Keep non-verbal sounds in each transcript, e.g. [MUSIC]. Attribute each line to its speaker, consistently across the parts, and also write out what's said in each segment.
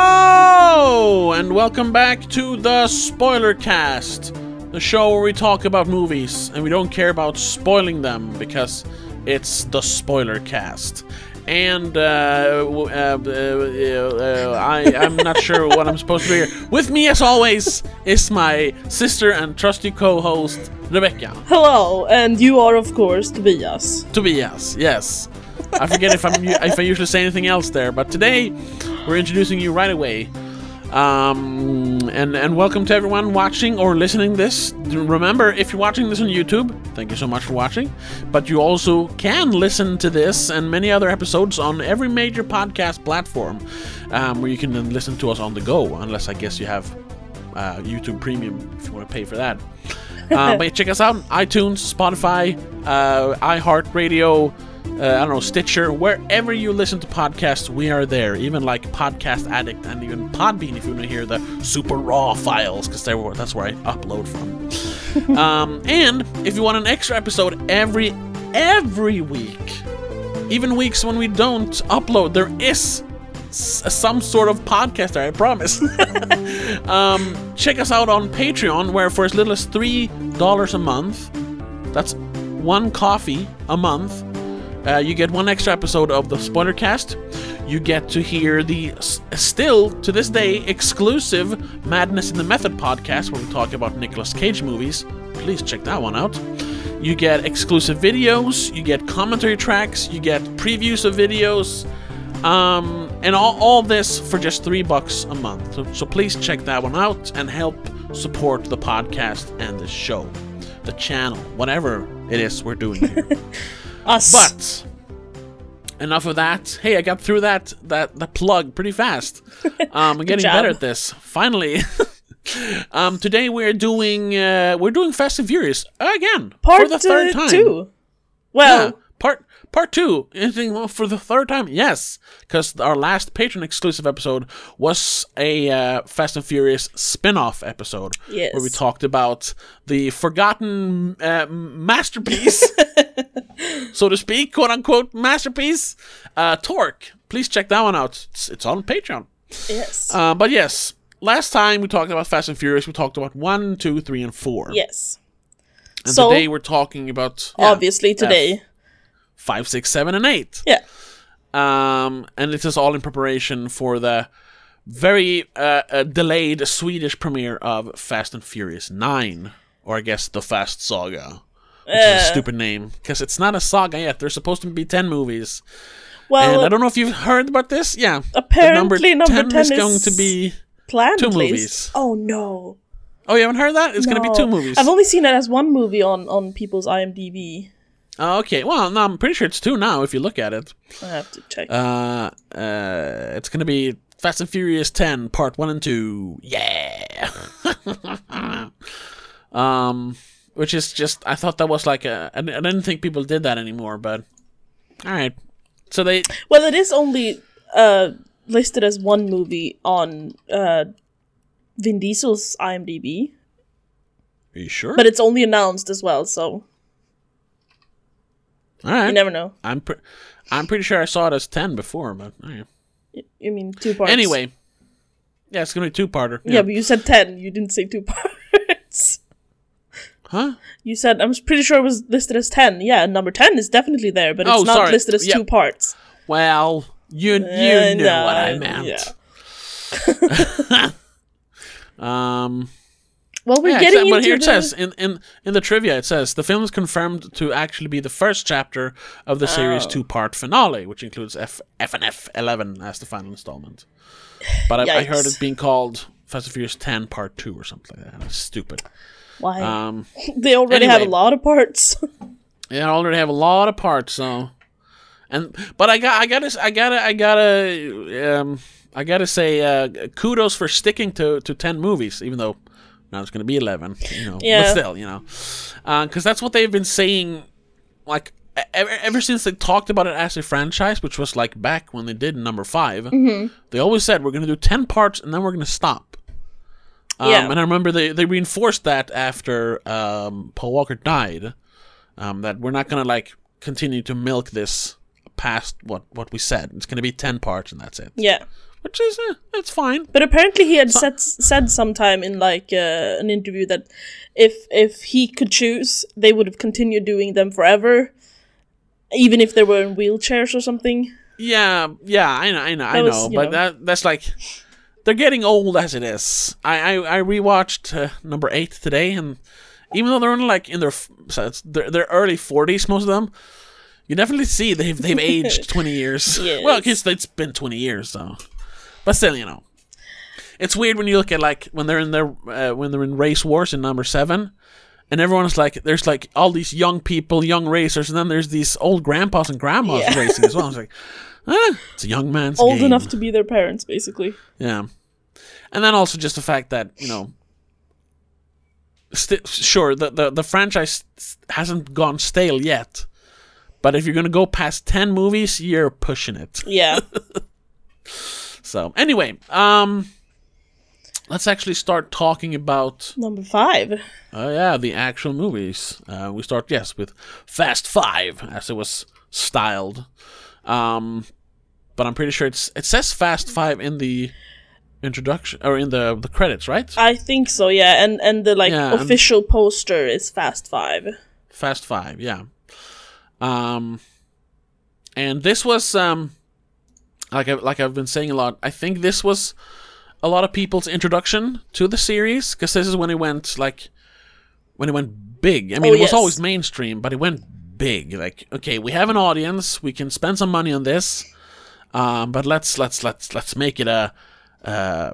Speaker 1: Hello and welcome back to the Spoiler Cast, the show where we talk about movies and we don't care about spoiling them because it's the Spoiler Cast. And uh, w- uh, uh, uh, I, I'm not sure what I'm supposed to be here. With me, as always, is my sister and trusty co-host Rebecca
Speaker 2: Hello, and you are of course Tobias.
Speaker 1: Tobias. Yes, I forget if I'm if I usually say anything else there, but today we're introducing you right away. Um, and and welcome to everyone watching or listening this. Remember, if you're watching this on YouTube, thank you so much for watching. But you also can listen to this and many other episodes on every major podcast platform, um, where you can then listen to us on the go. Unless I guess you have uh, YouTube Premium if you want to pay for that. Uh, but check us out on iTunes, Spotify, uh, iHeartRadio. Uh, I don't know, Stitcher, wherever you listen to podcasts, we are there. Even like Podcast Addict and even Podbean if you want to hear the super raw files, because that's where I upload from. um, and if you want an extra episode every every week, even weeks when we don't upload, there is s- some sort of podcast there, I promise. [LAUGHS] um, check us out on Patreon, where for as little as $3 a month, that's one coffee a month, uh, you get one extra episode of the spoiler cast. You get to hear the s- still to this day exclusive Madness in the Method podcast where we talk about Nicolas Cage movies. Please check that one out. You get exclusive videos, you get commentary tracks, you get previews of videos, um, and all, all this for just three bucks a month. So, so please check that one out and help support the podcast and the show, the channel, whatever it is we're doing here.
Speaker 2: [LAUGHS] Us.
Speaker 1: But enough of that. Hey, I got through that that the plug pretty
Speaker 2: [LAUGHS]
Speaker 1: fast. Um, I'm getting
Speaker 2: job.
Speaker 1: better at this finally. [LAUGHS] um, today we're doing uh, we're doing Fast and Furious again
Speaker 2: part
Speaker 1: for the third
Speaker 2: uh,
Speaker 1: time.
Speaker 2: two.
Speaker 1: Yeah,
Speaker 2: Well,
Speaker 1: part part two. Anything more for the third time? Yes, because our last patron exclusive episode was a uh, Fast and Furious spin off episode
Speaker 2: Yes.
Speaker 1: where we talked about the forgotten uh,
Speaker 2: [LAUGHS]
Speaker 1: masterpiece, so to speak, quote unquote masterpiece, uh, Torque. Please check that one out. It's, it's on Patreon.
Speaker 2: yes,
Speaker 1: Uh, but yes, last time we talked about Fast and Furious. We talked about one, two, three, and four.
Speaker 2: yes.
Speaker 1: And
Speaker 2: so
Speaker 1: today we're talking about yeah,
Speaker 2: obviously today,
Speaker 1: five, six, seven, and eight.
Speaker 2: yeah,
Speaker 1: Um, and this is all in preparation for the very uh, uh, delayed Swedish premiere of Fast and Furious 9, or I guess The Fast Saga, which is a
Speaker 2: Uh.
Speaker 1: stupid name, because it's not a saga yet. There's supposed to be 10 movies. and
Speaker 2: Oh, well,
Speaker 1: I don't know if you've heard about this. Yeah. the
Speaker 2: apparently number 10
Speaker 1: is
Speaker 2: is
Speaker 1: going to be.
Speaker 2: planned
Speaker 1: two
Speaker 2: please.
Speaker 1: movies.
Speaker 2: Oh no,
Speaker 1: Oh, you haven't heard that? It's going to
Speaker 2: No.
Speaker 1: be two movies.
Speaker 2: I've only seen it as one movie on on people's IMDb.
Speaker 1: Oh, okay. Well, no, I'm pretty sure it's two now if you look at it.
Speaker 2: I have to check.
Speaker 1: Uh, uh, it's gonna be Fast and Furious Ten, Part One and Two. Yeah. [LAUGHS] um, which is just I thought that was like a I, I didn't think people did that anymore, but all right. So they
Speaker 2: well, it is only uh listed as one movie on uh Vin Diesel's IMDb,
Speaker 1: are you sure?
Speaker 2: but it's only announced as well, so
Speaker 1: all right.
Speaker 2: you never know.
Speaker 1: I'm pre- I'm pretty sure I saw it as ten before, but all right.
Speaker 2: You mean two parts?
Speaker 1: anyway. Yeah, it's gonna be two parter.
Speaker 2: Yeah. but you said ten. You didn't say two [LAUGHS] parts.
Speaker 1: Huh?
Speaker 2: You said I'm pretty sure it was listed as ten. Yeah, number ten is definitely there, but it's
Speaker 1: Oh,
Speaker 2: not
Speaker 1: sorry.
Speaker 2: listed as
Speaker 1: Yeah.
Speaker 2: two parts.
Speaker 1: Well, you you
Speaker 2: Uh,
Speaker 1: knew
Speaker 2: no,
Speaker 1: what I meant.
Speaker 2: yeah.
Speaker 1: [LAUGHS]
Speaker 2: [LAUGHS]
Speaker 1: Um.
Speaker 2: Well, we're
Speaker 1: Yeah,
Speaker 2: getting
Speaker 1: exa-
Speaker 2: into
Speaker 1: but here
Speaker 2: the...
Speaker 1: it says in, in in the trivia it says the film is confirmed to actually be the first chapter of the series
Speaker 2: Oh.
Speaker 1: two part finale, which includes F F and F eleven as the final installment. But I, I heard
Speaker 2: Yikes.
Speaker 1: it being called Fast and Furious Ten Part Two or something like that. It's stupid.
Speaker 2: why
Speaker 1: Um,
Speaker 2: [LAUGHS] they already have a
Speaker 1: anyway.
Speaker 2: lot of parts. [LAUGHS]
Speaker 1: yeah, I already have a lot of parts, so and but I got I gotta I gotta I gotta um I gotta say uh, kudos for sticking to to ten movies, even though now it's gonna be eleven, you know. But
Speaker 2: Yeah.
Speaker 1: still, you know, because that's what they've been saying, like e-, ever, ever since they talked about it as a franchise, which was like back when they did number 5
Speaker 2: Mm-hmm.
Speaker 1: They always said we're gonna do ten parts and then we're gonna stop. Um,
Speaker 2: Yeah.
Speaker 1: And I remember they, they reinforced that after um, Paul Walker died um, that we're not gonna like continue to milk this past what what we said. It's gonna be ten parts and that's it.
Speaker 2: yeah,
Speaker 1: which is eh, that's fine.
Speaker 2: But apparently, he had said said sometime in like uh, an interview that if if he could choose, they would have continued doing them forever, even if they were in wheelchairs or something.
Speaker 1: Yeah, yeah, I know, I know, I
Speaker 2: was,
Speaker 1: know,
Speaker 2: you
Speaker 1: but
Speaker 2: know.
Speaker 1: that that's like they're getting old as it is. I I, I rewatched uh, number eight today, and even though they're only like in their f- so it's- they're, they're early forties, most of them, you definitely see they've
Speaker 2: [LAUGHS]
Speaker 1: they've aged twenty years.
Speaker 2: Yes.
Speaker 1: Well, because it's been twenty years, so but still, you know, it's weird when you look at like when they're in their uh, when they're in race wars in number seven. And everyone's like, there's like all these young people, young racers, and then there's these old grandpas and grandmas
Speaker 2: Yeah.
Speaker 1: racing as well. I was like, Ah, it's a young man's
Speaker 2: Old
Speaker 1: game.
Speaker 2: enough to be their parents, basically.
Speaker 1: yeah, and then also just the fact that you know, sti sure the, the the franchise s- hasn't gone stale yet, but if you're gonna go past ten movies, you're pushing it. [LAUGHS]
Speaker 2: Yeah.
Speaker 1: So anyway, um, let's actually start talking about
Speaker 2: Number five.
Speaker 1: uh, yeah the actual movies. Uh, we start yes with Fast Five as it was styled, um, but I'm pretty sure it's it says Fast Five in the introduction or in the the credits, right?
Speaker 2: I think so. Yeah, and and the like
Speaker 1: Yeah, and-
Speaker 2: official poster is Fast Five.
Speaker 1: Fast Five, yeah. Um, and this was um, like I, like I've been saying a lot. I think this was a lot of people's introduction to the series because this is when it went like when it went big. I mean,
Speaker 2: Oh,
Speaker 1: it was
Speaker 2: yes.
Speaker 1: always mainstream, but it went big. Like, okay, we have an audience, we can spend some money on this, um, but let's let's let's let's make it a. Uh,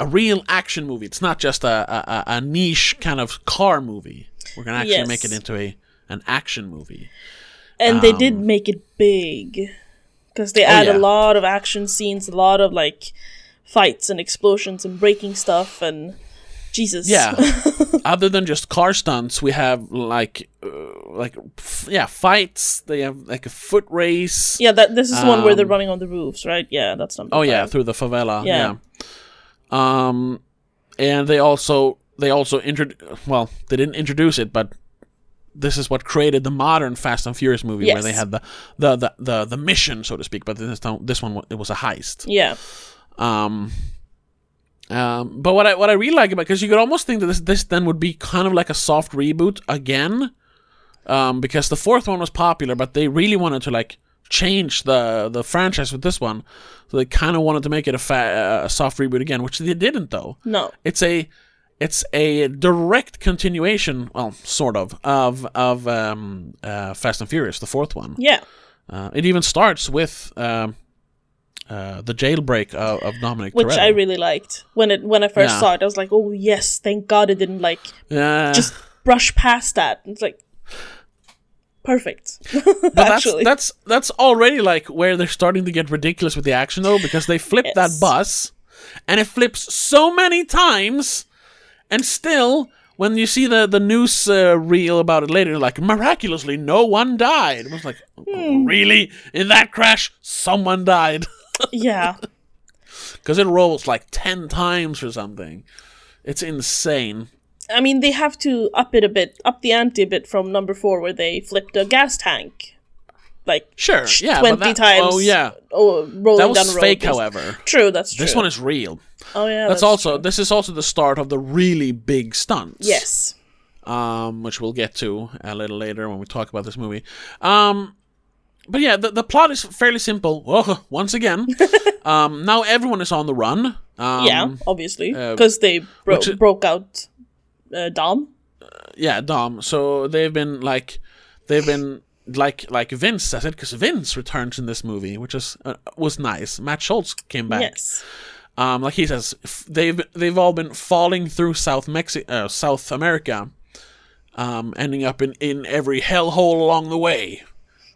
Speaker 1: a real action movie. It's not just a, a, a a niche kind of car movie. We're gonna actually make it
Speaker 2: Yes.
Speaker 1: into a an action movie.
Speaker 2: and they did make it big because they
Speaker 1: Um,
Speaker 2: add
Speaker 1: oh, yeah.
Speaker 2: a lot of action scenes a lot of like fights and explosions and breaking stuff and jesus
Speaker 1: Yeah. Other than just car stunts, we have like uh, like f- yeah fights. They have like a foot race.
Speaker 2: [LAUGHS] yeah that this is the one where they're
Speaker 1: Um,
Speaker 2: running on the roofs right yeah that's number
Speaker 1: Oh yeah,
Speaker 2: five.
Speaker 1: through the favela. Yeah.
Speaker 2: Yeah.
Speaker 1: Um, and they also they also intro well they didn't introduce it, but this is what created the modern Fast and Furious movie where they
Speaker 2: Yes.
Speaker 1: had the the, the the the mission so to speak. But this time, this one wa- it was a heist.
Speaker 2: yeah
Speaker 1: Um, um, but what I what I really like about because you could almost think that this this then would be kind of like a soft reboot again, um, because the fourth one was popular, but they really wanted to like change the the franchise with this one, so they kind of wanted to make it a, fa- a soft reboot again, which they didn't though.
Speaker 2: no
Speaker 1: It's a it's a direct continuation, well, sort of, of of um, uh, Fast and Furious, the fourth one.
Speaker 2: yeah
Speaker 1: Uh, it even starts with um, uh, the jailbreak of, of Dominic
Speaker 2: which i
Speaker 1: Toretto.
Speaker 2: really liked when it when i first
Speaker 1: Yeah.
Speaker 2: saw it i was like oh yes thank god it didn't
Speaker 1: [SIGHS]
Speaker 2: like
Speaker 1: yeah.
Speaker 2: just brush past that it's like perfect [LAUGHS]
Speaker 1: But that's,
Speaker 2: actually
Speaker 1: that's that's already like where they're starting to get ridiculous with the action though, because they flip that
Speaker 2: Yes.
Speaker 1: bus, and it flips so many times, and still, when you see the the news uh, reel about it later, like miraculously no one died. It was like
Speaker 2: Hmm.
Speaker 1: really in that crash, someone died [LAUGHS]
Speaker 2: yeah
Speaker 1: because it rolls like ten times or something. It's insane.
Speaker 2: I mean, they have to up it a bit, up the ante a bit from number four, where they flipped a gas tank, like
Speaker 1: Sure,
Speaker 2: sh-
Speaker 1: yeah, but
Speaker 2: twenty
Speaker 1: that-
Speaker 2: times.
Speaker 1: Oh yeah,
Speaker 2: oh, rolling
Speaker 1: that
Speaker 2: down
Speaker 1: was
Speaker 2: the road.
Speaker 1: fake.
Speaker 2: Yes.
Speaker 1: However,
Speaker 2: true, that's true.
Speaker 1: this one is real.
Speaker 2: Oh yeah,
Speaker 1: that's also this is also the start of the really big stunts.
Speaker 2: yes,
Speaker 1: um, which we'll get to a little later when we talk about this movie. Um, but yeah, the, the plot is fairly simple. Oh, once again,
Speaker 2: [LAUGHS]
Speaker 1: um, now everyone is on the run. Um, uh,
Speaker 2: yeah, obviously, because they bro-
Speaker 1: which i-
Speaker 2: broke out uh, Dom.
Speaker 1: yeah, Dom. So they've been like, they've been like like Vince says it because Vince returns in this movie, which is uh, was nice. Matt Schultz came back.
Speaker 2: Yes,
Speaker 1: um, like he says, f- they've they've all been falling through South Mexi- uh, South America, um, ending up in in every hellhole along the way.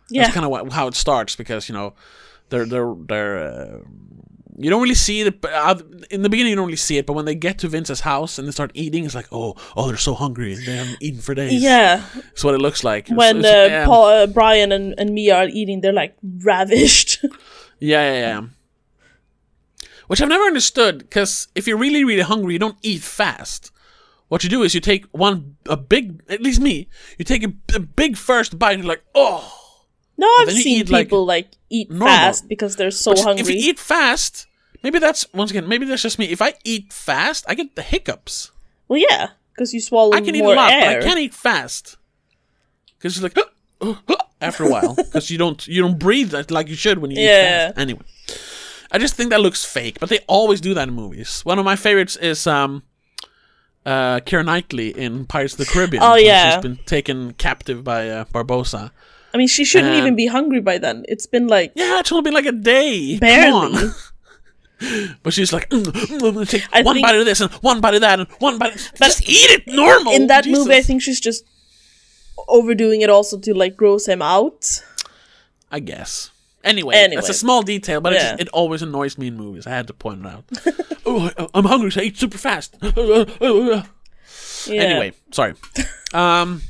Speaker 2: yeah,
Speaker 1: That's kind of wh- how it starts because you know, they're they're they're. Uh, you don't really see it but, uh, in the beginning. You don't really see it, but when they get to Vince's house and they start eating, it's like, oh, oh, they're so hungry and they haven't eaten for days.
Speaker 2: yeah.
Speaker 1: it's what it looks like. It's-
Speaker 2: When
Speaker 1: it's-
Speaker 2: uh,
Speaker 1: yeah.
Speaker 2: Paul, uh, Brian, and, and Mia are eating, they're like ravished. [LAUGHS]
Speaker 1: Yeah, yeah, yeah. Which I've never understood because if you're really, really hungry, you don't eat fast. What you do is you take one a big, at least me, you take a, a big first bite and you're like, oh.
Speaker 2: no, I've
Speaker 1: then you
Speaker 2: seen
Speaker 1: eat, like,
Speaker 2: people like, eat
Speaker 1: normal.
Speaker 2: fast because they're so
Speaker 1: But
Speaker 2: hungry.
Speaker 1: If you eat fast, Maybe that's once again. Maybe that's just me. If I eat fast, I get the hiccups.
Speaker 2: Well, yeah, because you swallow
Speaker 1: I can eat a
Speaker 2: more
Speaker 1: lot,
Speaker 2: air.
Speaker 1: but I can't eat fast. Because it's like after a
Speaker 2: [LAUGHS]
Speaker 1: while, because you don't you don't breathe that- like you should when you eat
Speaker 2: Yeah.
Speaker 1: fast. Anyway, I just think that looks fake, but they always do that in movies. One of my favorites is um, uh, Keira Knightley in Pirates of the Caribbean.
Speaker 2: Oh,
Speaker 1: when
Speaker 2: yeah.
Speaker 1: she's been taken captive by uh, Barbosa.
Speaker 2: I mean, she shouldn't
Speaker 1: Um,
Speaker 2: even be hungry by then. It's been like
Speaker 1: Yeah, it's only been like a day. Come
Speaker 2: barely.
Speaker 1: on. But she's like, "Mm, mm, I'm gonna take
Speaker 2: I
Speaker 1: one
Speaker 2: think-
Speaker 1: bite of this and one bite of that and one bite. Just eat it normal.
Speaker 2: In that
Speaker 1: Oh, Jesus.
Speaker 2: movie, I think she's just overdoing it also to like gross him out.
Speaker 1: I guess. Anyway,
Speaker 2: Anyway.
Speaker 1: that's a small detail, but it,
Speaker 2: Yeah.
Speaker 1: just, it always annoys me in movies. I had to point it
Speaker 2: [LAUGHS]
Speaker 1: out. oh, I, I'm hungry, so I eat super fast. [LAUGHS] anyway,
Speaker 2: Yeah.
Speaker 1: sorry. Um,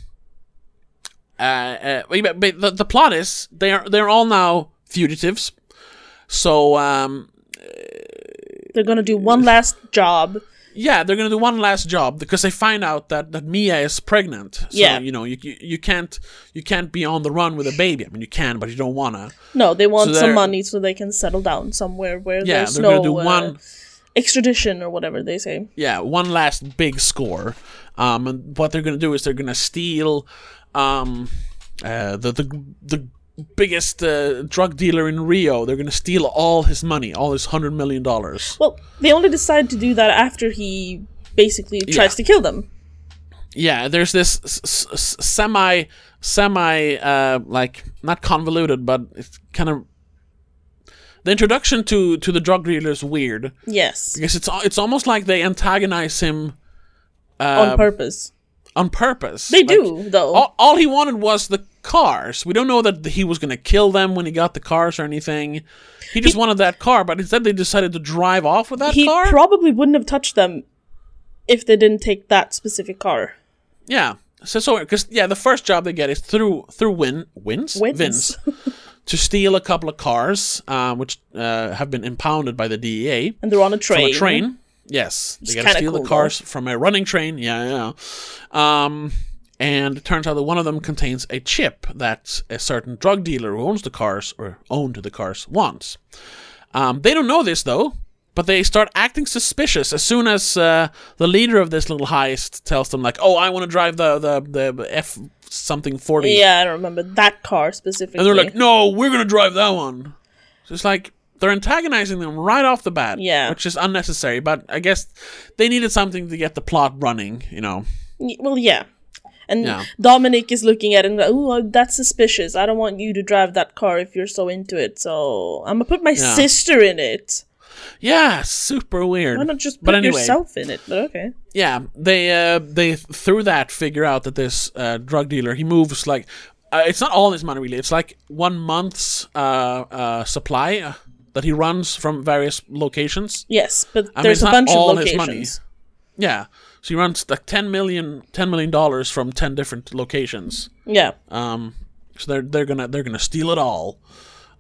Speaker 1: uh, uh, but, but the, the plot is they are they're all now fugitives, so um,
Speaker 2: they're gonna do one last job.
Speaker 1: Yeah, they're gonna do one last job because they find out that, that Mia is pregnant. So,
Speaker 2: Yeah.
Speaker 1: you know, you, you you can't you can't be on the run with a baby. I mean, you can, but you don't wanna.
Speaker 2: No, they want
Speaker 1: So
Speaker 2: some
Speaker 1: they're-
Speaker 2: money so they can settle down somewhere where
Speaker 1: Yeah,
Speaker 2: there's
Speaker 1: they're
Speaker 2: no
Speaker 1: gonna do
Speaker 2: uh,
Speaker 1: one.
Speaker 2: extradition or whatever they say.
Speaker 1: Yeah, one last big score. Um, and what they're gonna do is they're gonna steal, um, uh, the the the biggest uh, drug dealer in Rio. They're gonna steal all his money, all his hundred million dollars.
Speaker 2: Well, they only decide to do that after he basically tries to kill them.
Speaker 1: yeah there's this s- s- s- semi semi uh like not convoluted but it's kind of the introduction to to the drug dealer is weird
Speaker 2: Yes,
Speaker 1: because it's al- it's almost like they antagonize him
Speaker 2: on purpose.
Speaker 1: on purpose
Speaker 2: They
Speaker 1: Um, Like, oh,
Speaker 2: do though.
Speaker 1: all, all he wanted was the cars we don't know that he was going to kill them when he got the cars or anything he just wanted that car but instead they decided to drive off with that
Speaker 2: he
Speaker 1: car
Speaker 2: probably wouldn't have touched them if they didn't take that specific car.
Speaker 1: Yeah. So so because yeah, the first job they get is through through Win Wins
Speaker 2: Wins.
Speaker 1: Vince to steal a couple of cars, um, which uh, have been impounded by the DEA
Speaker 2: And they're on a
Speaker 1: from
Speaker 2: train.
Speaker 1: a train. Yes, they gotta
Speaker 2: kinda
Speaker 1: steal
Speaker 2: cool,
Speaker 1: the cars from a running train. Yeah, yeah. Um, and it turns out that one of them contains a chip that a certain drug dealer who owns the cars or owned the cars wants. Um, they don't know this though, but they start acting suspicious as soon as uh, the leader of this little heist tells them like, "Oh, I want to drive the the the F something forty.
Speaker 2: Yeah, I don't remember that car specifically.
Speaker 1: And they're like, "No, we're gonna drive that one." So it's like they're antagonizing them right off the bat,
Speaker 2: Yeah.
Speaker 1: which is unnecessary. But I guess they needed something to get the plot running, you know.
Speaker 2: Y- well, yeah. And
Speaker 1: Yeah.
Speaker 2: Dominic is looking at it and like, oh, that's suspicious. I don't want you to drive that car if you're so into it. So I'm gonna put my
Speaker 1: Yeah.
Speaker 2: sister in it.
Speaker 1: Yeah, super weird.
Speaker 2: Why not just put
Speaker 1: But anyway.
Speaker 2: yourself in it? But okay.
Speaker 1: Yeah, they uh, they through that figure out that this uh, drug dealer he moves like uh, it's not all his money really. It's like one month's uh, uh, supply uh, that he runs from various locations.
Speaker 2: Yes,
Speaker 1: I
Speaker 2: but
Speaker 1: mean,
Speaker 2: there's
Speaker 1: it's
Speaker 2: a
Speaker 1: not
Speaker 2: bunch of
Speaker 1: all his
Speaker 2: locations.
Speaker 1: money. Yeah, so he runs like 10 million 10 million dollars from ten different locations.
Speaker 2: Yeah.
Speaker 1: Um, so they're they're gonna they're gonna steal it all.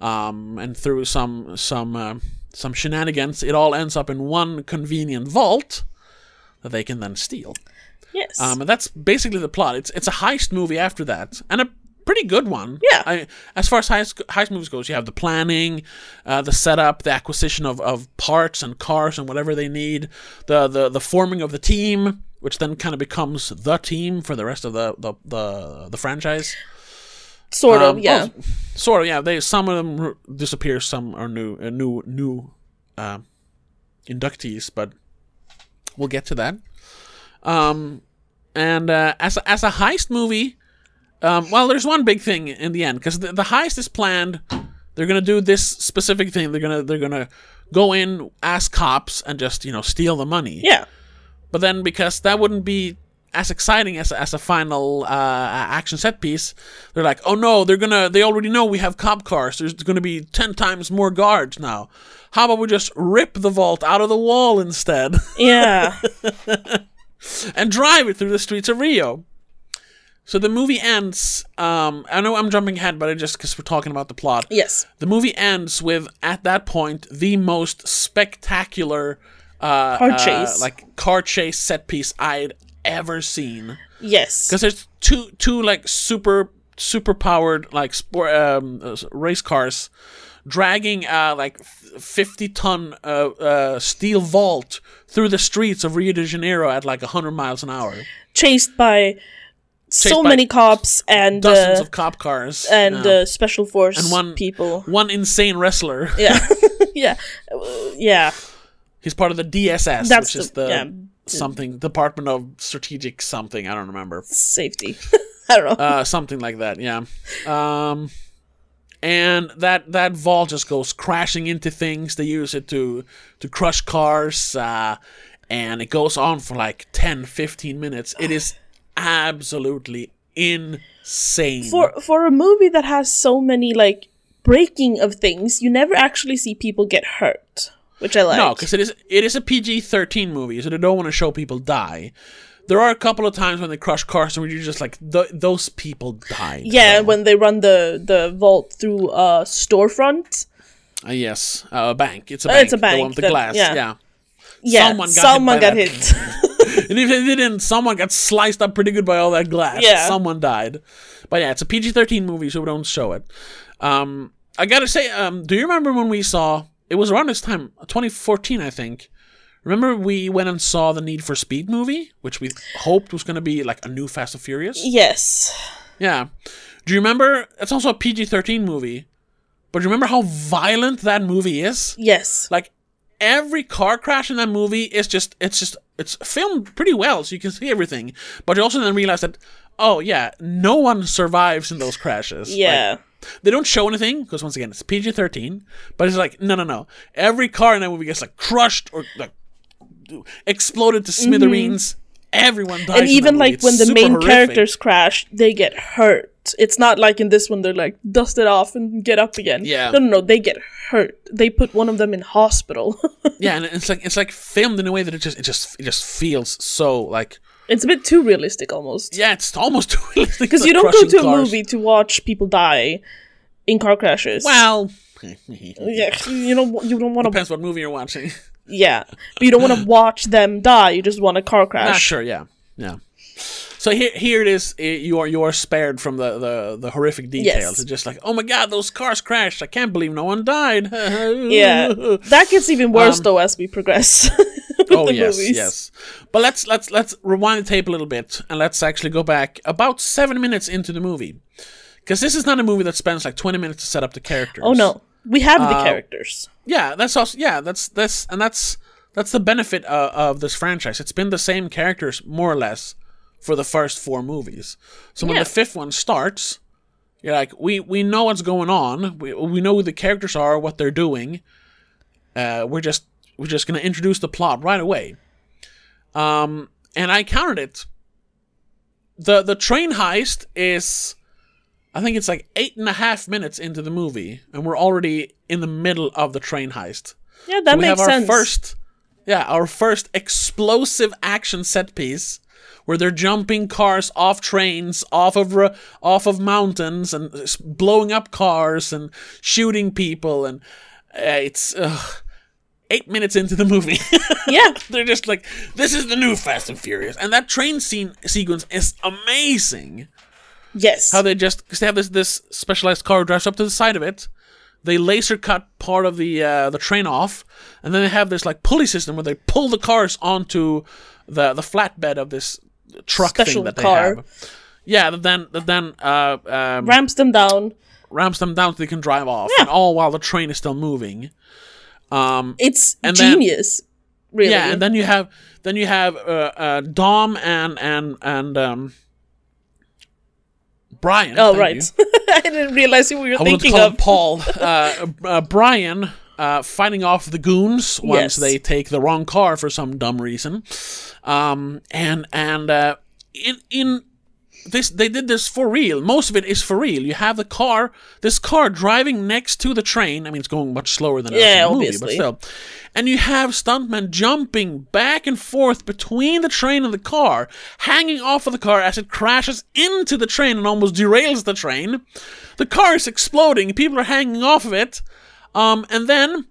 Speaker 1: Um, and through some some uh, some shenanigans, it all ends up in one convenient vault that they can then steal.
Speaker 2: Yes.
Speaker 1: Um, and that's basically the plot. It's it's a heist movie after that, and a pretty good one.
Speaker 2: Yeah.
Speaker 1: I, as far as heist, heist movies goes, you have the planning, uh, the setup, the acquisition of, of parts and cars and whatever they need, the the, the forming of the team, which then kind of becomes the team for the rest of the the, the, the franchise.
Speaker 2: sort
Speaker 1: Um,
Speaker 2: of. Yeah.
Speaker 1: oh, sort of. Yeah. They some of them r- disappear. Some are new, uh, new, new uh, inductees, but we'll get to that. Um, and uh, as a, as a heist movie, um, well, there's one big thing in the end because the, the heist is planned. They're gonna do this specific thing. They're gonna they're gonna go in, ask cops, and just you know steal the money.
Speaker 2: yeah.
Speaker 1: But then, because that wouldn't be as exciting as as a final uh, action set piece, they're like, "Oh no, they're gonna. They already know we have cop cars. There's gonna be ten times more guards now. How about we just rip the vault out of the wall instead [LAUGHS]
Speaker 2: Yeah.
Speaker 1: and drive it through the streets of Rio?" So the movie ends. Um, I know I'm jumping ahead, but I just because we're talking about the plot.
Speaker 2: yes.
Speaker 1: The movie ends with at that point the most spectacular uh,
Speaker 2: Car
Speaker 1: uh,
Speaker 2: chase.
Speaker 1: like car chase set piece I'd ever seen.
Speaker 2: Yes.
Speaker 1: Because there's two two like super super powered like sport um, uh, race cars dragging uh, like fifty ton uh, uh, steel vault through the streets of Rio de Janeiro at like hundred miles an hour.
Speaker 2: chased by so
Speaker 1: by
Speaker 2: many cops and
Speaker 1: Dozens
Speaker 2: uh,
Speaker 1: of cop cars
Speaker 2: and
Speaker 1: yeah.
Speaker 2: uh, special force
Speaker 1: And one-
Speaker 2: people.
Speaker 1: one insane wrestler. [LAUGHS]
Speaker 2: Yeah, yeah, Uh, yeah.
Speaker 1: He's part of the DSS,
Speaker 2: That's
Speaker 1: which is
Speaker 2: the-
Speaker 1: the
Speaker 2: yeah.
Speaker 1: something Department of Strategic something. I don't remember.
Speaker 2: Safety. [LAUGHS] I don't know.
Speaker 1: Uh, something like that. Yeah. Um, and that that vault just goes crashing into things. They use it to to crush cars, uh, and it goes on for like 10, 15 minutes. It is absolutely insane.
Speaker 2: for for a movie that has so many like breaking of things, you never actually see people get hurt, which I like.
Speaker 1: No, because it is it is a PG thirteen movie, so they don't want to show people die. There are a couple of times when they crush cars, and where you're just like, "Th- those people died.
Speaker 2: yeah, when they run the the vault through a storefront,
Speaker 1: Uh, yes, uh, a bank. It's a
Speaker 2: Uh,
Speaker 1: bank.
Speaker 2: it's a bank
Speaker 1: The one with the
Speaker 2: that-
Speaker 1: glass.
Speaker 2: yeah.
Speaker 1: Yeah.
Speaker 2: yeah,
Speaker 1: Someone
Speaker 2: someone
Speaker 1: got hit
Speaker 2: got
Speaker 1: by
Speaker 2: someone got
Speaker 1: that.
Speaker 2: hit.
Speaker 1: and if they didn't, someone got sliced up pretty good by all that glass.
Speaker 2: Yeah.
Speaker 1: someone died. But yeah, it's a PG thirteen movie, so we don't show it. Um, I gotta say, um, do you remember when we saw? It was around this time, 2014, I think. Remember we went and saw the Need for Speed movie, which we hoped was going to be like a new Fast and Furious.
Speaker 2: [LAUGHS] yes,
Speaker 1: Yeah. Do you remember? It's also a PG 13 movie. But do you remember how violent that movie is?
Speaker 2: yes,
Speaker 1: Like, every car crash in that movie is just, it's just, it's filmed pretty well, so you can see everything. But you also then realize that, oh, yeah, no one survives in those crashes. Like,
Speaker 2: yeah,
Speaker 1: they don't show anything, because once again, it's PG 13. But it's like, no, no, no. Every car in that movie gets, like, crushed or, like, exploded to smithereens. Everyone dies. in
Speaker 2: Mm-hmm.
Speaker 1: that
Speaker 2: and even
Speaker 1: movie.
Speaker 2: like
Speaker 1: It's
Speaker 2: when the
Speaker 1: super
Speaker 2: main
Speaker 1: horrific.
Speaker 2: characters crash, they get hurt. It's not like in this one they're like dust it off and get up again.
Speaker 1: Yeah.
Speaker 2: no, no, no, they get hurt. They put one of them in hospital. [LAUGHS]
Speaker 1: yeah, and it's like it's like filmed in a way that it just it just it just feels so like
Speaker 2: it's a bit too realistic almost.
Speaker 1: yeah, it's almost [LAUGHS] realistic
Speaker 2: Because you don't go to a movie to watch people die in car crashes.
Speaker 1: Well,
Speaker 2: Yeah, you don't you don't want to.
Speaker 1: depends what movie you're watching.
Speaker 2: Yeah, but you don't
Speaker 1: [LAUGHS]
Speaker 2: want to watch them die. You just want a car
Speaker 1: ah,
Speaker 2: crash.
Speaker 1: sure, yeah, yeah. So here here it is. eh, you are you are spared from the the, the horrific details.
Speaker 2: Yes.
Speaker 1: It's just like oh my god, those cars crashed. I can't believe no one died. [LAUGHS]
Speaker 2: Yeah, that gets even worse though as we progress. [LAUGHS] with
Speaker 1: Um, oh
Speaker 2: the
Speaker 1: yes,
Speaker 2: movies.
Speaker 1: yes. But let's let's let's rewind the tape a little bit and let's actually go back about seven minutes into the movie. Because this is not a movie that spends like twenty minutes to set up the characters.
Speaker 2: Oh no, we have
Speaker 1: Uh,
Speaker 2: the characters.
Speaker 1: Yeah, that's also yeah, that's that's and that's that's the benefit uh, of this franchise. It's been the same characters more or less for the first four movies. So when
Speaker 2: Yeah.
Speaker 1: the fifth one starts, you're like, we we know what's going on. We we know who the characters are, what they're doing. Uh, we're just we're just gonna introduce the plot right away. Um, and I counted it. the The train heist is, I think it's like eight and a half minutes into the movie, and we're already in the middle of the train heist.
Speaker 2: Yeah, that
Speaker 1: we have
Speaker 2: makes
Speaker 1: our
Speaker 2: sense.
Speaker 1: first, yeah, our first explosive action set piece, where they're jumping cars off trains, off of ro- off of mountains, and s- blowing up cars and shooting people, and uh, it's ugh, eight minutes into the movie.
Speaker 2: [LAUGHS]
Speaker 1: [LAUGHS]
Speaker 2: yeah,
Speaker 1: They're just like, this is the new Fast and Furious, and that train scene sequence is amazing.
Speaker 2: yes,
Speaker 1: How they just because they have this this specialized car drives up to the side of it, they laser cut part of the uh, the train off, and then they have this like pulley system where they pull the cars onto the the flatbed of this truck
Speaker 2: Special
Speaker 1: thing that they
Speaker 2: car.
Speaker 1: have. Yeah, that then that then uh, um,
Speaker 2: ramps them down.
Speaker 1: ramps them down so they can drive off, and all while the train is still moving.
Speaker 2: It's
Speaker 1: And then-
Speaker 2: genius, really.
Speaker 1: Yeah, and then you have then you have uh, uh, Dom and and and um, Brian.
Speaker 2: oh
Speaker 1: thank
Speaker 2: right,
Speaker 1: you.
Speaker 2: [LAUGHS] I didn't realize you were
Speaker 1: I wanted to
Speaker 2: thinking
Speaker 1: call him
Speaker 2: of.
Speaker 1: Paul. [LAUGHS] Uh, uh, Brian uh, fighting off the goons once
Speaker 2: Yes.
Speaker 1: they take the wrong car for some dumb reason. Um, and and uh, in in this they did this for real. Most of it is for real. You have the car, this car driving next to the train. I mean, it's going much slower than
Speaker 2: Yeah,
Speaker 1: yeah, movie,
Speaker 2: obviously.
Speaker 1: but still. And you have stuntmen jumping back and forth between the train and the car, hanging off of the car as it crashes into the train and almost derails the train. The car is exploding. People are hanging off of it. Um, and then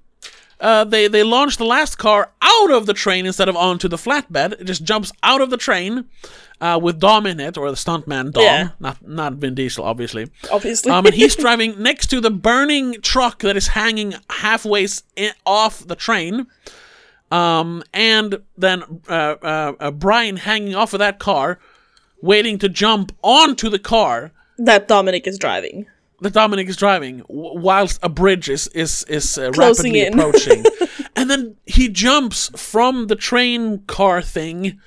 Speaker 1: uh, they they launch the last car out of the train instead of onto the flatbed. It just jumps out of the train uh, with Dom in it, or the stuntman Dom,
Speaker 2: Yeah.
Speaker 1: not not Vin Diesel, obviously.
Speaker 2: obviously.
Speaker 1: Um, and he's driving next to the burning truck that is hanging halfway s- i- off the train. Um, and then uh, uh, uh, Brian hanging off of that car, waiting to jump onto the car
Speaker 2: [LAUGHS] that Dominic is driving.
Speaker 1: that Dominic is driving, w- whilst a bridge is is is uh,
Speaker 2: Closing
Speaker 1: rapidly
Speaker 2: in. [LAUGHS]
Speaker 1: approaching, and then he jumps from the train car thing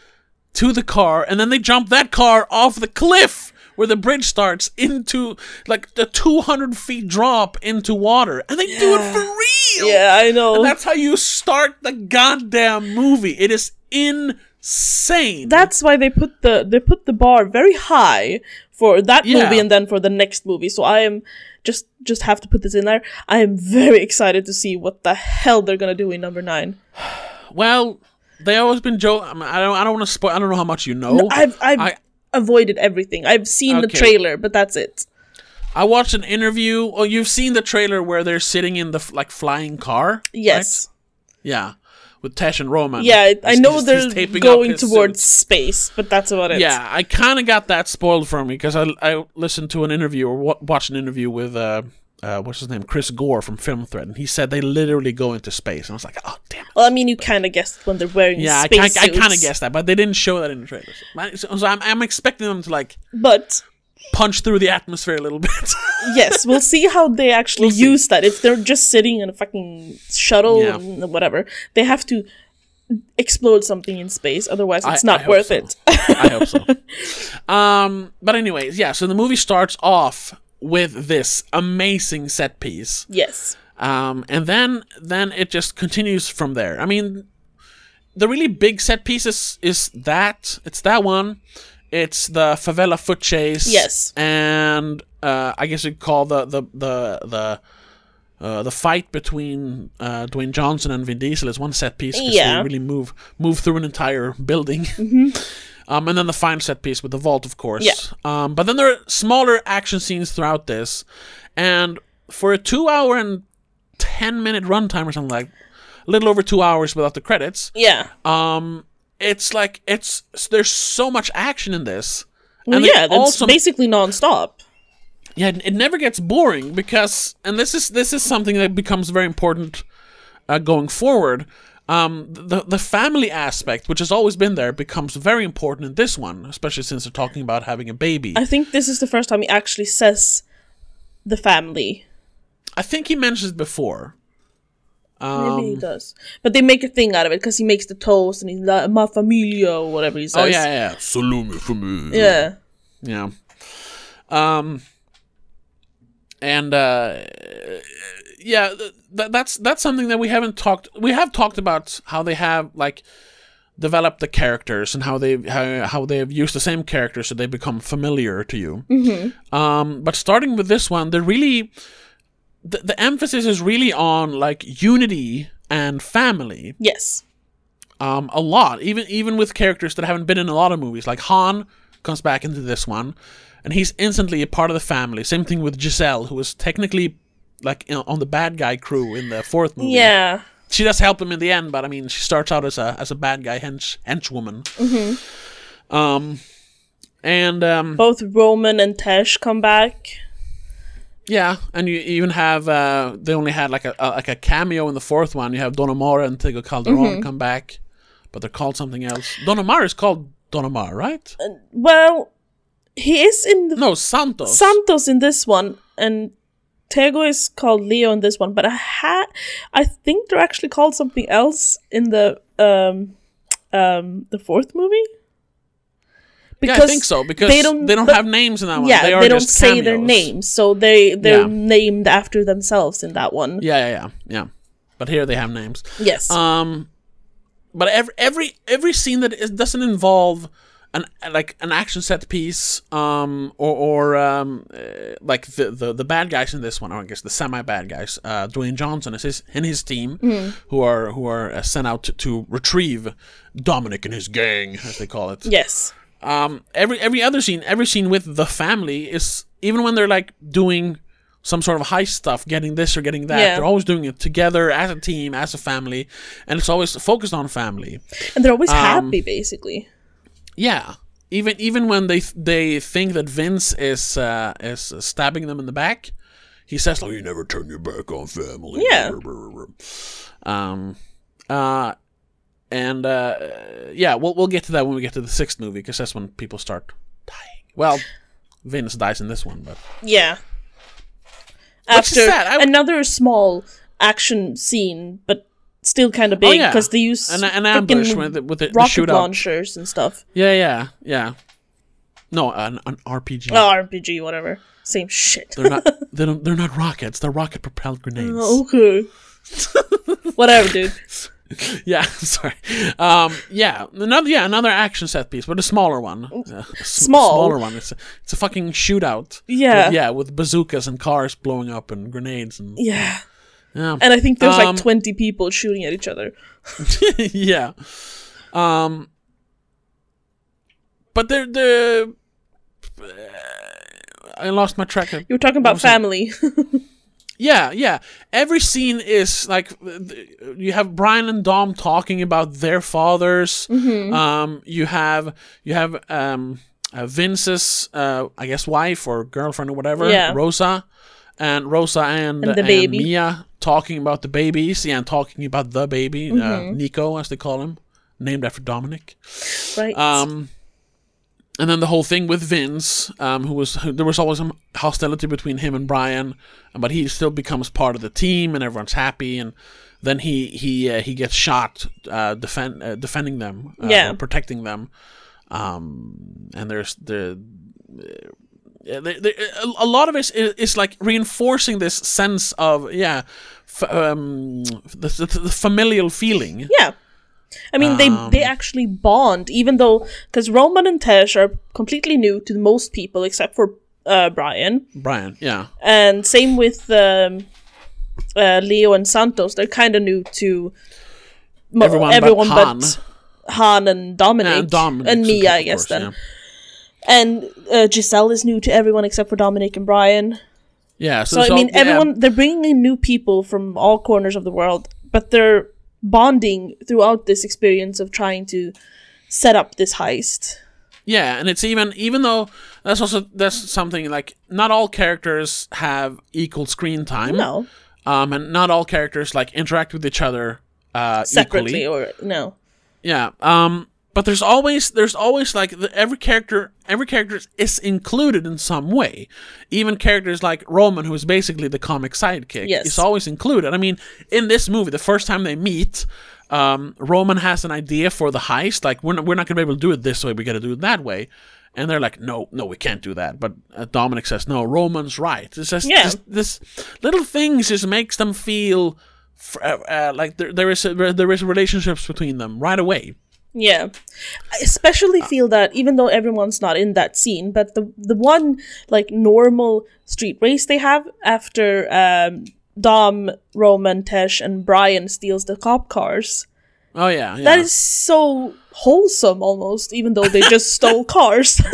Speaker 1: to the car, and then they jump that car off the cliff where the bridge starts into like the 200 feet drop into water, and they do it for real.
Speaker 2: Yeah, I know.
Speaker 1: and that's how you start the goddamn movie. It is insane.
Speaker 2: that's why they put the they put the bar very high for that
Speaker 1: Yeah.
Speaker 2: movie and then for the next movie. So I am just just have to put this in there. I am very excited to see what the hell they're gonna do in number nine.
Speaker 1: well, they always been joke. I, mean, I don't. I don't want to spoil. I don't know how much you know.
Speaker 2: I've I've
Speaker 1: I-
Speaker 2: avoided everything. I've seen the
Speaker 1: Okay.
Speaker 2: trailer, but that's it.
Speaker 1: I watched an interview. Oh, you've seen the trailer where they're sitting in the f- like flying car.
Speaker 2: Yes,
Speaker 1: right? Yeah, with Tesh and Roman.
Speaker 2: yeah, I- I
Speaker 1: He's-
Speaker 2: know
Speaker 1: he's- he's
Speaker 2: they're
Speaker 1: taping up
Speaker 2: going
Speaker 1: his suit.
Speaker 2: towards space, but that's about it.
Speaker 1: Yeah, I kind of got that spoiled for me because I I listened to an interview or wa- watched an interview with uh, uh what's his name Chris Gore from Film Thread, and he said they literally go into space, and I was like, oh damn. It.
Speaker 2: Well, I mean, you kind of guessed when they're wearing
Speaker 1: Yeah, I,
Speaker 2: space
Speaker 1: ki- I kind of
Speaker 2: suits,
Speaker 1: guessed that, but they didn't show that in the trailer. So, my- so- so I'm, I'm expecting them to like
Speaker 2: but
Speaker 1: punch through the atmosphere a little [LAUGHS] bit.
Speaker 2: yes, we'll see how they actually
Speaker 1: We'll see.
Speaker 2: use that. If they're just sitting in a fucking shuttle
Speaker 1: Yeah.
Speaker 2: and whatever, they have to explode something in space. Otherwise, it's
Speaker 1: I- I
Speaker 2: not
Speaker 1: hope
Speaker 2: worth
Speaker 1: so.
Speaker 2: it.
Speaker 1: I hope so. [LAUGHS] Um, but anyways, yeah. So the movie starts off with this amazing set piece,
Speaker 2: yes,
Speaker 1: um, and then then it just continues from there. I mean, the really big set pieces is that it's that one, it's the favela foot chase,
Speaker 2: Yes.
Speaker 1: and uh, I guess you'd call the the the the. Uh, the fight between uh, Dwayne Johnson and Vin Diesel is one set piece because
Speaker 2: Yeah. Mm-hmm.
Speaker 1: they really move move through an entire building. [LAUGHS] Um, and then the final set piece with the vault, of course.
Speaker 2: Yeah.
Speaker 1: Um, but then there are smaller action scenes throughout this, and for a two-hour and ten-minute runtime or something like, a little over two hours without the credits.
Speaker 2: yeah,
Speaker 1: Um, it's like it's there's so much action in this.
Speaker 2: well,
Speaker 1: and
Speaker 2: yeah.
Speaker 1: it
Speaker 2: That's basically nonstop.
Speaker 1: yeah, it never gets boring because, and this is this is something that becomes very important uh, going forward. Um, the the family aspect, which has always been there, becomes very important in this one, especially since they're talking about having a baby.
Speaker 2: I think this is the first time he actually says the family.
Speaker 1: I think he mentioned it before.
Speaker 2: Maybe
Speaker 1: Um,
Speaker 2: he does, but they make a thing out of it because he makes the toast and he's like "ma familia" or whatever he says.
Speaker 1: oh yeah, yeah, yeah. salumi for me.
Speaker 2: yeah.
Speaker 1: Yeah. Um. And uh, yeah, th- th- that's that's something that we haven't talked. We have talked about how they have like developed the characters and how they how, how they have used the same characters so they become familiar to you. Um, but starting with this one, they're really the, the emphasis is really on like unity and family
Speaker 2: Yes.
Speaker 1: um, a lot, even even with characters that haven't been in a lot of movies. Like Han comes back into this one, and he's instantly a part of the family. Same thing with Giselle, who is technically like you know, on the bad guy crew in the fourth movie.
Speaker 2: Yeah.
Speaker 1: she does help him in the end, but I mean, she starts out as a as a bad guy hench henchwoman. Mm-hmm. Um, and um,
Speaker 2: Both Roman and Tesh come back.
Speaker 1: yeah, and you even have uh, they only had like a, a like a cameo in the fourth one. You have Don Omar and Tego Calderon come back, but they're called something else. Don Omar is called Don Omar, right?
Speaker 2: Well, he is in the
Speaker 1: No, Santos.
Speaker 2: Santos in this one, and Tego is called Leo in this one. But I ha- I think they're actually called something else in the um, um, the fourth movie.
Speaker 1: yeah, I think so because they don't, they don't
Speaker 2: but-
Speaker 1: have names in that one.
Speaker 2: Yeah,
Speaker 1: they,
Speaker 2: they,
Speaker 1: are
Speaker 2: don't
Speaker 1: just
Speaker 2: say their
Speaker 1: cameos.
Speaker 2: names, so they they're
Speaker 1: Yeah.
Speaker 2: named after themselves in that one.
Speaker 1: Yeah, yeah, yeah, yeah. But here they have names.
Speaker 2: Yes,
Speaker 1: Um, but every every every scene that is, doesn't involve an like an action set piece, um, or or um, uh, like the, the the bad guys in this one, or I guess the semi bad guys, uh, Dwayne Johnson is his and his team,
Speaker 2: Hmm.
Speaker 1: who are who are uh, sent out to, to retrieve Dominic and his gang, as they call it.
Speaker 2: yes,
Speaker 1: um every every other scene every scene with the family is even when they're like doing some sort of heist stuff, getting this or getting that.
Speaker 2: Yeah.
Speaker 1: They're always doing it together as a team, as a family, and it's always focused on family.
Speaker 2: and they're always
Speaker 1: Um,
Speaker 2: happy basically
Speaker 1: Yeah. Even even when they they think that Vince is uh, is stabbing them in the back, he says like, "You never turn your back on family."
Speaker 2: Yeah.
Speaker 1: Um. Uh. And uh, yeah, we'll we'll get to that when we get to the sixth movie because that's when people start dying. Well, Vince dies in this one, but
Speaker 2: yeah
Speaker 1: Which is
Speaker 2: after
Speaker 1: sad. I w-
Speaker 2: another small action scene but still kind of big
Speaker 1: Oh, yeah.
Speaker 2: because they use
Speaker 1: an, an
Speaker 2: frickin'
Speaker 1: ambush with the, with the, the
Speaker 2: rocket
Speaker 1: shootout.
Speaker 2: launchers and stuff
Speaker 1: Yeah, yeah, yeah. No, an an RPG.
Speaker 2: oh rpg whatever same shit
Speaker 1: They're not they don't, they're not rockets. They're rocket propelled
Speaker 2: [LAUGHS]
Speaker 1: grenades.
Speaker 2: okay
Speaker 1: [LAUGHS]
Speaker 2: whatever dude
Speaker 1: Yeah, [LAUGHS] sorry. Um, yeah, another yeah another action set piece, but a smaller one. Uh, a s-
Speaker 2: Mm. Small.
Speaker 1: smaller one. It's a, it's a fucking shootout.
Speaker 2: Yeah.
Speaker 1: With- yeah, with bazookas and cars blowing up and grenades and
Speaker 2: yeah
Speaker 1: yeah,
Speaker 2: and i think there's
Speaker 1: Um,
Speaker 2: like 20 people shooting at each other
Speaker 1: [LAUGHS] yeah. Um, but they're the. I lost my track. of-
Speaker 2: you were talking about family [LAUGHS]
Speaker 1: Yeah, yeah. Every scene is like uh, th- you have Brian and Dom talking about their fathers.
Speaker 2: Mm-hmm.
Speaker 1: Um, you have you have um, uh, Vince's, uh, I guess, wife or girlfriend or whatever,
Speaker 2: Yeah.
Speaker 1: Rosa, and Rosa and,
Speaker 2: And the baby.
Speaker 1: Mia talking about the babies. Yeah, and talking about the baby, uh,
Speaker 2: Mm-hmm.
Speaker 1: Nico, as they call him, named after Dominic.
Speaker 2: right
Speaker 1: Um, and then the whole thing with Vince, um, who was who, there was always some hostility between him and Brian, but he still becomes part of the team, and everyone's happy. And then he he uh, he gets shot uh, defend uh, defending them, uh,
Speaker 2: Yeah.
Speaker 1: or protecting them. Um, and there's the. uh, the- the- a- a lot of it is, is like reinforcing this sense of yeah, f- um, the, the, the familial feeling.
Speaker 2: Yeah. I mean,
Speaker 1: um,
Speaker 2: they they actually bond, even though because Roman and Tesh are completely new to most people except for uh, Brian,
Speaker 1: Brian, yeah,
Speaker 2: and same with um, uh, Leo and Santos. They're kind of new to mo-
Speaker 1: Everyone but Han.
Speaker 2: Han and Dominic
Speaker 1: and Dominic
Speaker 2: and Mia, I
Speaker 1: of
Speaker 2: guess
Speaker 1: course,
Speaker 2: then.
Speaker 1: yeah.
Speaker 2: And uh, Giselle is new to everyone except for Dominic and Brian.
Speaker 1: Yeah, so,
Speaker 2: So
Speaker 1: it's
Speaker 2: I
Speaker 1: all-
Speaker 2: mean,
Speaker 1: yeah,
Speaker 2: everyone they're bringing in new people from all corners of the world, but they're bonding throughout this experience of trying to set up this heist.
Speaker 1: Yeah, and it's even even though that's also that's something like not all characters have equal screen time.
Speaker 2: No,
Speaker 1: Um, and not all characters like interact with each other uh,
Speaker 2: separately
Speaker 1: Equally.
Speaker 2: or no.
Speaker 1: Yeah. Um, but there's always there's always like the, every character every character is included in some way. Even characters like Roman, who is basically the comic sidekick,
Speaker 2: Yes.
Speaker 1: is always included. I mean, in this movie, the first time they meet. Um, Roman has an idea for the heist. Like we're not, we're not gonna be able to do it this way. We gotta do it that way. And they're like, no, no, we can't do that. But uh, Dominic says, no, Roman's right. It's just
Speaker 2: Yeah.
Speaker 1: just this little things just makes them feel fr- uh, uh, like there, there is a, there is relationships between them right away.
Speaker 2: Yeah, I especially
Speaker 1: Ah.
Speaker 2: feel that even though everyone's not in that scene, but the the one like normal street race they have after um, Dom, Roman, Tesh, and Brian steals the cop cars.
Speaker 1: Oh yeah, yeah.
Speaker 2: That is so wholesome almost, even though they
Speaker 1: [LAUGHS]
Speaker 2: just stole cars. [LAUGHS]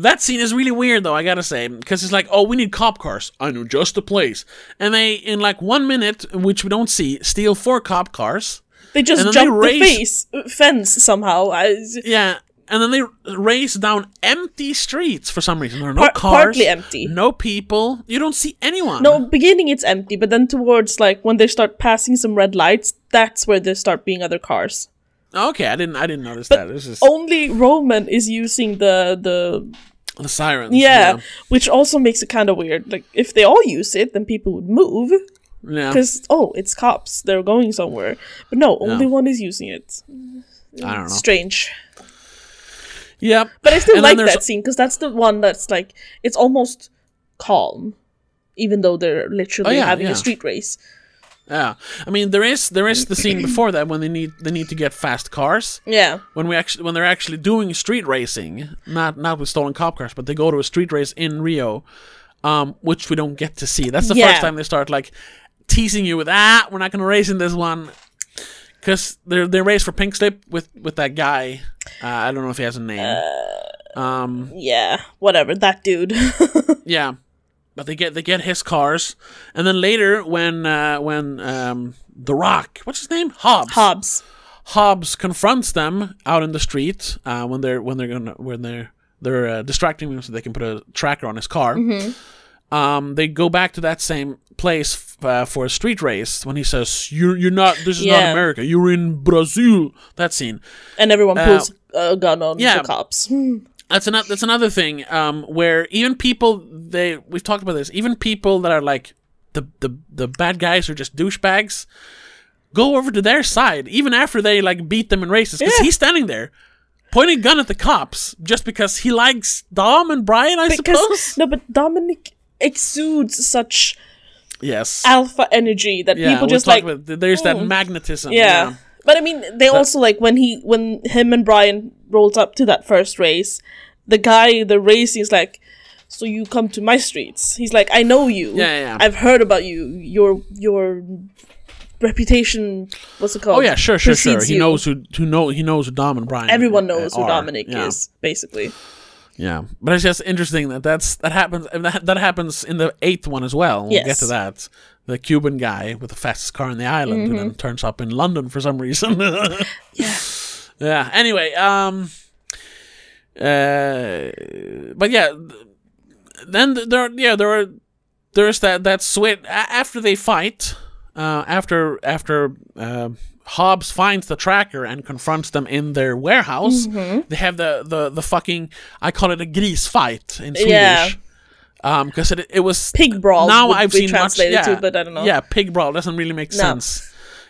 Speaker 1: That scene is really weird though. I gotta say because it's like, oh, we need cop cars. I know just the place. And they in like one minute, which we don't see, steal four cop cars.
Speaker 2: They just
Speaker 1: And then they
Speaker 2: jumped the
Speaker 1: race-
Speaker 2: face, uh, fence somehow. I,
Speaker 1: Yeah. And then they race down empty streets for some reason. There are no
Speaker 2: Par-
Speaker 1: cars.
Speaker 2: partly empty.
Speaker 1: No people. You don't see anyone.
Speaker 2: no, beginning it's empty, but then towards like when they start passing some red lights, that's where there start being other cars.
Speaker 1: Okay, I didn't. I didn't notice that. This is
Speaker 2: Only Roman is using the the
Speaker 1: the sirens.
Speaker 2: yeah, which also makes it kind of weird. Like if they all use it, then people would move
Speaker 1: Yeah. Yeah.
Speaker 2: because oh, it's cops, they're going somewhere. But no, only one is using it.
Speaker 1: I don't know.
Speaker 2: Strange.
Speaker 1: Yep.
Speaker 2: But I still
Speaker 1: And then
Speaker 2: like
Speaker 1: there's-
Speaker 2: that scene because that's the one that's like it's almost calm, even though they're literally
Speaker 1: Oh, yeah,
Speaker 2: having
Speaker 1: yeah.
Speaker 2: a street race.
Speaker 1: Yeah, I mean there is there is the scene before that when they need they need to get fast cars
Speaker 2: Yeah,
Speaker 1: when we actually when they're actually doing street racing, not not with stolen cop cars, but they go to a street race in Rio, um, which we don't get to see. That's the
Speaker 2: Yeah.
Speaker 1: first time they start like teasing you with ah, we're not gonna race in this one, because they they race for pink slip with with that guy. Uh, I don't know if he has a name. um,
Speaker 2: yeah, whatever that dude. [LAUGHS]
Speaker 1: yeah. but they get they get his cars, and then later when uh, when um, the Rock, what's his name, Hobbs,
Speaker 2: Hobbs.
Speaker 1: Hobbs confronts them out in the street uh, when they're when they're gonna when they're they're uh, distracting him so they can put a tracker on his car. Um, they go back to that same place f- uh, for a street race when he says, "You're you're not. This is not
Speaker 2: Yeah.
Speaker 1: America. You're in Brazil." That scene.
Speaker 2: And everyone
Speaker 1: Uh,
Speaker 2: pulls a gun on
Speaker 1: yeah.
Speaker 2: the
Speaker 1: [LAUGHS]
Speaker 2: cops. [LAUGHS]
Speaker 1: That's another. That's another thing. Um, where even people they we've talked about this. Even people that are like the the the bad guys are just douchebags. Go over to their side even after they like beat them in races because
Speaker 2: Yeah.
Speaker 1: he's standing there pointing gun at the cops just because he likes Dom and Brian. I
Speaker 2: [LAUGHS]
Speaker 1: suppose.
Speaker 2: no, but Dominic exudes such
Speaker 1: Yes.
Speaker 2: alpha energy that
Speaker 1: Yeah,
Speaker 2: people
Speaker 1: we'll
Speaker 2: just
Speaker 1: talk
Speaker 2: like mm.
Speaker 1: about- there's that magnetism.
Speaker 2: yeah. But I mean, they also like when he when him and Brian rolled up to that first race, the guy the racing is like, so you come to my streets. He's like, I know you.
Speaker 1: Yeah, yeah, yeah.
Speaker 2: I've heard about you. Your your reputation. What's it called?
Speaker 1: Oh yeah, sure, sure, sure.
Speaker 2: precedes
Speaker 1: He
Speaker 2: you.
Speaker 1: knows who who know he knows who Dom and Brian.
Speaker 2: Everyone
Speaker 1: uh,
Speaker 2: knows who
Speaker 1: are.
Speaker 2: Dominic
Speaker 1: Yeah.
Speaker 2: is, basically.
Speaker 1: Yeah, but it's just interesting that that's that happens and that that happens in the eighth one as well. We'll get
Speaker 2: Yes.
Speaker 1: to that. The Cuban guy with the fastest car on the island who then turns up in London for some reason. yeah. [LAUGHS] Yeah. Anyway, um, uh, but yeah, th- then th- there, are- yeah, there are there's that that switch a- after they fight. Uh, after after uh, Hobbs finds the tracker and confronts them in their warehouse,
Speaker 2: Mm-hmm.
Speaker 1: they have the, the, the fucking I call it a gris fight in Swedish.
Speaker 2: Yeah.
Speaker 1: Um, because it it was
Speaker 2: Pig brawl
Speaker 1: Now
Speaker 2: would
Speaker 1: I've
Speaker 2: be
Speaker 1: seen much,
Speaker 2: translated
Speaker 1: yeah,
Speaker 2: to, but I don't know.
Speaker 1: Yeah, pig brawl doesn't really make
Speaker 2: No.
Speaker 1: sense.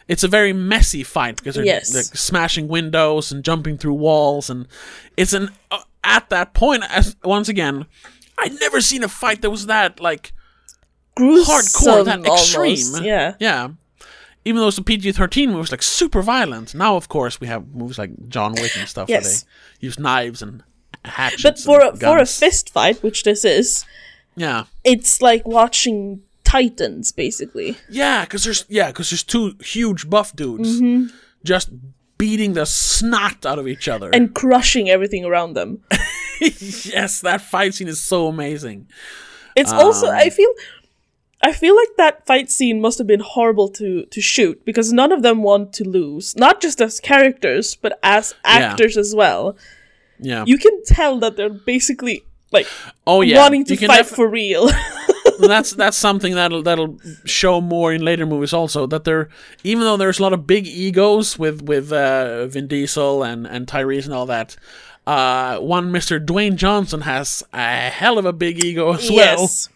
Speaker 1: It's a very messy fight because they're,
Speaker 2: Yes.
Speaker 1: they're smashing windows and jumping through walls, and it's an uh, at that point as once again, I'd never seen a fight that was that like
Speaker 2: Gruesome,
Speaker 1: hardcore, that
Speaker 2: almost.
Speaker 1: extreme.
Speaker 2: Yeah.
Speaker 1: yeah. Even though it's a PG thirteen movie, it's like super violent. Now, of course, we have movies like John Wick and stuff
Speaker 2: Yes.
Speaker 1: where they use knives and hatchets.
Speaker 2: But for a,
Speaker 1: and
Speaker 2: for a
Speaker 1: guns.
Speaker 2: fist fight, which this is,
Speaker 1: yeah,
Speaker 2: it's like watching Titans, basically.
Speaker 1: Yeah, because there's yeah, 'cause there's two huge buff dudes
Speaker 2: Mm-hmm.
Speaker 1: just beating the snot out of each other.
Speaker 2: and crushing everything around them.
Speaker 1: yes, that fight scene is so amazing. [LAUGHS]
Speaker 2: It's also
Speaker 1: Um,
Speaker 2: I feel I feel like that fight scene must have been horrible to to shoot because none of them want to lose, not just as characters but as actors as well.
Speaker 1: Yeah.
Speaker 2: You can tell that they're basically like
Speaker 1: oh yeah.
Speaker 2: wanting to
Speaker 1: You can
Speaker 2: fight
Speaker 1: def-
Speaker 2: for real. [LAUGHS]
Speaker 1: that's that's something that'll that'll show more in later movies also that they're even though there's a lot of big egos with with uh, Vin Diesel and and Tyrese and all that. Uh, one Mr. Dwayne Johnson has a hell of a big ego as well.
Speaker 2: yes.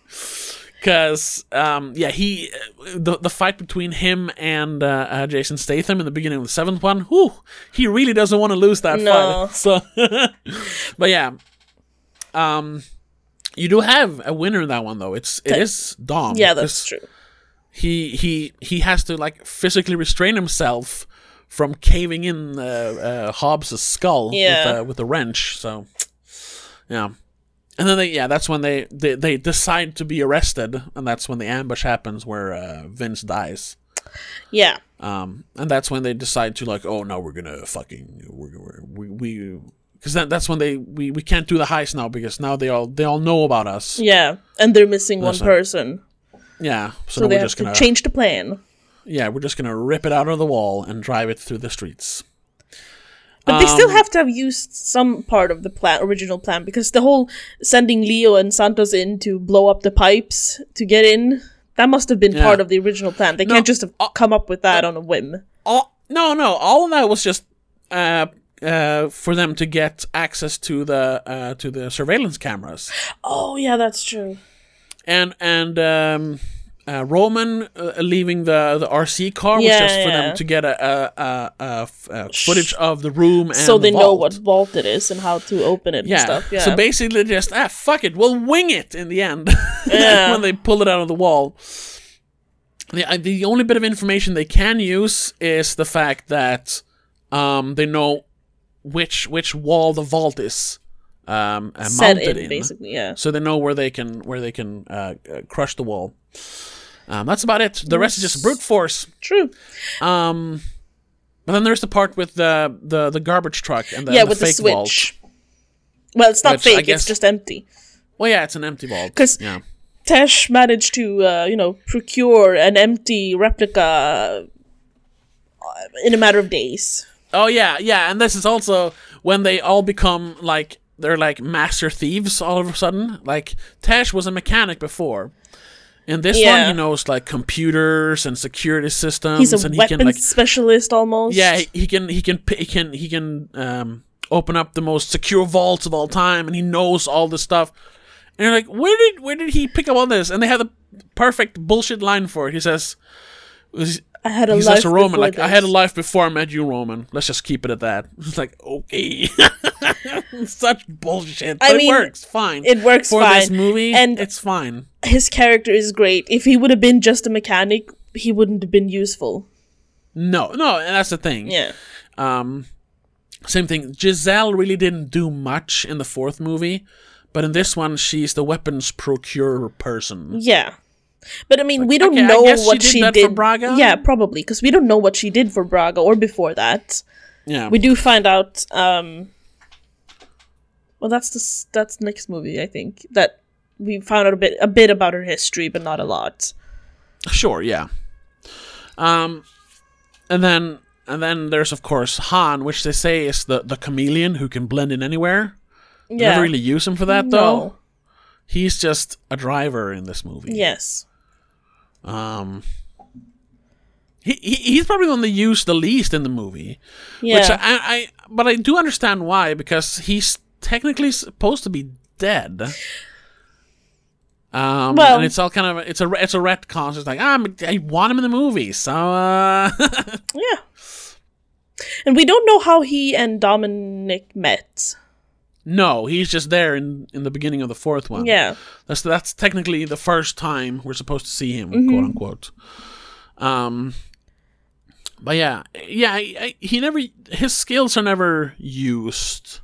Speaker 1: because um, yeah, he the the fight between him and uh, uh, Jason Statham in the beginning of the seventh one. Whew, he really doesn't want to lose that
Speaker 2: No.
Speaker 1: fight. [LAUGHS] So, but yeah, um, you do have a winner in that one though. It's it is Dom.
Speaker 2: Yeah, that's
Speaker 1: 'cause
Speaker 2: true.
Speaker 1: He he he has to like physically restrain himself from caving in uh, uh, Hobbs' skull with
Speaker 2: Yeah.
Speaker 1: a, with a wrench. So yeah. And then they, yeah, that's when they, they they decide to be arrested, and that's when the ambush happens where uh, Vince dies.
Speaker 2: Yeah.
Speaker 1: Um, and that's when they decide to like, oh no, we're gonna fucking we're, we're, we we because that, that's when they we, we can't do the heist now because now they all they all know about us.
Speaker 2: Yeah. And they're missing
Speaker 1: Listen.
Speaker 2: one person.
Speaker 1: Yeah, so,
Speaker 2: So
Speaker 1: now
Speaker 2: they
Speaker 1: we're
Speaker 2: have
Speaker 1: just
Speaker 2: to
Speaker 1: gonna
Speaker 2: change the plan.
Speaker 1: yeah we're just gonna rip it out of the wall and drive it through the streets.
Speaker 2: But they
Speaker 1: Um,
Speaker 2: still have to have used some part of the plan, original plan, because the whole sending Leo and Santos in to blow up the pipes to get in, that must have been part of the original plan. They can't just have
Speaker 1: Uh,
Speaker 2: come up with that on a whim.
Speaker 1: all no no all of that was just uh uh for them to get access to the uh to the surveillance cameras
Speaker 2: Oh, yeah, that's true.
Speaker 1: and and um uh, Roman uh, leaving the the RC car was
Speaker 2: Yeah,
Speaker 1: just for
Speaker 2: yeah.
Speaker 1: them to get a a, a, a f- a footage of the room and
Speaker 2: so
Speaker 1: the
Speaker 2: they know
Speaker 1: vault.
Speaker 2: what vault it is and how to open it and
Speaker 1: yeah.
Speaker 2: stuff. Yeah.
Speaker 1: So basically, just ah fuck it, we'll wing it in the end [LAUGHS]
Speaker 2: Yeah.
Speaker 1: when they pull it out of the wall. The I- the only bit of information they can use is the fact that um they know which which wall the vault is um uh,
Speaker 2: Set
Speaker 1: mounted
Speaker 2: in,
Speaker 1: in,
Speaker 2: basically, yeah.
Speaker 1: so they know where they can where they can uh, uh, crush the wall. Um, that's about it. The rest is just brute force.
Speaker 2: True.
Speaker 1: Um, and then there's the part with the the, the garbage truck and the,
Speaker 2: yeah,
Speaker 1: and the
Speaker 2: with the
Speaker 1: fake
Speaker 2: switch.
Speaker 1: vault.
Speaker 2: Well, it's not
Speaker 1: Which I
Speaker 2: fake,
Speaker 1: guess-
Speaker 2: it's just empty.
Speaker 1: Well, yeah, it's an empty vault.
Speaker 2: 'Cause-
Speaker 1: yeah,
Speaker 2: Tesh managed to, uh, you know, procure an empty replica uh, in a matter of days.
Speaker 1: Oh yeah, yeah, and this is also when they all become like they're like master thieves all of a sudden. Like Tesh was a mechanic before. In this one,
Speaker 2: Yeah.
Speaker 1: he knows like computers and security systems,
Speaker 2: He's a
Speaker 1: and Um, he
Speaker 2: weapons
Speaker 1: can like
Speaker 2: specialist almost.
Speaker 1: yeah, he, he can he can p- he can he can um open up the most secure vaults of all time, and he knows all this stuff. And you're like, where did where did he pick up all this? And they have the perfect bullshit line for it. He says, "He
Speaker 2: I had a life
Speaker 1: says to Roman,
Speaker 2: before
Speaker 1: like I had a
Speaker 2: this.
Speaker 1: life before I met you, Roman. Let's just keep it at that." [LAUGHS] It's like okay, [LAUGHS] such bullshit.
Speaker 2: I
Speaker 1: But
Speaker 2: mean,
Speaker 1: it works fine.
Speaker 2: it works
Speaker 1: for this
Speaker 2: fine,
Speaker 1: movie,
Speaker 2: and-
Speaker 1: it's fine.
Speaker 2: His character is great. If he would have been just a mechanic, he wouldn't have been useful.
Speaker 1: No, no, and that's the thing.
Speaker 2: Yeah.
Speaker 1: Um, same thing. Giselle really didn't do much in the fourth movie, but in this one, she's the weapons procurer person.
Speaker 2: Yeah. But I mean, we don't
Speaker 1: okay, I
Speaker 2: know
Speaker 1: guess she
Speaker 2: what
Speaker 1: did
Speaker 2: she
Speaker 1: that
Speaker 2: did.
Speaker 1: for Braga?
Speaker 2: Yeah, probably because we don't know what she did for Braga or before that.
Speaker 1: Yeah.
Speaker 2: We do find out. um Well, that's the s- that's next movie, I think. That we found out a bit a bit about her history, but not a lot.
Speaker 1: Sure. Yeah. Um, and then and then there's of course Han, which they say is the the chameleon who can blend in anywhere.
Speaker 2: Yeah.
Speaker 1: Never really use him for that though.
Speaker 2: no.
Speaker 1: He's just a driver in this movie.
Speaker 2: Yes.
Speaker 1: Um. He, he, he's probably the one they use the least in the movie.
Speaker 2: Yeah.
Speaker 1: Which I, I, but I do understand why because he's technically supposed to be dead. Um,
Speaker 2: Well-
Speaker 1: and it's all kind of it's a it's a retcon. So it's like ah, I want him in the movie, so uh, [LAUGHS]
Speaker 2: yeah. And we don't know how he and Dominic met.
Speaker 1: no, he's just there in in the beginning of the fourth one.
Speaker 2: Yeah.
Speaker 1: that's that's technically the first time we're supposed to see him,
Speaker 2: Mm-hmm.
Speaker 1: quote unquote. Um, but yeah, yeah, I, I, he never his skills are never used.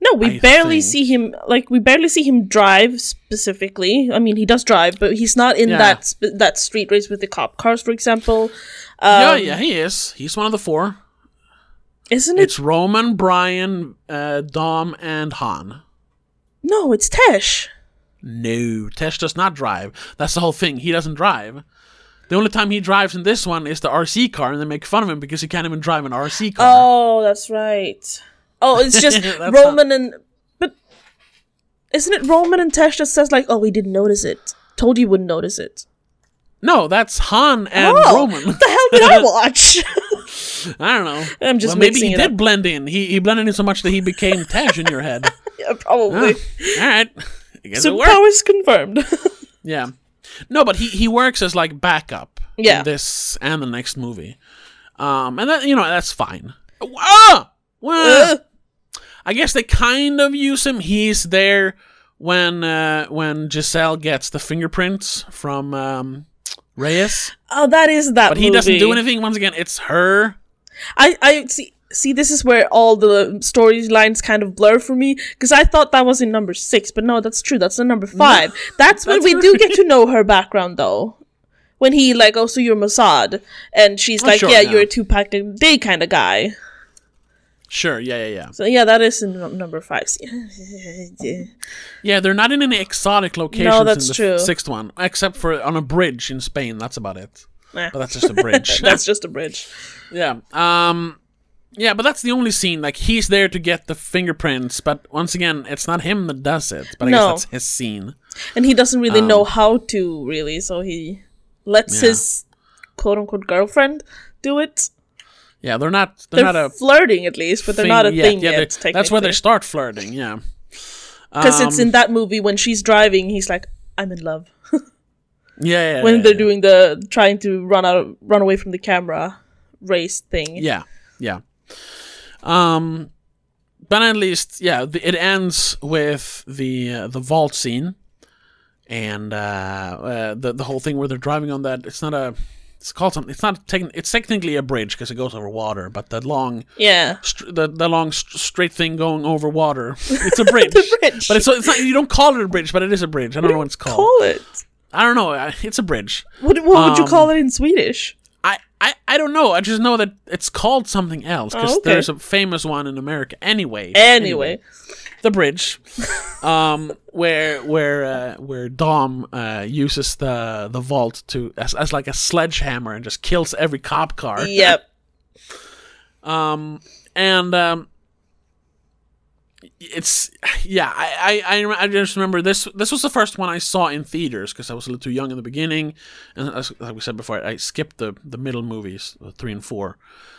Speaker 2: No, we
Speaker 1: I
Speaker 2: barely
Speaker 1: think-
Speaker 2: see him. Like we barely see him drive specifically. I mean, he does drive, but he's not in
Speaker 1: Yeah.
Speaker 2: that sp- that street race with the cop cars, for example.
Speaker 1: yeah,
Speaker 2: Um,
Speaker 1: yeah, he is. He's one of the four.
Speaker 2: Mm-hmm. Isn't it?
Speaker 1: It's Roman, Brian, uh, Dom, and Han.
Speaker 2: no, it's Tesh.
Speaker 1: No, Tesh does not drive. That's the whole thing. He doesn't drive. The only time he drives in this one is the RC car, and they make fun of him because he can't even drive an RC car.
Speaker 2: Oh, that's right. Oh, it's
Speaker 1: [LAUGHS]
Speaker 2: just
Speaker 1: That's
Speaker 2: Roman and but isn't it Roman and Tesh that says like, "Oh, we didn't notice it. Told you you wouldn't notice it."
Speaker 1: No, that's Han and
Speaker 2: oh,
Speaker 1: Roman. [LAUGHS]
Speaker 2: what the hell did I watch? [LAUGHS]
Speaker 1: I don't know.
Speaker 2: I'm just
Speaker 1: well, maybe
Speaker 2: mixing
Speaker 1: he
Speaker 2: it
Speaker 1: did
Speaker 2: up.
Speaker 1: blend in. He he blended in so much that he became Tesh in your
Speaker 2: [LAUGHS]
Speaker 1: head.
Speaker 2: yeah, probably.
Speaker 1: Huh. All right, I guess it
Speaker 2: so
Speaker 1: worked.
Speaker 2: powers confirmed.
Speaker 1: Yeah. No, but he, he works as like backup.
Speaker 2: Yeah.
Speaker 1: In this and the next movie. Um, and that you know that's fine. Ah! Well,
Speaker 2: [LAUGHS] Ugh.
Speaker 1: I guess they kind of use him. He's there when uh, when Giselle gets the fingerprints from um, Reyes,
Speaker 2: oh, that is that.
Speaker 1: but he doesn't do
Speaker 2: movie.
Speaker 1: anything. Once again, it's her.
Speaker 2: I, I see. See, this is where all the storylines kind of blur for me because I thought that was in number six, but no, that's true. That's in number five. That's when
Speaker 1: That's
Speaker 2: we
Speaker 1: her-
Speaker 2: do get to know her background, though. When he like, oh, so you're Mossad, and she's like,
Speaker 1: Oh, sure,
Speaker 2: yeah,
Speaker 1: yeah.
Speaker 2: you're a two pack a day kind of guy.
Speaker 1: Sure. Yeah. Yeah. Yeah.
Speaker 2: So yeah, that is in num- number five. [LAUGHS] See-
Speaker 1: Yeah. They're not in any exotic locations.
Speaker 2: that's
Speaker 1: in the f-
Speaker 2: true.
Speaker 1: Sixth one, except for on a bridge in Spain. That's about it.
Speaker 2: Nah,
Speaker 1: But that's just a bridge.
Speaker 2: [LAUGHS] that's just a bridge.
Speaker 1: Yeah. Um yeah, but that's the only scene. Like he's there to get the fingerprints, but once again, it's not him that does it. But I
Speaker 2: No.
Speaker 1: guess that's his scene.
Speaker 2: and he doesn't really know how to really, so he lets
Speaker 1: Um, Yeah.
Speaker 2: his quote unquote girlfriend do it.
Speaker 1: Yeah, they're not. They're,
Speaker 2: They're
Speaker 1: not a
Speaker 2: flirting at least, but they're
Speaker 1: thing
Speaker 2: not a
Speaker 1: yet.
Speaker 2: thing
Speaker 1: yeah, they-
Speaker 2: yet.
Speaker 1: that's where they
Speaker 2: technically.
Speaker 1: start flirting.
Speaker 2: [LAUGHS]
Speaker 1: Yeah.
Speaker 2: Because it's
Speaker 1: Um,
Speaker 2: in that movie when she's driving, he's like, "I'm in love."
Speaker 1: yeah. yeah,
Speaker 2: When
Speaker 1: yeah,
Speaker 2: they're
Speaker 1: yeah.
Speaker 2: doing the trying to run out, run away from the camera race thing.
Speaker 1: Yeah, yeah. Um, but at least, yeah, the, it ends with the uh, the vault scene, and uh, uh, the the whole thing where they're driving on that. It's not a. It's called something. It's not. Techn- it's technically a bridge because it goes over water, but the long,
Speaker 2: yeah,
Speaker 1: str the the long st- straight thing going over water. It's a
Speaker 2: [LAUGHS]
Speaker 1: bridge.
Speaker 2: bridge.
Speaker 1: But it's, it's not. You don't call it a bridge, but it is a bridge. I don't know what it's called.
Speaker 2: call it.
Speaker 1: I don't know. I- It's a bridge.
Speaker 2: What, what would you
Speaker 1: Um,
Speaker 2: call it in Swedish?
Speaker 1: I I, I don't know. I just know that it's called something else because
Speaker 2: Oh, okay.
Speaker 1: there's a famous one in America. Anyway,
Speaker 2: Anyway,
Speaker 1: the bridge, [LAUGHS] um, where where uh, where Dom uh, uses the the vault to as, as like a sledgehammer and just kills every cop car.
Speaker 2: yep.
Speaker 1: Um, and um, it's yeah. I I, I rem- I just remember this. This was the first one I saw in theaters because I was a little too young in the beginning, and as, like we said before, I skipped the the middle movies, uh, three and four.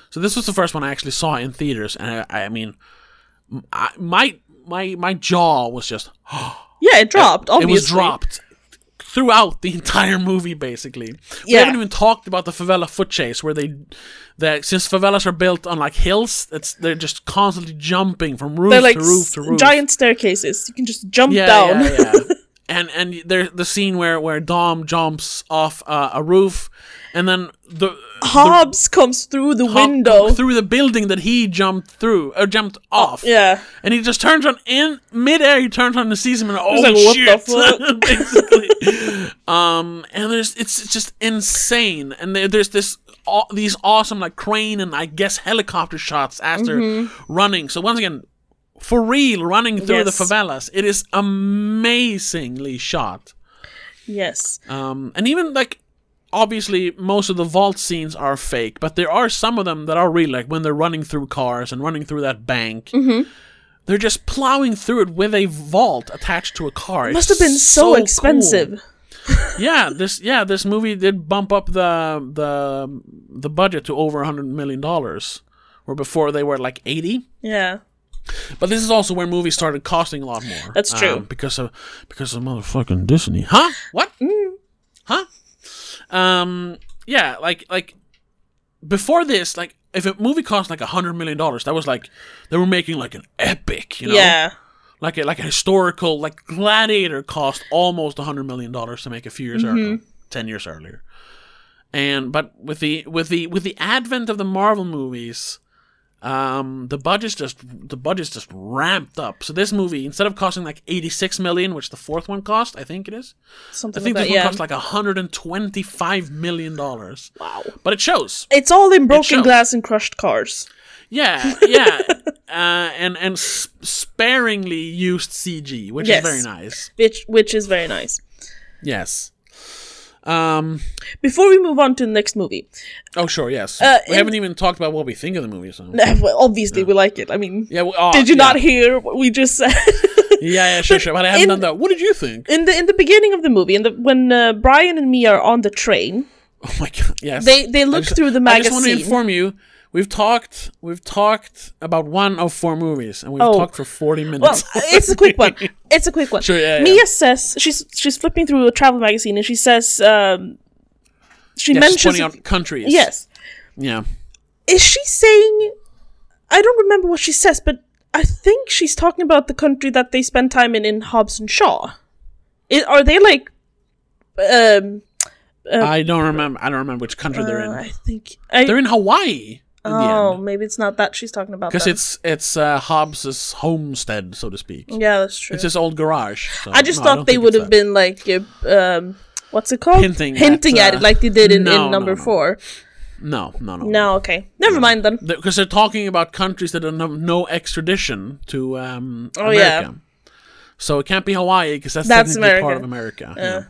Speaker 1: So this was the first one I actually saw in theaters, and I, I mean, m I my my my jaw was just
Speaker 2: Yeah, it dropped. Obviously,
Speaker 1: it was dropped throughout the entire movie basically we
Speaker 2: Yeah.
Speaker 1: haven't even talked about the favela foot chase where they that since favelas are built on like hills it's they're just constantly jumping from roof
Speaker 2: They're like
Speaker 1: to roof to
Speaker 2: s-
Speaker 1: roof
Speaker 2: giant staircases. You can just jump
Speaker 1: yeah,
Speaker 2: down.
Speaker 1: yeah, yeah. and and there the scene where where dom jumps off uh, a roof and then the
Speaker 2: [LAUGHS] Hobbs comes through the
Speaker 1: Hop
Speaker 2: window. Oh,
Speaker 1: through the building that he jumped through or jumped off
Speaker 2: Yeah.
Speaker 1: and he just turns on in midair. He turns on the season and oh
Speaker 2: like, what
Speaker 1: shit,
Speaker 2: the
Speaker 1: [LAUGHS] basically. um, and there's it's it's just insane. And there, there's this all, these awesome like crane and I guess helicopter shots as they're running. So once again, for real, running through the
Speaker 2: Mm-hmm.
Speaker 1: favelas,
Speaker 2: Yes.
Speaker 1: it is amazingly shot.
Speaker 2: Yes.
Speaker 1: Um, and even like obviously most of the vault scenes are fake, but there are some of them that are real, like when they're running through cars and running through that bank.
Speaker 2: Mm-hmm.
Speaker 1: They're just plowing through it with a vault attached to a car. It's
Speaker 2: Must have been so,
Speaker 1: cool.
Speaker 2: expensive.
Speaker 1: [LAUGHS] Yeah, this yeah, this movie did bump up the the the budget to over 100 million dollars, where before they were at, like 80.
Speaker 2: Yeah.
Speaker 1: But this is also where movies started costing a lot more.
Speaker 2: That's true.
Speaker 1: um, because of because of motherfucking Disney, huh? What?
Speaker 2: Mm.
Speaker 1: Huh? Um. Yeah. Like like before this, like if a movie cost like a hundred million dollars, that was like they were making like an epic, you know,
Speaker 2: Yeah.
Speaker 1: like a, like a historical like Gladiator cost almost a hundred million dollars to make a few years
Speaker 2: Mm-hmm.
Speaker 1: earlier, ten years earlier. And but with the with the with the advent of the Marvel movies, um, the budget's just the budget's just ramped up. So this movie, instead of costing like eighty six million, which the fourth one cost, I think it is, I
Speaker 2: Something
Speaker 1: think
Speaker 2: like
Speaker 1: this
Speaker 2: that.
Speaker 1: one
Speaker 2: Yeah.
Speaker 1: cost like hundred and twenty five million dollars.
Speaker 2: wow.
Speaker 1: But it shows.
Speaker 2: It's all in broken
Speaker 1: shows.
Speaker 2: glass and crushed cars. [LAUGHS]
Speaker 1: Yeah, yeah, uh, and and s- sparingly used CG, which
Speaker 2: Yes.
Speaker 1: is very nice.
Speaker 2: Which which is very nice.
Speaker 1: Yes. Um.
Speaker 2: Before we move on to the next movie, [LAUGHS]
Speaker 1: Oh, sure. Yes.
Speaker 2: Uh,
Speaker 1: we
Speaker 2: in-
Speaker 1: haven't even talked about what we think of the movie. So.
Speaker 2: well, obviously we like it. I mean,
Speaker 1: Yeah. We, oh,
Speaker 2: did you
Speaker 1: yeah.
Speaker 2: not hear what we just said? [LAUGHS]
Speaker 1: Yeah. Yeah. Sure. Sure. But I haven't
Speaker 2: in-
Speaker 1: done that. What did you think? [LAUGHS]
Speaker 2: in the in the beginning of the movie, in the, when uh, Brian and me are on the train,
Speaker 1: Oh my god. Yes.
Speaker 2: they they look
Speaker 1: just-
Speaker 2: through the
Speaker 1: I just want to
Speaker 2: magazine.
Speaker 1: inform you. We've talked. We've talked about one of four movies, and we've
Speaker 2: Oh.
Speaker 1: talked for forty
Speaker 2: well,
Speaker 1: [LAUGHS] minutes.
Speaker 2: it's a quick one. It's a quick one.
Speaker 1: Sure, yeah, yeah.
Speaker 2: Mia says she's she's flipping through a travel magazine and she says um, she
Speaker 1: yes,
Speaker 2: mentions
Speaker 1: twenty out countries.
Speaker 2: yes.
Speaker 1: Yeah.
Speaker 2: Is she saying? I don't remember what she says, but I think she's talking about the country that they spend time in in Hobbs and Shaw. I are they like? Um,
Speaker 1: I don't remember. I don't remember which country they're in.
Speaker 2: I think I,
Speaker 1: They're in Hawaii. In
Speaker 2: Oh,
Speaker 1: the end.
Speaker 2: maybe it's not that she's talking about.
Speaker 1: Because
Speaker 2: then.
Speaker 1: it's it's uh, Hobbes's homestead, so to speak.
Speaker 2: yeah, that's true.
Speaker 1: It's his old garage. so-
Speaker 2: Mm. I just
Speaker 1: no,
Speaker 2: thought
Speaker 1: don't
Speaker 2: they
Speaker 1: think
Speaker 2: would
Speaker 1: it's
Speaker 2: have
Speaker 1: that.
Speaker 2: been like, uh, um, what's it called?
Speaker 1: Hinting at,
Speaker 2: Hinting at,
Speaker 1: uh,
Speaker 2: it, like they did in,
Speaker 1: no,
Speaker 2: in number
Speaker 1: no, no.
Speaker 2: four.
Speaker 1: No, no, no.
Speaker 2: No, okay, never mind then.
Speaker 1: because they're talking about countries that have no, no extradition to um,
Speaker 2: Oh, yeah.
Speaker 1: America. So it can't be Hawaii because that's,
Speaker 2: That's
Speaker 1: technically part
Speaker 2: America. Uh.
Speaker 1: of America.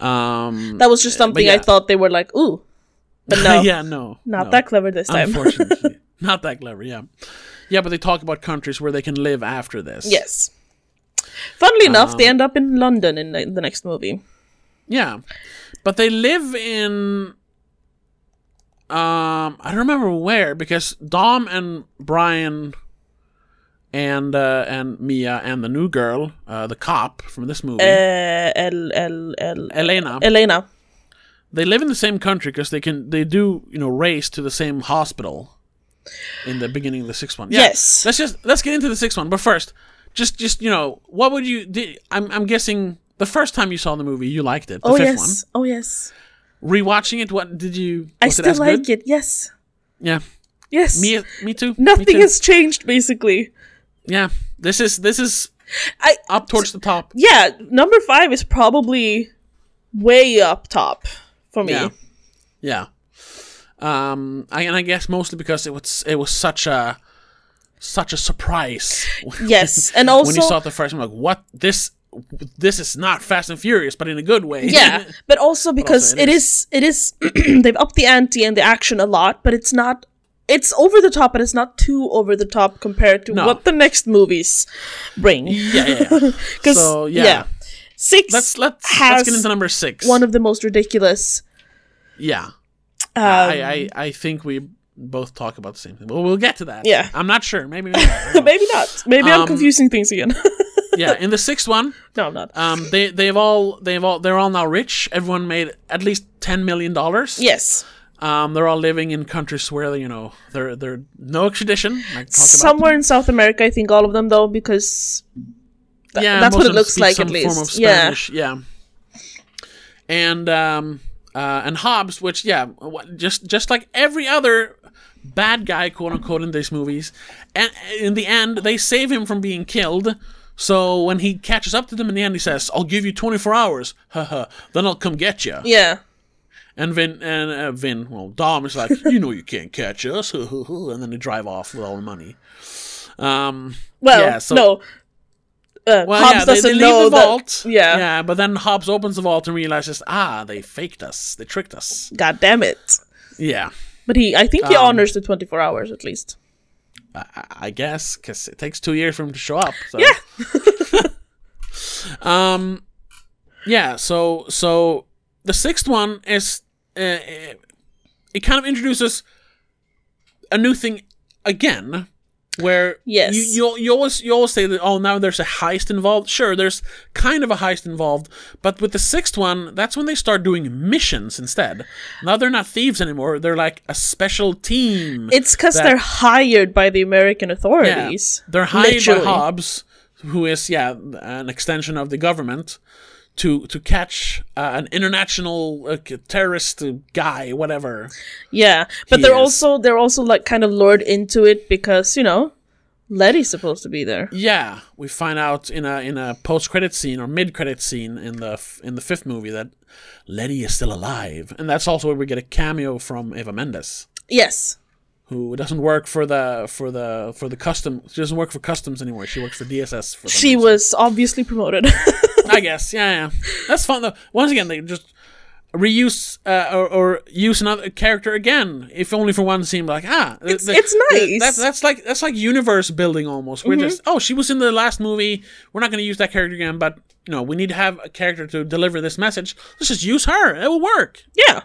Speaker 1: yeah. Um,
Speaker 2: That was just something I
Speaker 1: yeah.
Speaker 2: thought they were like, ooh,
Speaker 1: [LAUGHS]
Speaker 2: but no,
Speaker 1: yeah, no,
Speaker 2: not
Speaker 1: no.
Speaker 2: that clever this time. [LAUGHS]
Speaker 1: Unfortunately, not that clever. Yeah, yeah, but they talk about countries where they can live after this.
Speaker 2: yes.
Speaker 1: Um,
Speaker 2: Funnily enough, they end up in London in the, the next movie.
Speaker 1: Yeah. But they live in um I don't remember where because Dom and Brian and uh, and Mia and the new girl, uh, the cop from this movie,
Speaker 2: Uh, El, El, El,
Speaker 1: Elena,
Speaker 2: Elena.
Speaker 1: they live in the same country because they can they do you know race to the same hospital in the beginning of the sixth one. Yeah,
Speaker 2: Yes.
Speaker 1: Let's just let's get into the sixth one, but first, just just you know what would you? Did, I'm I'm guessing the first time you saw the movie you liked it. The
Speaker 2: Oh
Speaker 1: fifth
Speaker 2: yes, oh yes.
Speaker 1: one. Rewatching it, what did you?
Speaker 2: I
Speaker 1: was it
Speaker 2: still
Speaker 1: as good?
Speaker 2: like it. Yes,
Speaker 1: Yeah.
Speaker 2: yes.
Speaker 1: Me me too. Me
Speaker 2: Nothing
Speaker 1: too.
Speaker 2: has changed basically.
Speaker 1: Yeah. This is this is
Speaker 2: I
Speaker 1: up towards the top.
Speaker 2: yeah, number five is probably way up top for me.
Speaker 1: Yeah. Yeah. Um, I, and I guess mostly because it was it was such a such a surprise. when- [LAUGHS]
Speaker 2: Yes, and
Speaker 1: when
Speaker 2: also
Speaker 1: you saw it the first time, like what this this is not Fast and Furious, but in a good [LAUGHS] way.
Speaker 2: yeah, but also because
Speaker 1: it
Speaker 2: it is it is [CLEARS THROAT] they've upped the ante and the action a lot, but it's not it's over the top, but it's not too over the top compared to
Speaker 1: No.
Speaker 2: what the next movies bring.
Speaker 1: yeah, yeah.
Speaker 2: [LAUGHS]
Speaker 1: yeah.
Speaker 2: 'Cause,
Speaker 1: So, yeah.
Speaker 2: 6
Speaker 1: Let's let's
Speaker 2: has
Speaker 1: let's get into number six.
Speaker 2: one of the most ridiculous.
Speaker 1: yeah.
Speaker 2: Um,
Speaker 1: I, I I think we both talk about the same thing. Well, we'll get to that.
Speaker 2: Yeah.
Speaker 1: I'm not [LAUGHS] sure. Maybe. we will.
Speaker 2: [LAUGHS] Maybe not. Maybe I'm
Speaker 1: Oh. Um,
Speaker 2: confusing things again. [LAUGHS]
Speaker 1: yeah. In the sixth one,
Speaker 2: no, I'm not.
Speaker 1: um, they they've all they've all they're all now rich. Everyone made at least ten million dollars.
Speaker 2: yes.
Speaker 1: Um, they're all living in countries where you know they're they're no extradition. Like talk
Speaker 2: Somewhere in South America, I think all of them though, because
Speaker 1: about. Yeah, most
Speaker 2: that's
Speaker 1: of
Speaker 2: what it
Speaker 1: them
Speaker 2: looks
Speaker 1: speak
Speaker 2: like,
Speaker 1: some
Speaker 2: at
Speaker 1: Form of
Speaker 2: least. Yeah.
Speaker 1: Spanish. Yeah. And um, uh, and Hobbs, which yeah, wha- just just like every other bad guy, quote unquote, in these movies, and uh, in the end they save him from being killed. So when he catches up to them in the end, he says, "I'll give you 24 hours, [LAUGHS] haha. Then I'll come get you."
Speaker 2: yeah,
Speaker 1: And Vin and uh, Vin, well, Dom is like, you know, you can't catch us, and then they drive off with all the money. Um,
Speaker 2: well,
Speaker 1: Yeah, so-
Speaker 2: no. Uh,
Speaker 1: well,
Speaker 2: Hobbs
Speaker 1: yeah, they,
Speaker 2: doesn't
Speaker 1: they
Speaker 2: know
Speaker 1: leave the
Speaker 2: that-
Speaker 1: vault.
Speaker 2: yeah.
Speaker 1: yeah, but then Hobbs opens the vault and realizes, ah, they faked us, they tricked us.
Speaker 2: God damn it!
Speaker 1: Yeah,
Speaker 2: But he, I think he
Speaker 1: Um,
Speaker 2: honors the 24 hours at least.
Speaker 1: I, I- I guess because it takes two years for him to show up. So.
Speaker 2: Yeah.
Speaker 1: [LAUGHS] um, yeah. So, so the sixth one is uh, it, it kind of introduces a new thing again, where
Speaker 2: Yes.
Speaker 1: you you, al- you always you always say that oh now there's a heist involved. Sure, there's kind of a heist involved, but with the sixth one, that's when they start doing missions instead. Now they're not thieves anymore. They're like a special team.
Speaker 2: It's because
Speaker 1: That-
Speaker 2: they're hired by the American
Speaker 1: Yeah.
Speaker 2: authorities.
Speaker 1: They're hired
Speaker 2: Literally.
Speaker 1: by Hobbs, who is yeah an extension of the government, to to catch uh, an international uh, c- terrorist uh, guy, whatever.
Speaker 2: Yeah, but
Speaker 1: He
Speaker 2: they're
Speaker 1: is.
Speaker 2: also they're also like kind of lured into it because you know, Letty's supposed to be there.
Speaker 1: Yeah, we find out in a in a post credit scene or mid credit scene in the f- in the fifth movie that Letty is still alive, and that's also where we get a cameo from Eva Mendes.
Speaker 2: Yes.
Speaker 1: Who doesn't work for the for the for the custom? She doesn't work for customs anymore. She works for DSS. For some
Speaker 2: She
Speaker 1: reason.
Speaker 2: was obviously promoted. [LAUGHS]
Speaker 1: I guess. Yeah, yeah. That's fun though. Once again, they just reuse uh, or, or use another character again, if only for one scene. Like ah, th- th-
Speaker 2: it's nice. Mm-hmm.
Speaker 1: th- that- that's like that's like universe building almost. We're just oh, she was in the last movie. We're not going to use that character again, but you know we need to have a character to deliver this message. Let's just use her. It will work.
Speaker 2: yeah.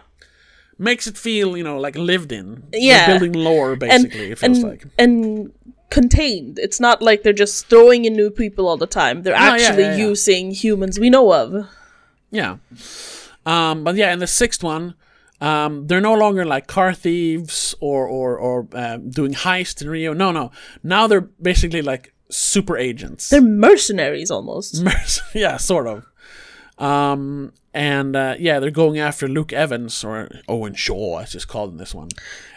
Speaker 1: Makes it feel you know like lived in. We're
Speaker 2: Yeah.
Speaker 1: building lore basically. it feels
Speaker 2: and,
Speaker 1: like.
Speaker 2: and contained. It's not like they're just throwing in new people all the time. They're
Speaker 1: yeah,
Speaker 2: actually
Speaker 1: yeah, yeah.
Speaker 2: using humans we know of.
Speaker 1: Yeah. Um, but yeah, in the sixth one, um, they're no longer like car thieves or or or um, doing heist in Rio. No, no. Now they're basically like super agents.
Speaker 2: They're mercenaries almost.
Speaker 1: [LAUGHS] yeah, sort of. Um, and uh, yeah, they're going after Luke Evans or Owen Shaw, as he's called in this one.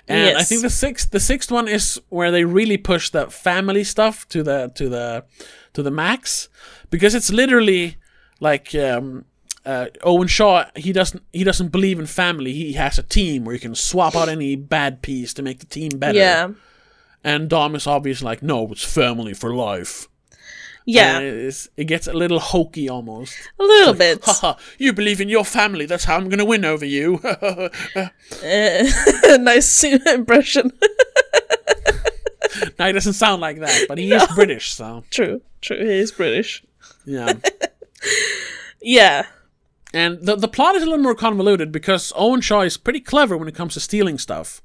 Speaker 1: And I
Speaker 2: Yes.
Speaker 1: think the sixth the sixth one is where they really push the family stuff to the to the to the max because it's literally like um, uh, Owen Shaw he doesn't he doesn't believe in family. He has a team where you can swap out any bad piece to make the team better.
Speaker 2: Yeah.
Speaker 1: And Dom is obviously like, no, it's family for life.
Speaker 2: Yeah.
Speaker 1: And it's, it gets a little hokey almost.
Speaker 2: a little
Speaker 1: [LAUGHS]
Speaker 2: bit.
Speaker 1: Haha, you believe in your family, that's how I'm gonna win over you. [LAUGHS]
Speaker 2: [LAUGHS] nice impression. [LAUGHS]
Speaker 1: now he doesn't sound like that, but he is British, so
Speaker 2: true. True. He is British.
Speaker 1: yeah.
Speaker 2: Yeah.
Speaker 1: and the the plot is a little more convoluted because Owen Shaw is pretty clever when it comes to stealing stuff.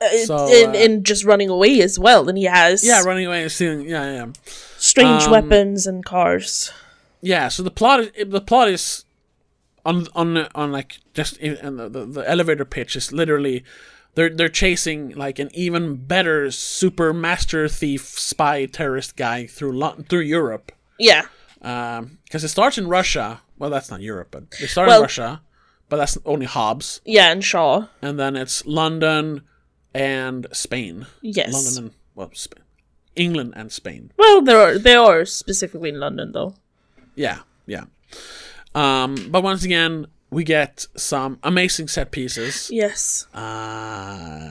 Speaker 2: It-
Speaker 1: So,
Speaker 2: and,
Speaker 1: uh,
Speaker 2: and just running away as well. And he has
Speaker 1: Yeah, running away and stealing. Yeah, yeah,
Speaker 2: strange
Speaker 1: um,
Speaker 2: weapons and cars.
Speaker 1: yeah. So the plot is the plot is on on on like just in, and the, the the elevator pitch is literally. They're, they're chasing like an even better super master thief spy terrorist guy through Lon- through Europe
Speaker 2: Yeah.
Speaker 1: because Um, it starts in Russia. Well, that's not Europe, but they start
Speaker 2: Well-
Speaker 1: in Russia, but that's only Hobbs,
Speaker 2: Yeah. And Shaw.
Speaker 1: and then it's London and Spain.
Speaker 2: Yes.
Speaker 1: London and well, Sp- England and Spain.
Speaker 2: Well, there are they are specifically in London though.
Speaker 1: Yeah, yeah. Um, but once again, we get some amazing set pieces.
Speaker 2: Yes.
Speaker 1: Uh,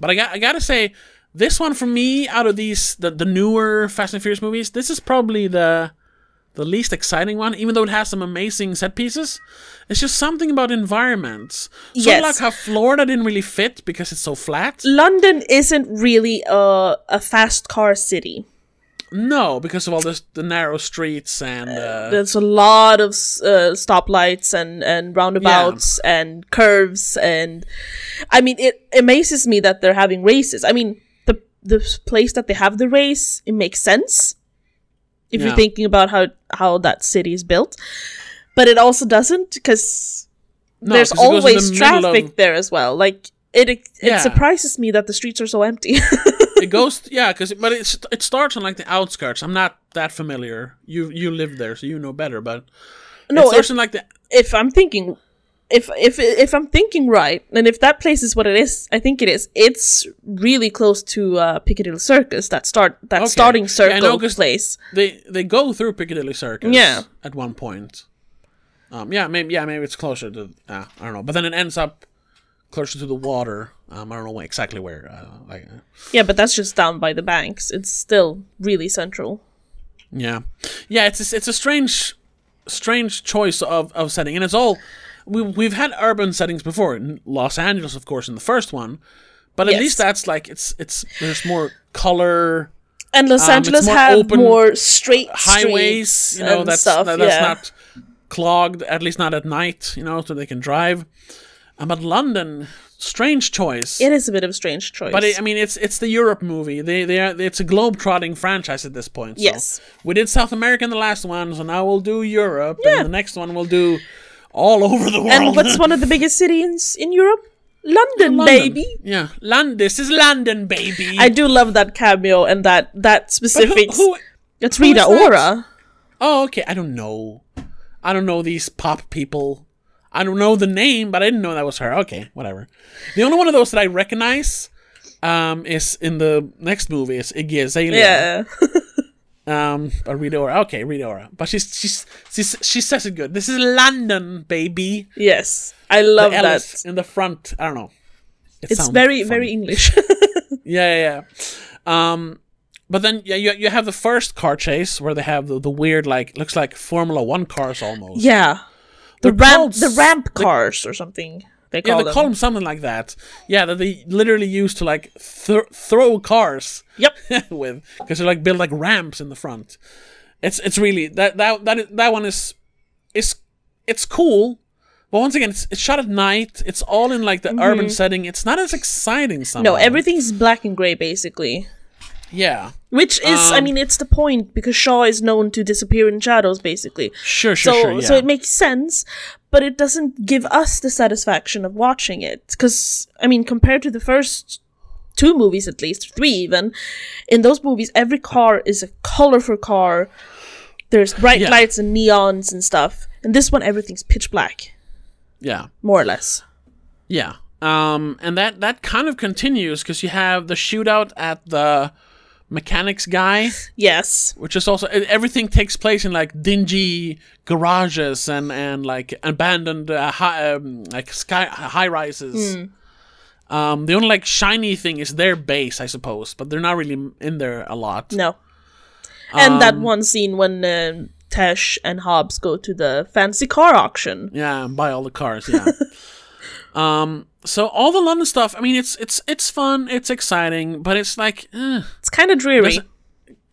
Speaker 1: but I got I gotta say, this one for me, out of these the, the newer Fast and Furious movies, this is probably the the least exciting one, even though it has some amazing set pieces. It's just something about environments. Sort
Speaker 2: Yes.
Speaker 1: of like how Florida didn't really fit because it's so flat.
Speaker 2: London isn't really a, a fast car city.
Speaker 1: No, because of all this the narrow streets and uh,
Speaker 2: There's a lot of s- uh, stoplights and, and roundabouts and curves and I mean it amazes me that they're having races. I mean the the place that they have the race it makes sense if
Speaker 1: Yeah.
Speaker 2: you're thinking about how how that city is built, but it also doesn't because
Speaker 1: no,
Speaker 2: there's
Speaker 1: 'cause it goes in the
Speaker 2: always
Speaker 1: middle of-
Speaker 2: traffic there as well. Like it it
Speaker 1: Yeah.
Speaker 2: surprises me that the streets are so empty.
Speaker 1: it goes yeah, because but it's it starts on like the outskirts. I'm not that familiar. You you live there, so you know better. But it
Speaker 2: no,
Speaker 1: starts
Speaker 2: if,
Speaker 1: in like the
Speaker 2: if I'm thinking, if if if I'm thinking right, and if that place is what it is, I think it is. It's really close to uh, Piccadilly Circus. That start that
Speaker 1: Okay.
Speaker 2: starting
Speaker 1: Yeah, I know,
Speaker 2: circle
Speaker 1: 'cause-
Speaker 2: place.
Speaker 1: they they go through Piccadilly Circus.
Speaker 2: Yeah.
Speaker 1: At one point. Um. Yeah. Maybe. Yeah. Maybe it's closer to. Uh, I don't know. But then it ends up closer to the water. Um. I don't know where, exactly where. Uh, like. uh,
Speaker 2: Yeah, but that's just down by the banks. It's still really central.
Speaker 1: Yeah. Yeah. It's a, it's a strange, strange choice of of setting, and it's all. We we've had urban settings before. In Los Angeles, of course, in the first one. But at
Speaker 2: Yes.
Speaker 1: least that's like it's it's there's more color
Speaker 2: And Los
Speaker 1: Um, it's
Speaker 2: Angeles
Speaker 1: more
Speaker 2: have
Speaker 1: open
Speaker 2: more straight
Speaker 1: highways,
Speaker 2: streets
Speaker 1: you know,
Speaker 2: and
Speaker 1: that's
Speaker 2: stuff.
Speaker 1: that- that's
Speaker 2: yeah.
Speaker 1: not clogged, at least not at night, you know, so they can drive. Um, but London, strange choice.
Speaker 2: It is a bit of a strange choice.
Speaker 1: but it, I mean, it's it's the Europe movie. They they are, it's a globe trotting franchise at this point. so.
Speaker 2: Yes.
Speaker 1: we did South America in the last one, so now we'll do Europe, and the next one we'll do all over the world.
Speaker 2: and
Speaker 1: [LAUGHS]
Speaker 2: what's one of the biggest cities in Europe? London,
Speaker 1: London.
Speaker 2: baby.
Speaker 1: Yeah, London. This is London, baby.
Speaker 2: I do love that cameo and that that
Speaker 1: But [LAUGHS] who-
Speaker 2: specific.
Speaker 1: who-
Speaker 2: it's
Speaker 1: who is
Speaker 2: Rita
Speaker 1: that?
Speaker 2: Ora.
Speaker 1: Oh, okay. I don't know. I don't know these pop people. I don't know the name, but I didn't know that was her. Okay, whatever. The only one of those that I recognize um, is in the next movie is Iggy Azalea.
Speaker 2: Yeah.
Speaker 1: Um, but Rita Ora. Okay, Rita Ora. But she's she's she's she says it good. This is London, baby.
Speaker 2: yes, I love
Speaker 1: The
Speaker 2: that.
Speaker 1: L's in the front. I don't know. It
Speaker 2: It's
Speaker 1: sounds
Speaker 2: very
Speaker 1: funny.
Speaker 2: very English. [LAUGHS]
Speaker 1: Yeah, yeah, yeah. Um, but then yeah, you you have the first car chase where they have the, the weird like looks like Formula One cars almost.
Speaker 2: yeah. The
Speaker 1: They're
Speaker 2: ramp
Speaker 1: called
Speaker 2: the
Speaker 1: s-
Speaker 2: ramp cars or something they
Speaker 1: Yeah,
Speaker 2: call
Speaker 1: they
Speaker 2: them.
Speaker 1: call them something like that. Yeah, that they literally use to like th- throw cars [LAUGHS]
Speaker 2: Yep.
Speaker 1: with because they like build like ramps in the front. It's it's really that that that is, that one is is it's cool, but once again, it's, it's shot at night. It's all in like the urban setting. It's not as exciting. Somehow.
Speaker 2: Mm-hmm. No, everything's black and gray basically.
Speaker 1: Yeah,
Speaker 2: Which is, I
Speaker 1: Um,
Speaker 2: mean, it's the point because Shaw is known to disappear in shadows, basically.
Speaker 1: sure, sure,
Speaker 2: so
Speaker 1: sure. Yeah.
Speaker 2: so it makes sense but it doesn't give us the satisfaction of watching it because i mean compared to the first two movies at least three even in those movies every car is a colorful car there's bright
Speaker 1: Yeah.
Speaker 2: lights and neons and stuff and this one everything's pitch black
Speaker 1: yeah.
Speaker 2: more or less
Speaker 1: Yeah. Um, and that, that kind of continues because you have the shootout at the mechanics guy,
Speaker 2: yes
Speaker 1: which is also e- everything takes place in like dingy garages and, and like abandoned uh, high, um, like sky high rises.
Speaker 2: Hmm.
Speaker 1: Um, the only like shiny thing is their base, I suppose, but they're not really m- in there a lot.
Speaker 2: no and that one scene when um tesh and hobbs go to the fancy car auction
Speaker 1: Yeah, and buy all the cars.
Speaker 2: [LAUGHS]
Speaker 1: Yeah. um. So all the London stuff. I mean, it's it's it's fun. It's exciting, but it's like. eh.
Speaker 2: it's kind of dreary
Speaker 1: There's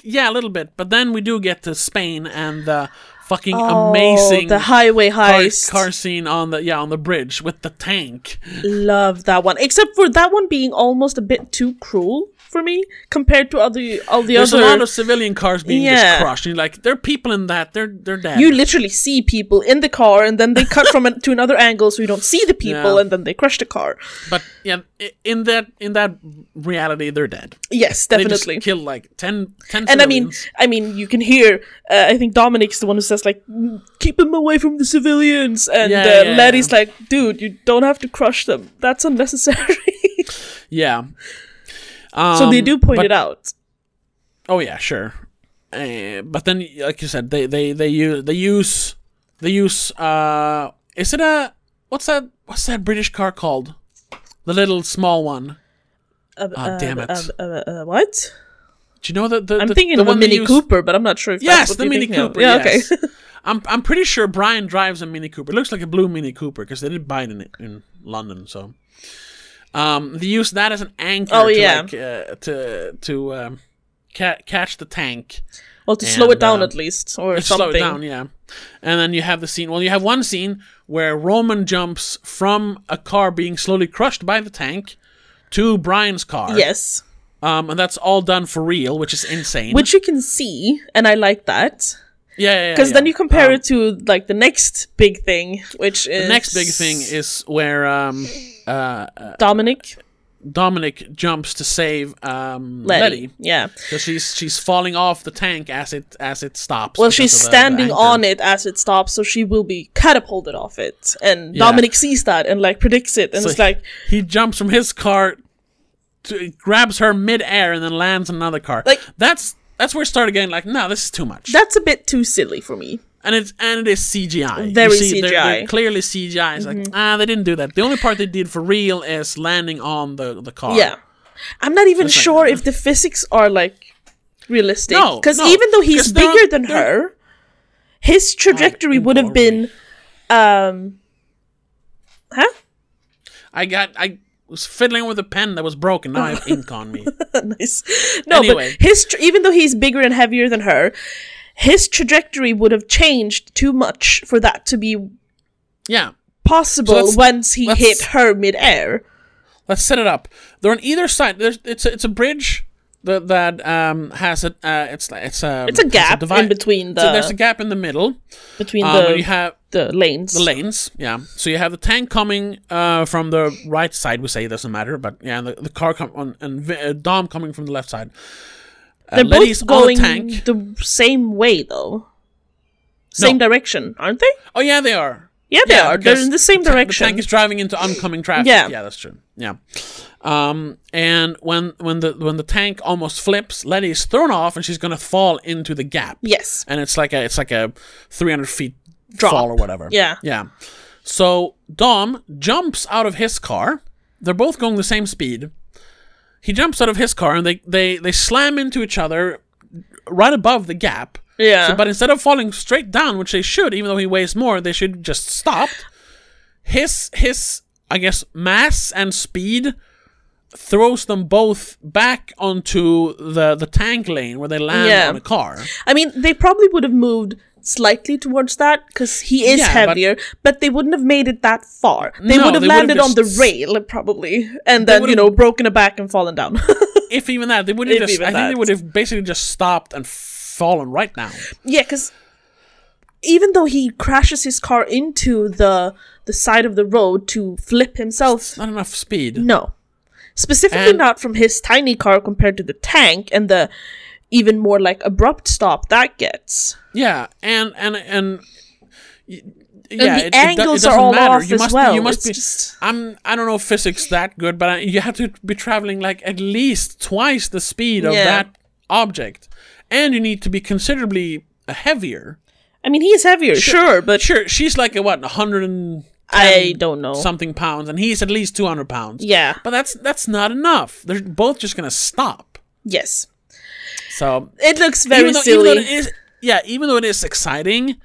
Speaker 1: Yeah, a little bit. But then we do get to Spain and the fucking
Speaker 2: Oh,
Speaker 1: amazing
Speaker 2: the highway
Speaker 1: car,
Speaker 2: heist
Speaker 1: car scene on the yeah on the bridge with the tank.
Speaker 2: Love that one, except for that one being almost a bit too cruel for me compared to other all the
Speaker 1: There's
Speaker 2: other.
Speaker 1: a lot of civilian cars being just
Speaker 2: Yeah.
Speaker 1: crushed. And you're like, there are people in that. They're they're dead.
Speaker 2: you literally see people in the car, and then they cut from an, to another angle, so you don't see the people,
Speaker 1: Yeah.
Speaker 2: and then they crush the car.
Speaker 1: but yeah, i- in that in that reality, they're dead.
Speaker 2: Yes,
Speaker 1: They
Speaker 2: definitely.
Speaker 1: just killed like 10, 10
Speaker 2: And I mean,
Speaker 1: civilians.
Speaker 2: I mean, you can hear. Uh, I think Dominic's the one who says like, "Mm, "Keep them away from the civilians," and
Speaker 1: Yeah,
Speaker 2: uh,
Speaker 1: yeah, yeah.
Speaker 2: Letty's like, "Dude, you don't have to crush them. That's unnecessary." [LAUGHS]
Speaker 1: yeah.
Speaker 2: so they
Speaker 1: Um,
Speaker 2: do point
Speaker 1: but-
Speaker 2: it out.
Speaker 1: Oh yeah, sure. Uh, but then, like you said, they they they use they use they use uh Is it a what's that? What's that British car called? The little small one.
Speaker 2: Uh,
Speaker 1: Ah, damn it.
Speaker 2: Uh, uh, uh, what?
Speaker 1: Do you know that the,
Speaker 2: I'm
Speaker 1: the,
Speaker 2: thinking
Speaker 1: the
Speaker 2: of a
Speaker 1: one they
Speaker 2: Mini
Speaker 1: use-
Speaker 2: Cooper, but I'm not sure if
Speaker 1: Yes,
Speaker 2: that's what
Speaker 1: the
Speaker 2: you're
Speaker 1: Mini
Speaker 2: thinking of.
Speaker 1: Cooper.
Speaker 2: Yeah,
Speaker 1: yes.
Speaker 2: okay.
Speaker 1: I'm I'm pretty sure Brian drives a Mini Cooper. It looks like a blue Mini Cooper because they did buy it in, in London. So, um, they use that as an anchor.
Speaker 2: Oh,
Speaker 1: to,
Speaker 2: yeah.
Speaker 1: like, uh, to to um, ca- catch the tank.
Speaker 2: [LAUGHS] well, to slow it
Speaker 1: And,
Speaker 2: down
Speaker 1: um,
Speaker 2: at least, or
Speaker 1: Or slow
Speaker 2: something.
Speaker 1: it down, yeah. And then you have the scene. Well, you have one scene where Roman jumps from a car being slowly crushed by the tank to Brian's car.
Speaker 2: Yes,
Speaker 1: Um, and that's all done for real, which is insane.
Speaker 2: which you can see, and I like that
Speaker 1: yeah, yeah, yeah,
Speaker 2: because then
Speaker 1: yeah. Um,
Speaker 2: you compare it to like the next big thing, which is
Speaker 1: The next big thing is where um,
Speaker 2: Dominic
Speaker 1: Dominic jumps to save um,
Speaker 2: Letty.
Speaker 1: Letty.
Speaker 2: Yeah.
Speaker 1: Because she's she's falling off the tank as it as it stops.
Speaker 2: Well,
Speaker 1: because
Speaker 2: she's
Speaker 1: of the- the
Speaker 2: standing
Speaker 1: anchor.
Speaker 2: on it as it stops, so she will be catapulted off it. And
Speaker 1: Yeah.
Speaker 2: Dominic sees that and like predicts it, and
Speaker 1: So
Speaker 2: it's like,
Speaker 1: he jumps from his car, to, grabs her midair, and then lands in another car.
Speaker 2: Like-
Speaker 1: that's that's where I started getting like, no, this is too much.
Speaker 2: that's a bit too silly for me.
Speaker 1: and it's and it is CGI. You
Speaker 2: Very
Speaker 1: see, They're, they're
Speaker 2: CGI.
Speaker 1: clearly CGI. It's like
Speaker 2: Mm-hmm.
Speaker 1: ah, they didn't do that. The only part they did for real is landing on the the car.
Speaker 2: Yeah, I'm not even
Speaker 1: like-
Speaker 2: sure if the physics are like realistic.
Speaker 1: uh, No,
Speaker 2: because
Speaker 1: no,
Speaker 2: even though he's
Speaker 1: 'cause they're-
Speaker 2: bigger than
Speaker 1: they're-
Speaker 2: her, his trajectory would have been, um, huh? [LAUGHS]
Speaker 1: I got I was fiddling with a pen that was broken. Now I
Speaker 2: [LAUGHS]
Speaker 1: have ink on me.
Speaker 2: nice. No,
Speaker 1: Anyway.
Speaker 2: but his tr even though he's bigger and heavier than her, his trajectory would have changed too much for that to be
Speaker 1: Yeah. So
Speaker 2: possible
Speaker 1: let's-
Speaker 2: once he
Speaker 1: let's-
Speaker 2: hit her midair.
Speaker 1: Let's set it up. They're on either side. There's, it's a, it's a bridge that that um has a uh, it's like- it's a
Speaker 2: It's a
Speaker 1: has
Speaker 2: gap
Speaker 1: divi-
Speaker 2: in between
Speaker 1: So there's a
Speaker 2: the
Speaker 1: gap in the middle.
Speaker 2: between
Speaker 1: Um, and you
Speaker 2: the,
Speaker 1: have
Speaker 2: the lanes.
Speaker 1: the lanes. Yeah. So you have the tank coming uh from the right side. We say it doesn't matter, but yeah, and the, the car come on and Vi- uh, Dom coming from the left side. Uh,
Speaker 2: They're
Speaker 1: Letty's
Speaker 2: both going
Speaker 1: on the tank.
Speaker 2: the same way though. Same direction, aren't they?
Speaker 1: Oh yeah, they are.
Speaker 2: Yeah, they are. They're
Speaker 1: because
Speaker 2: in the same
Speaker 1: ta-
Speaker 2: direction.
Speaker 1: The tank is driving into oncoming traffic.
Speaker 2: Yeah.
Speaker 1: yeah, that's true. Yeah, um, and when when the when the tank almost flips, Letty is thrown off, and she's gonna fall into the gap.
Speaker 2: yes.
Speaker 1: and it's like a it's like a three hundred feet
Speaker 2: Drop.
Speaker 1: fall or whatever.
Speaker 2: Yeah.
Speaker 1: yeah. So Dom jumps out of his car. They're both going the same speed. He jumps out of his car, and they they they slam into each other right above the gap.
Speaker 2: Yeah.
Speaker 1: So, but instead of falling straight down, which they should, even though he weighs more, they should just stop. His his I guess mass and speed throws them both back onto the the tank lane where they land
Speaker 2: Yeah.
Speaker 1: on a car.
Speaker 2: I mean, they probably would have moved slightly towards that because he is
Speaker 1: Yeah, but-
Speaker 2: heavier, but, they wouldn't have made it that far. They
Speaker 1: No,
Speaker 2: would have
Speaker 1: they would have
Speaker 2: landed on the
Speaker 1: just-
Speaker 2: rail probably, and then you
Speaker 1: would've-
Speaker 2: know broken a back and fallen down. [LAUGHS]
Speaker 1: If even that, they wouldn't
Speaker 2: If
Speaker 1: just.
Speaker 2: even
Speaker 1: I think
Speaker 2: that.
Speaker 1: they would have basically just stopped and fallen right now.
Speaker 2: yeah, because even though he crashes his car into the the side of the road to flip himself,
Speaker 1: Not enough speed.
Speaker 2: no, specifically
Speaker 1: And-
Speaker 2: not from his tiny car compared to the tank and the even more like abrupt stop that gets.
Speaker 1: Yeah, and and and. y- Yeah,
Speaker 2: the angles are
Speaker 1: doesn't
Speaker 2: all off as
Speaker 1: must
Speaker 2: well.
Speaker 1: Be, you must
Speaker 2: It's
Speaker 1: be.
Speaker 2: just-
Speaker 1: I'm. I don't know physics that good, but I, you have to be traveling like at least twice the speed of
Speaker 2: Yeah.
Speaker 1: that object, and you need to be considerably uh, heavier.
Speaker 2: I mean, he is heavier, sure, but
Speaker 1: Sure, um, she's like a what, 110
Speaker 2: I don't know.
Speaker 1: something pounds, and he's at least 200 pounds.
Speaker 2: Yeah.
Speaker 1: but that's that's not enough. They're both just gonna stop.
Speaker 2: yes.
Speaker 1: So
Speaker 2: It looks very
Speaker 1: even though,
Speaker 2: silly.
Speaker 1: Even though it is, yeah, even though it is exciting,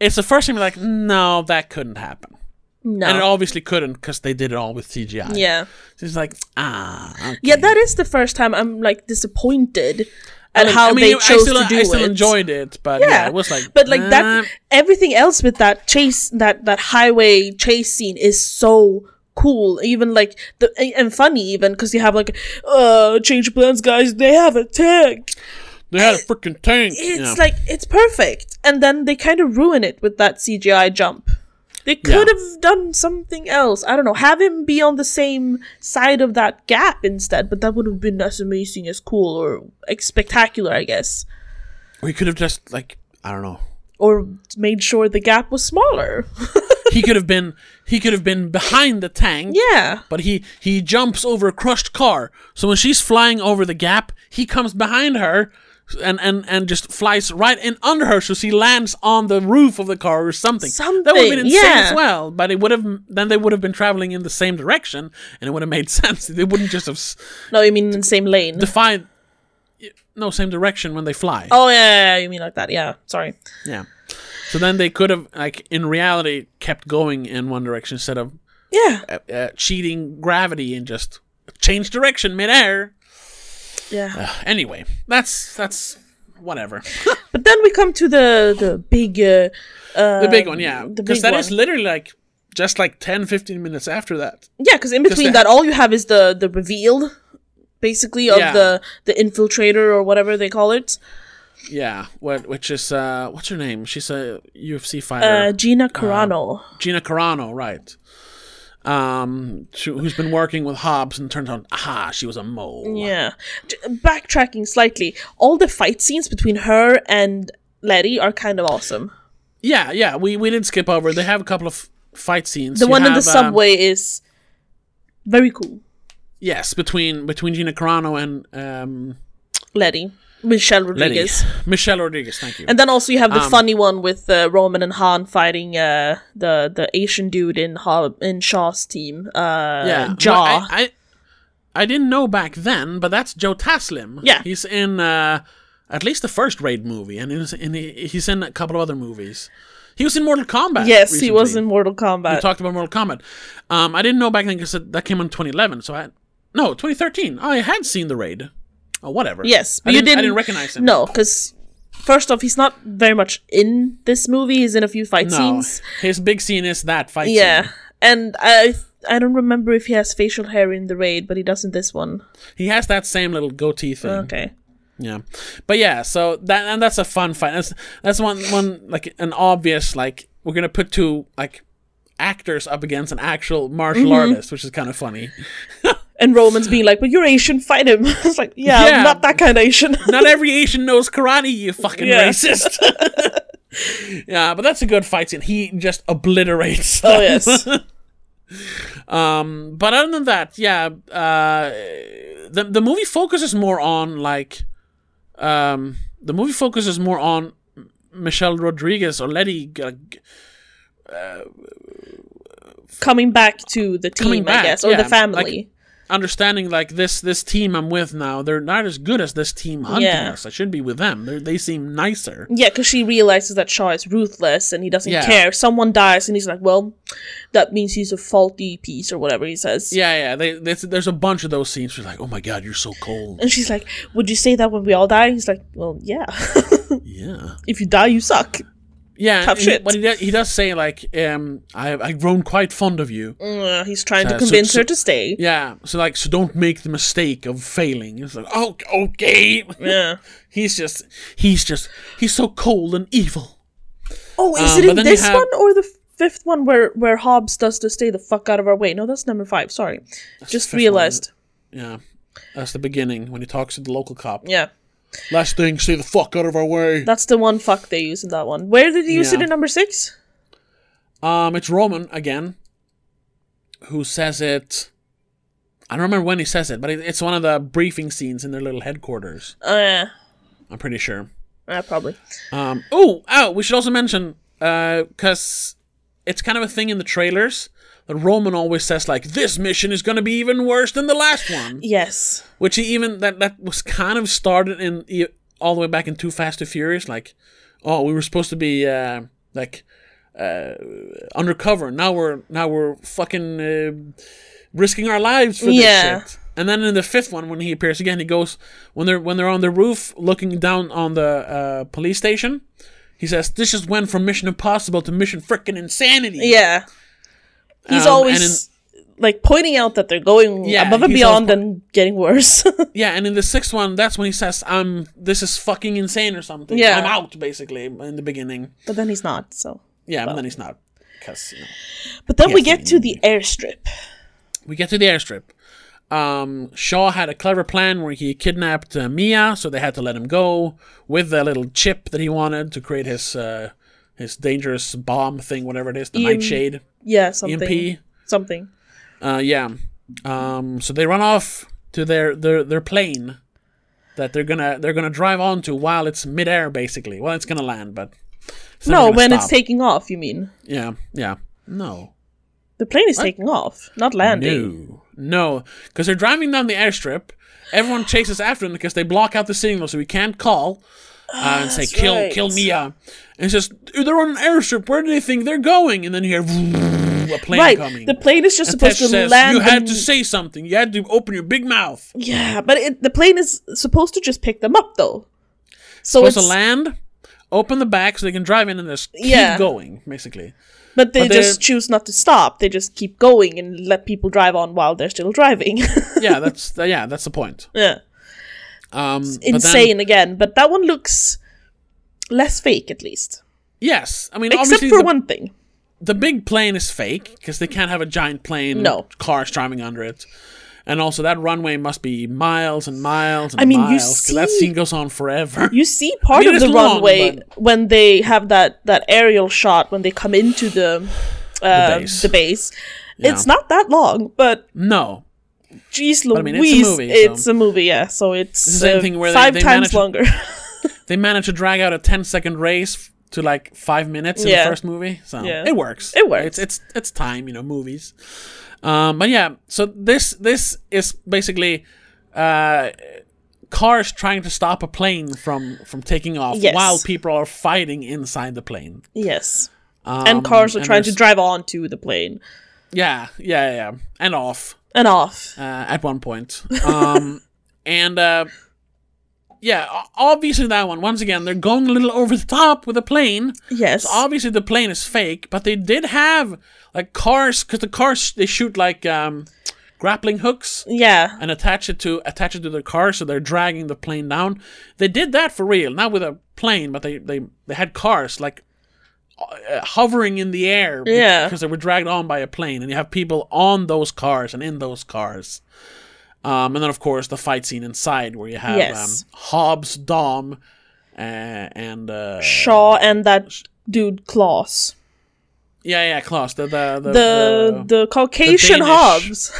Speaker 1: it's the first time you're like, no, that couldn't happen,
Speaker 2: no.
Speaker 1: and it obviously couldn't because they did it all with CGI.
Speaker 2: yeah.
Speaker 1: so it's like ah. okay.
Speaker 2: Yeah, that is the first time I'm like disappointed at
Speaker 1: I mean-
Speaker 2: how
Speaker 1: I mean,
Speaker 2: they
Speaker 1: I
Speaker 2: chose
Speaker 1: still,
Speaker 2: to do
Speaker 1: I still
Speaker 2: it.
Speaker 1: enjoyed it, but yeah.
Speaker 2: yeah.
Speaker 1: it was like,
Speaker 2: but like that
Speaker 1: uh,
Speaker 2: everything else with that chase that that highway chase scene is so cool even like the and funny even because you have like uh change plans guys they have a tank
Speaker 1: They had a freaking tank.
Speaker 2: it's
Speaker 1: you know.
Speaker 2: like it's perfect and then they kind of ruin it with that cgi jump they could have done something else i don't know have him be on the same side of that gap instead but that would have been as amazing as cool or like, spectacular i guess
Speaker 1: we could have just like I don't know.
Speaker 2: or made sure the gap was smaller
Speaker 1: he could have been he could have been behind the tank.
Speaker 2: yeah
Speaker 1: But he he jumps over a crushed car. So when she's flying over the gap, he comes behind her, and, and, and just flies right in under her, so she lands on the roof of the car or something. That would have
Speaker 2: Something,
Speaker 1: been insane
Speaker 2: yeah.
Speaker 1: as well. But it would have then they would have been traveling in the same direction, and it would have made [LAUGHS] sense. They wouldn't just have s-
Speaker 2: No, you mean in the same lane.
Speaker 1: defied no same direction when they fly.
Speaker 2: oh yeah, yeah, yeah, you mean like that? Yeah, sorry.
Speaker 1: Yeah. So then they could have like in reality kept going in one direction instead of
Speaker 2: Yeah,
Speaker 1: uh, uh, cheating gravity and just change direction midair.
Speaker 2: yeah.
Speaker 1: Uh. [SIGHS] Anyway, that's that's whatever.
Speaker 2: But then we come to the the big. Uh, uh,
Speaker 1: the big one, yeah.
Speaker 2: the
Speaker 1: Because
Speaker 2: big
Speaker 1: that
Speaker 2: one.
Speaker 1: is literally like just like 10, 15 minutes after that.
Speaker 2: Yeah, because in between
Speaker 1: they-
Speaker 2: that, all you have is the the reveal, basically of
Speaker 1: Yeah.
Speaker 2: the the infiltrator or whatever they call it.
Speaker 1: Yeah. What which is uh what's her name? She's a UFC
Speaker 2: Uh,
Speaker 1: fighter.
Speaker 2: Gina Carano.
Speaker 1: Gina Carano, right. Um, she, who's been working with Hobbs and turns out, aha, she was a mole.
Speaker 2: yeah. J- Backtracking slightly, all the fight scenes between her and Letty are kind of awesome.
Speaker 1: Yeah, yeah, we we did skip over. They have a couple of fight scenes.
Speaker 2: The
Speaker 1: You
Speaker 2: one in the
Speaker 1: have, um,
Speaker 2: subway is very cool.
Speaker 1: yes, between between Gina Carano and um,
Speaker 2: Letty, Michelle
Speaker 1: Letty.
Speaker 2: Rodriguez.
Speaker 1: Michelle Rodriguez. Thank you.
Speaker 2: And then also you have the
Speaker 1: Um,
Speaker 2: funny one with uh, Roman and Han fighting uh, the the Asian dude in Hob- in Shaw's team. Uh,
Speaker 1: yeah,
Speaker 2: Jaw.
Speaker 1: No, I, I I didn't know back then, but that's Joe Taslim.
Speaker 2: Yeah.
Speaker 1: he's in uh, at least the first Raid movie, and he's in, he's in a couple of other movies. He was in Mortal Kombat.
Speaker 2: yes, he
Speaker 1: recently.
Speaker 2: was in Mortal Kombat.
Speaker 1: We talked about Mortal Kombat. Um, I didn't know back then because that came in 2011. So I no 2013. I had seen the Raid. Oh, whatever.
Speaker 2: yes,
Speaker 1: I
Speaker 2: but you
Speaker 1: didn't,
Speaker 2: didn't.
Speaker 1: I didn't recognize him.
Speaker 2: No, because first off, he's not very much in this movie. He's in a few fight
Speaker 1: No,
Speaker 2: scenes.
Speaker 1: his big scene is that fight
Speaker 2: Yeah,
Speaker 1: scene.
Speaker 2: and I I don't remember if he has facial hair in the raid, but he doesn't this one.
Speaker 1: He has that same little goatee thing.
Speaker 2: Okay.
Speaker 1: Yeah, but yeah, so that and that's a fun fight. That's that's one one like an obvious like we're gonna put two like actors up against an actual martial
Speaker 2: Mm-hmm.
Speaker 1: artist, which is kind of funny.
Speaker 2: And Roman's being like, "But you're Asian, fight him." [LAUGHS] it's like, yeah,
Speaker 1: Yeah.
Speaker 2: I'm not that kind
Speaker 1: [LAUGHS]
Speaker 2: of Asian.
Speaker 1: Not every Asian knows karate, you fucking
Speaker 2: Yeah.
Speaker 1: racist. [LAUGHS] yeah, but that's a good fight scene. He just obliterates.
Speaker 2: [LAUGHS]
Speaker 1: them.
Speaker 2: oh yes.
Speaker 1: Um, but other than that, yeah, uh, the the movie focuses more on like, um, the movie focuses more on M- Michelle Rodriguez or Letty uh, g-
Speaker 2: coming back to the team,
Speaker 1: Coming back,
Speaker 2: I guess, or
Speaker 1: yeah,
Speaker 2: the family.
Speaker 1: understanding like this this team I'm with now. They're not as good as this team hunting
Speaker 2: Yeah.
Speaker 1: us. I should be with them. They're, they seem nicer.
Speaker 2: Yeah, because she realizes that Shaw is ruthless and he doesn't
Speaker 1: Yeah.
Speaker 2: care. Someone dies and he's like, "Well, that means he's a faulty piece or whatever he says."
Speaker 1: Yeah, yeah. They, there's there's a bunch of those scenes. Where you're like, oh my god, you're so cold.
Speaker 2: And she's like, "Would you say that when we all die?" He's like, "Well, yeah. [LAUGHS]
Speaker 1: yeah,
Speaker 2: if you die, you suck."
Speaker 1: yeah. and
Speaker 2: Tough
Speaker 1: He,
Speaker 2: shit.
Speaker 1: but he, does- he does say like, um, I I've grown quite fond of you.
Speaker 2: Mm, he's trying
Speaker 1: Uh,
Speaker 2: to
Speaker 1: so-
Speaker 2: convince
Speaker 1: so-
Speaker 2: her to stay.
Speaker 1: Yeah, so like, so don't make the mistake of failing. It's like, oh, okay.
Speaker 2: Yeah.
Speaker 1: [LAUGHS] he's just, he's just, he's so cold and evil.
Speaker 2: Oh, is
Speaker 1: Um,
Speaker 2: it
Speaker 1: but
Speaker 2: in
Speaker 1: then you
Speaker 2: this
Speaker 1: have-
Speaker 2: one or the fifth one where where Hobbs does the stay the fuck out of our way? No, that's number five. Sorry, just
Speaker 1: fifth one.
Speaker 2: realized.
Speaker 1: Yeah, that's the beginning when he talks to the local cop.
Speaker 2: Yeah,
Speaker 1: Last thing, stay the fuck out of our way.
Speaker 2: that's the one fuck they use in that one. Where did he use it
Speaker 1: Yeah.
Speaker 2: in number six?
Speaker 1: Um, it's Roman again, who says it. I don't remember when he says it, but it, it's one of the briefing scenes in their little headquarters.
Speaker 2: Oh yeah.
Speaker 1: I'm pretty sure.
Speaker 2: Uh, probably.
Speaker 1: Um, oh, oh, we should also mention because it's kind of a thing in the trailers. that Roman always says like, "This mission is going to be even worse than the last one,"
Speaker 2: Yes.
Speaker 1: which he even that that was kind of started in e- all the way back in Too Fast to Furious. Like, oh, we were supposed to be uh, like uh, undercover. Now we're now we're fucking uh, risking our lives for
Speaker 2: Yeah.
Speaker 1: this shit. And then in the fifth one, when he appears again, he goes when they're when they're on the roof looking down on the uh, police station. He says, "This just went from Mission Impossible to Mission Frickin' Insanity."
Speaker 2: Yeah. He's
Speaker 1: Um,
Speaker 2: always like pointing out that they're going
Speaker 1: Yeah,
Speaker 2: above and
Speaker 1: he's always
Speaker 2: beyond and getting worse. [LAUGHS]
Speaker 1: Yeah, and in the sixth one, that's when he says, "I'm this is fucking insane" or something.
Speaker 2: Yeah.
Speaker 1: I'm out basically in the beginning.
Speaker 2: but then he's not, so.
Speaker 1: Yeah, but then he's not because you know.
Speaker 2: But then we
Speaker 1: Yes,
Speaker 2: get to the airstrip.
Speaker 1: we get to the airstrip. Um, Shaw had a clever plan where he kidnapped uh, Mia, so they had to let him go with the little chip that he wanted to create his uh, his dangerous bomb thing, whatever it is, the
Speaker 2: EM
Speaker 1: nightshade.
Speaker 2: Yeah,
Speaker 1: E
Speaker 2: something.
Speaker 1: EMP.
Speaker 2: Something.
Speaker 1: Uh, yeah. Um, so they run off to their their their plane. that they're gonna they're gonna drive onto while it's midair, basically. Well, it's gonna land, but it's never
Speaker 2: No,
Speaker 1: gonna
Speaker 2: when it's
Speaker 1: stop.
Speaker 2: taking off, you mean?
Speaker 1: yeah, yeah, no,
Speaker 2: The plane is taking off, not landing.
Speaker 1: no, no, because they're driving down the airstrip. Everyone chases after them because they block out the signal, so we can't call uh, and say kill
Speaker 2: Ah, right.
Speaker 1: kill Mia. And it's just they're on an airstrip. Where do they think they're going? And then you hear a plane
Speaker 2: Right,
Speaker 1: coming.
Speaker 2: the plane is just
Speaker 1: And
Speaker 2: supposed
Speaker 1: Tesh
Speaker 2: to
Speaker 1: says,
Speaker 2: land.
Speaker 1: You had
Speaker 2: them-
Speaker 1: to say something. You had to open your big mouth.
Speaker 2: yeah, but it, the plane is supposed to just pick them up, though. So
Speaker 1: supposed
Speaker 2: it's
Speaker 1: to land, open the back so they can drive in and just keep
Speaker 2: Yeah.
Speaker 1: going, basically.
Speaker 2: but they
Speaker 1: but they're-
Speaker 2: just choose not to stop. They just keep going and let people drive on while they're still driving. [LAUGHS]
Speaker 1: Yeah, that's th- yeah, that's the point.
Speaker 2: yeah,
Speaker 1: Um, but then-
Speaker 2: insane again. But that one looks less fake, at least,
Speaker 1: yes, I mean
Speaker 2: except
Speaker 1: obviously
Speaker 2: for
Speaker 1: the,
Speaker 2: one thing.
Speaker 1: the big plane is fake because they can't have a giant plane,
Speaker 2: No.
Speaker 1: with cars driving under it, and also that runway must be miles and miles and
Speaker 2: I mean, you
Speaker 1: miles 'cause that
Speaker 2: see-
Speaker 1: scene goes on forever.
Speaker 2: [LAUGHS] You see part
Speaker 1: mean,
Speaker 2: of
Speaker 1: it's
Speaker 2: the
Speaker 1: long,
Speaker 2: runway
Speaker 1: but-
Speaker 2: when they have that that aerial shot when they come into the uh,
Speaker 1: base.
Speaker 2: the base. It's not that long, but
Speaker 1: [LAUGHS] no,
Speaker 2: geez, Louise,
Speaker 1: mean, it's a
Speaker 2: it's, a
Speaker 1: movie,
Speaker 2: movie,
Speaker 1: so-
Speaker 2: yeah. So it's
Speaker 1: the same
Speaker 2: uh,
Speaker 1: thing where they-
Speaker 2: five
Speaker 1: they
Speaker 2: times
Speaker 1: manage-
Speaker 2: longer. [LAUGHS]
Speaker 1: they managed to drag out a 10-second race f- to like five minutes in
Speaker 2: Yeah.
Speaker 1: the first movie, so
Speaker 2: Yeah.
Speaker 1: it works.
Speaker 2: It works.
Speaker 1: It's it's it's time, you know, movies. Um, but yeah, so this this is basically uh, cars trying to stop a plane from from taking off
Speaker 2: Yes.
Speaker 1: while people are fighting inside the plane.
Speaker 2: yes,
Speaker 1: Um,
Speaker 2: and cars are trying to
Speaker 1: there's-
Speaker 2: drive onto the plane
Speaker 1: Yeah, yeah, yeah, yeah, and off.
Speaker 2: and off.
Speaker 1: uh, at one point. Um, and uh, yeah, o- obviously that one. Once again, they're going a little over the top with the plane.
Speaker 2: Yes,
Speaker 1: Obviously, the plane is fake, but they did have like cars because the cars they shoot like um, grappling hooks
Speaker 2: yeah,
Speaker 1: and attach it to attach it to their car, so they're dragging the plane down. They did that for real, not with a plane, but they they they had cars like. Uh, hovering in the air be-
Speaker 2: Yeah.
Speaker 1: because they were dragged on by a plane and you have people on those cars and in those cars um, and then of course the fight scene inside where you have
Speaker 2: Yes.
Speaker 1: um, hobbs dom uh, and uh,
Speaker 2: Shaw and that dude Claus,
Speaker 1: yeah yeah klaus the the the,
Speaker 2: the
Speaker 1: the-
Speaker 2: the Caucasian
Speaker 1: Danish-
Speaker 2: Hobbs.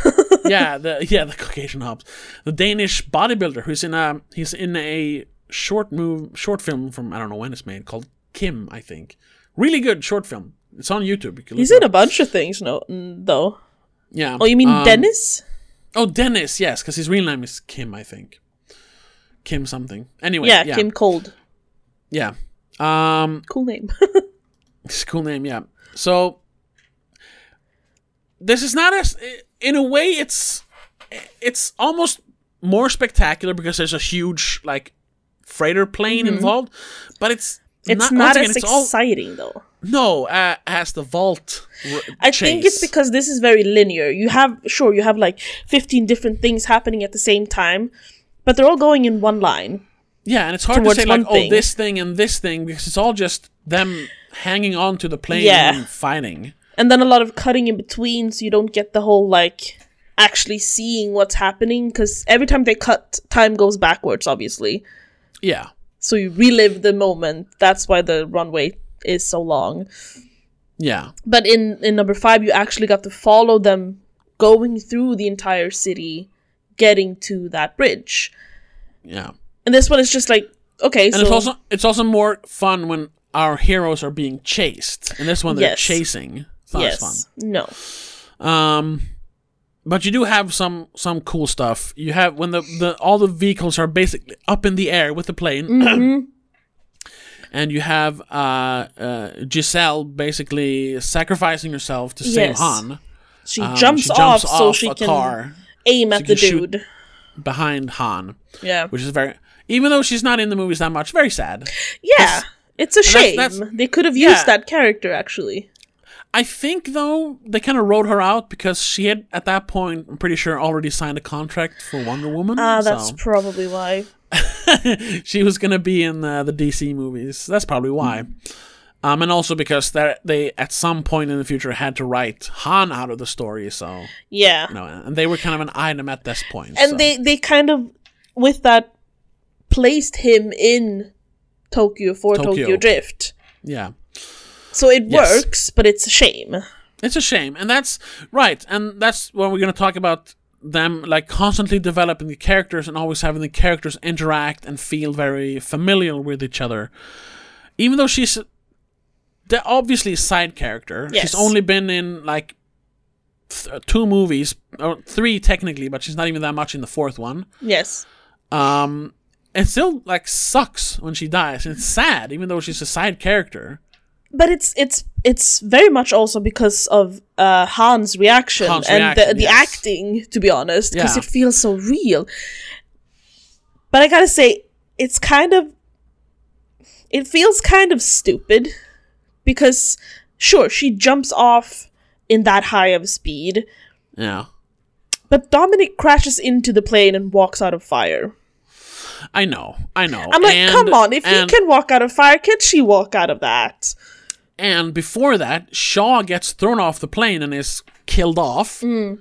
Speaker 1: yeah, the yeah, the Caucasian Hobbs, the Danish bodybuilder who's in a he's in a short move short film from I don't know when it's made called Kim, I think. Really good short film. It's on YouTube. You can look
Speaker 2: [LAUGHS] He's
Speaker 1: it
Speaker 2: in
Speaker 1: up.
Speaker 2: a bunch of things, no, mm, though.
Speaker 1: yeah.
Speaker 2: Oh, you mean
Speaker 1: um,
Speaker 2: Dennis?
Speaker 1: Oh, Dennis. Yes, because his real name is Kim, I think. Kim something. Anyway,
Speaker 2: Yeah,
Speaker 1: yeah,
Speaker 2: Kim Cold.
Speaker 1: Yeah. Um,
Speaker 2: Cool name. [LAUGHS]
Speaker 1: It's a cool name, yeah. So this is not as in a way it's it's almost more spectacular because there's a huge like freighter plane involved, but it's
Speaker 2: Mm-hmm. it's
Speaker 1: once
Speaker 2: not
Speaker 1: again,
Speaker 2: as
Speaker 1: it's all-
Speaker 2: exciting though.
Speaker 1: no uh, as the vault. r-
Speaker 2: I think
Speaker 1: chase.
Speaker 2: it's because this is very linear. You have sure you have like 15 different things happening at the same time, but they're all going in one line.
Speaker 1: yeah, and it's hard to
Speaker 2: towards
Speaker 1: say like
Speaker 2: one
Speaker 1: oh
Speaker 2: thing.
Speaker 1: this thing and this thing because it's all just them hanging on to the plane
Speaker 2: Yeah.
Speaker 1: and fighting.
Speaker 2: And then a lot of cutting in between so you don't get the whole like actually seeing what's happening cuz every time they cut time goes backwards obviously.
Speaker 1: Yeah,
Speaker 2: So you relive the moment. That's why the runway is so long.
Speaker 1: yeah,
Speaker 2: But in in number 5 you actually got to follow them going through the entire city getting to that bridge.
Speaker 1: yeah.
Speaker 2: And this one is just like okay, so
Speaker 1: And it's also it's also more fun when our heroes are being chased. And this one they're
Speaker 2: Yes.
Speaker 1: chasing. It's not as
Speaker 2: yes,
Speaker 1: fun.
Speaker 2: no,
Speaker 1: Um but you do have some some cool stuff. You have when the, the all the vehicles are basically up in the air with the plane. [CLEARS THROAT]
Speaker 2: Mm-hmm.
Speaker 1: and you have uh, uh Giselle basically sacrificing herself to save
Speaker 2: Yes.
Speaker 1: Han.
Speaker 2: she,
Speaker 1: Um,
Speaker 2: jumps off so
Speaker 1: off
Speaker 2: she
Speaker 1: a
Speaker 2: can
Speaker 1: car
Speaker 2: aim at
Speaker 1: can
Speaker 2: the
Speaker 1: shoot-
Speaker 2: dude.
Speaker 1: behind Han,
Speaker 2: Yeah,
Speaker 1: which is very even though she's not in the movies that much, very sad.
Speaker 2: yeah, it's a shame.
Speaker 1: that's-
Speaker 2: they could have
Speaker 1: yeah.
Speaker 2: used that character actually.
Speaker 1: I think though they kind of wrote her out because she had at that point, I'm pretty sure, already signed a contract for Wonder Woman.
Speaker 2: Ah, that's
Speaker 1: so
Speaker 2: probably why.
Speaker 1: [LAUGHS] she was gonna be in uh, the DC movies. That's probably why.
Speaker 2: Hmm.
Speaker 1: Um, and also because they they at some point in the future had to write Han out of the story, so
Speaker 2: Yeah,
Speaker 1: you know, and they were kind of an item at this point.
Speaker 2: and
Speaker 1: so.
Speaker 2: they they kind of with that placed him in Tokyo for
Speaker 1: Tokyo.
Speaker 2: Tokyo, Drift,
Speaker 1: yeah,
Speaker 2: so it
Speaker 1: Yes.
Speaker 2: works, but it's a shame.
Speaker 1: It's a shame, and that's right, and that's when we're going to talk about them like constantly developing the characters and always having the characters interact and feel very familiar with each other. Even though she's they're obviously a side character,
Speaker 2: Yes.
Speaker 1: she's only been in like th- two movies or three technically, but she's not even that much in the fourth one.
Speaker 2: Yes.
Speaker 1: Um, it still like sucks when she dies. It's sad, even though she's a side character.
Speaker 2: But it's it's it's very much also because of uh, Han's reaction
Speaker 1: Han's
Speaker 2: and the,
Speaker 1: reaction,
Speaker 2: the
Speaker 1: yes.
Speaker 2: acting, to be honest, because
Speaker 1: Yeah.
Speaker 2: it feels so real. But I gotta say, it's kind of it feels kind of stupid because sure she jumps off in that high of speed,
Speaker 1: Yeah,
Speaker 2: but Dominic crashes into the plane and walks out of fire.
Speaker 1: I know, I know.
Speaker 2: I'm like,
Speaker 1: And-
Speaker 2: come on, if
Speaker 1: and,
Speaker 2: he can walk out of fire, can she walk out of that?
Speaker 1: And before that, Shaw gets thrown off the plane and is killed off.
Speaker 2: Mm.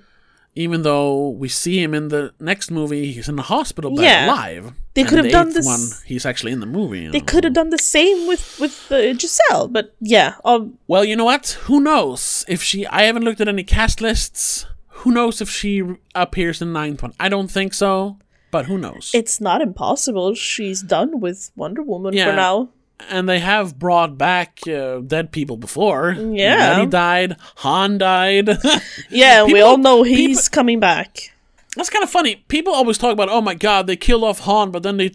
Speaker 1: Even though we see him in the next movie, he's in the hospital bed
Speaker 2: Yeah.
Speaker 1: alive.
Speaker 2: They
Speaker 1: And
Speaker 2: could have
Speaker 1: the
Speaker 2: done
Speaker 1: eighth
Speaker 2: this-
Speaker 1: One, he's actually in the movie. you
Speaker 2: They
Speaker 1: know.
Speaker 2: could have done the same with with uh, Giselle, but yeah, um,
Speaker 1: Well, you know what? Who knows if she? I haven't looked at any cast lists. Who knows if she r- appears in the ninth one? I don't think so, but who knows?
Speaker 2: it's not impossible. She's done with Wonder Woman for
Speaker 1: Yeah.
Speaker 2: now.
Speaker 1: and they have brought back uh, dead people before.
Speaker 2: Yeah.
Speaker 1: Letty died. Han died. [LAUGHS]
Speaker 2: Yeah, we
Speaker 1: People-
Speaker 2: all know he's coming back.
Speaker 1: That's kind of funny. People always talk about, oh my god, they killed off Han, but then they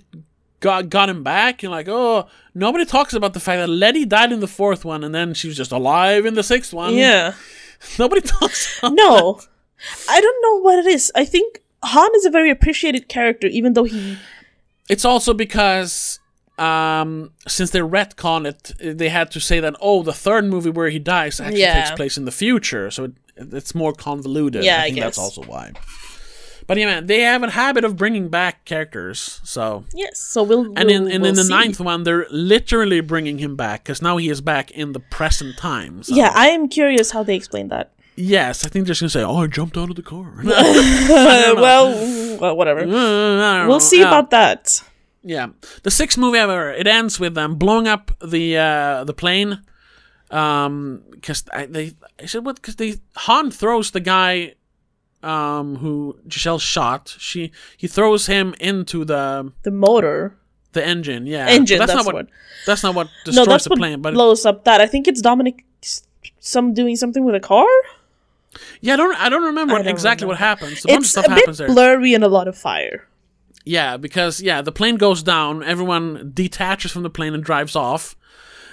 Speaker 1: got got him back. You're like, oh, nobody talks about the fact that Letty died in the fourth one, and then she was just alive in the sixth one.
Speaker 2: Yeah,
Speaker 1: Nobody [LAUGHS] talks. About-
Speaker 2: no, I don't know what it is. I think Han is a very appreciated character, even though he
Speaker 1: it's also because. Um, since they retcon it, they had to say that oh, the third movie where he dies actually
Speaker 2: Yeah.
Speaker 1: takes place in the future, so it, it's more convoluted.
Speaker 2: Yeah, I
Speaker 1: I think that's
Speaker 2: guess.
Speaker 1: also why. But yeah, man, they have a habit of bringing back characters, so
Speaker 2: yes. So we'll
Speaker 1: And in,
Speaker 2: we'll-
Speaker 1: and
Speaker 2: we'll
Speaker 1: in the
Speaker 2: see.
Speaker 1: ninth one, they're literally bringing him back because now he is back in the present time. So.
Speaker 2: Yeah, I am curious how they explain that.
Speaker 1: Yes, I think they're just gonna say, "Oh, I jumped out of the
Speaker 2: [LAUGHS]
Speaker 1: car." [LAUGHS]
Speaker 2: Uh, [LAUGHS] well, well, whatever. We'll
Speaker 1: we'll
Speaker 2: see about that.
Speaker 1: Yeah, the sixth movie ever. It ends with them blowing up the uh, the plane. Um, because they, I said what? Because they Han throws the guy, um, who Giselle shot. She he throws him into the
Speaker 2: The motor.
Speaker 1: the engine. Yeah, But
Speaker 2: Engine, that's
Speaker 1: not
Speaker 2: the
Speaker 1: what.
Speaker 2: word.
Speaker 1: That's not what destroys
Speaker 2: No, that's
Speaker 1: the
Speaker 2: what
Speaker 1: plane. But
Speaker 2: blows up that. I think it's Dominic s- some doing something with a car.
Speaker 1: Yeah, I don't I don't remember
Speaker 2: don't
Speaker 1: exactly what happens. A bunch of
Speaker 2: it's
Speaker 1: stuff
Speaker 2: a bit
Speaker 1: happens there.
Speaker 2: blurry and a lot of fire.
Speaker 1: yeah, because yeah, the plane goes down, everyone detaches from the plane and drives off,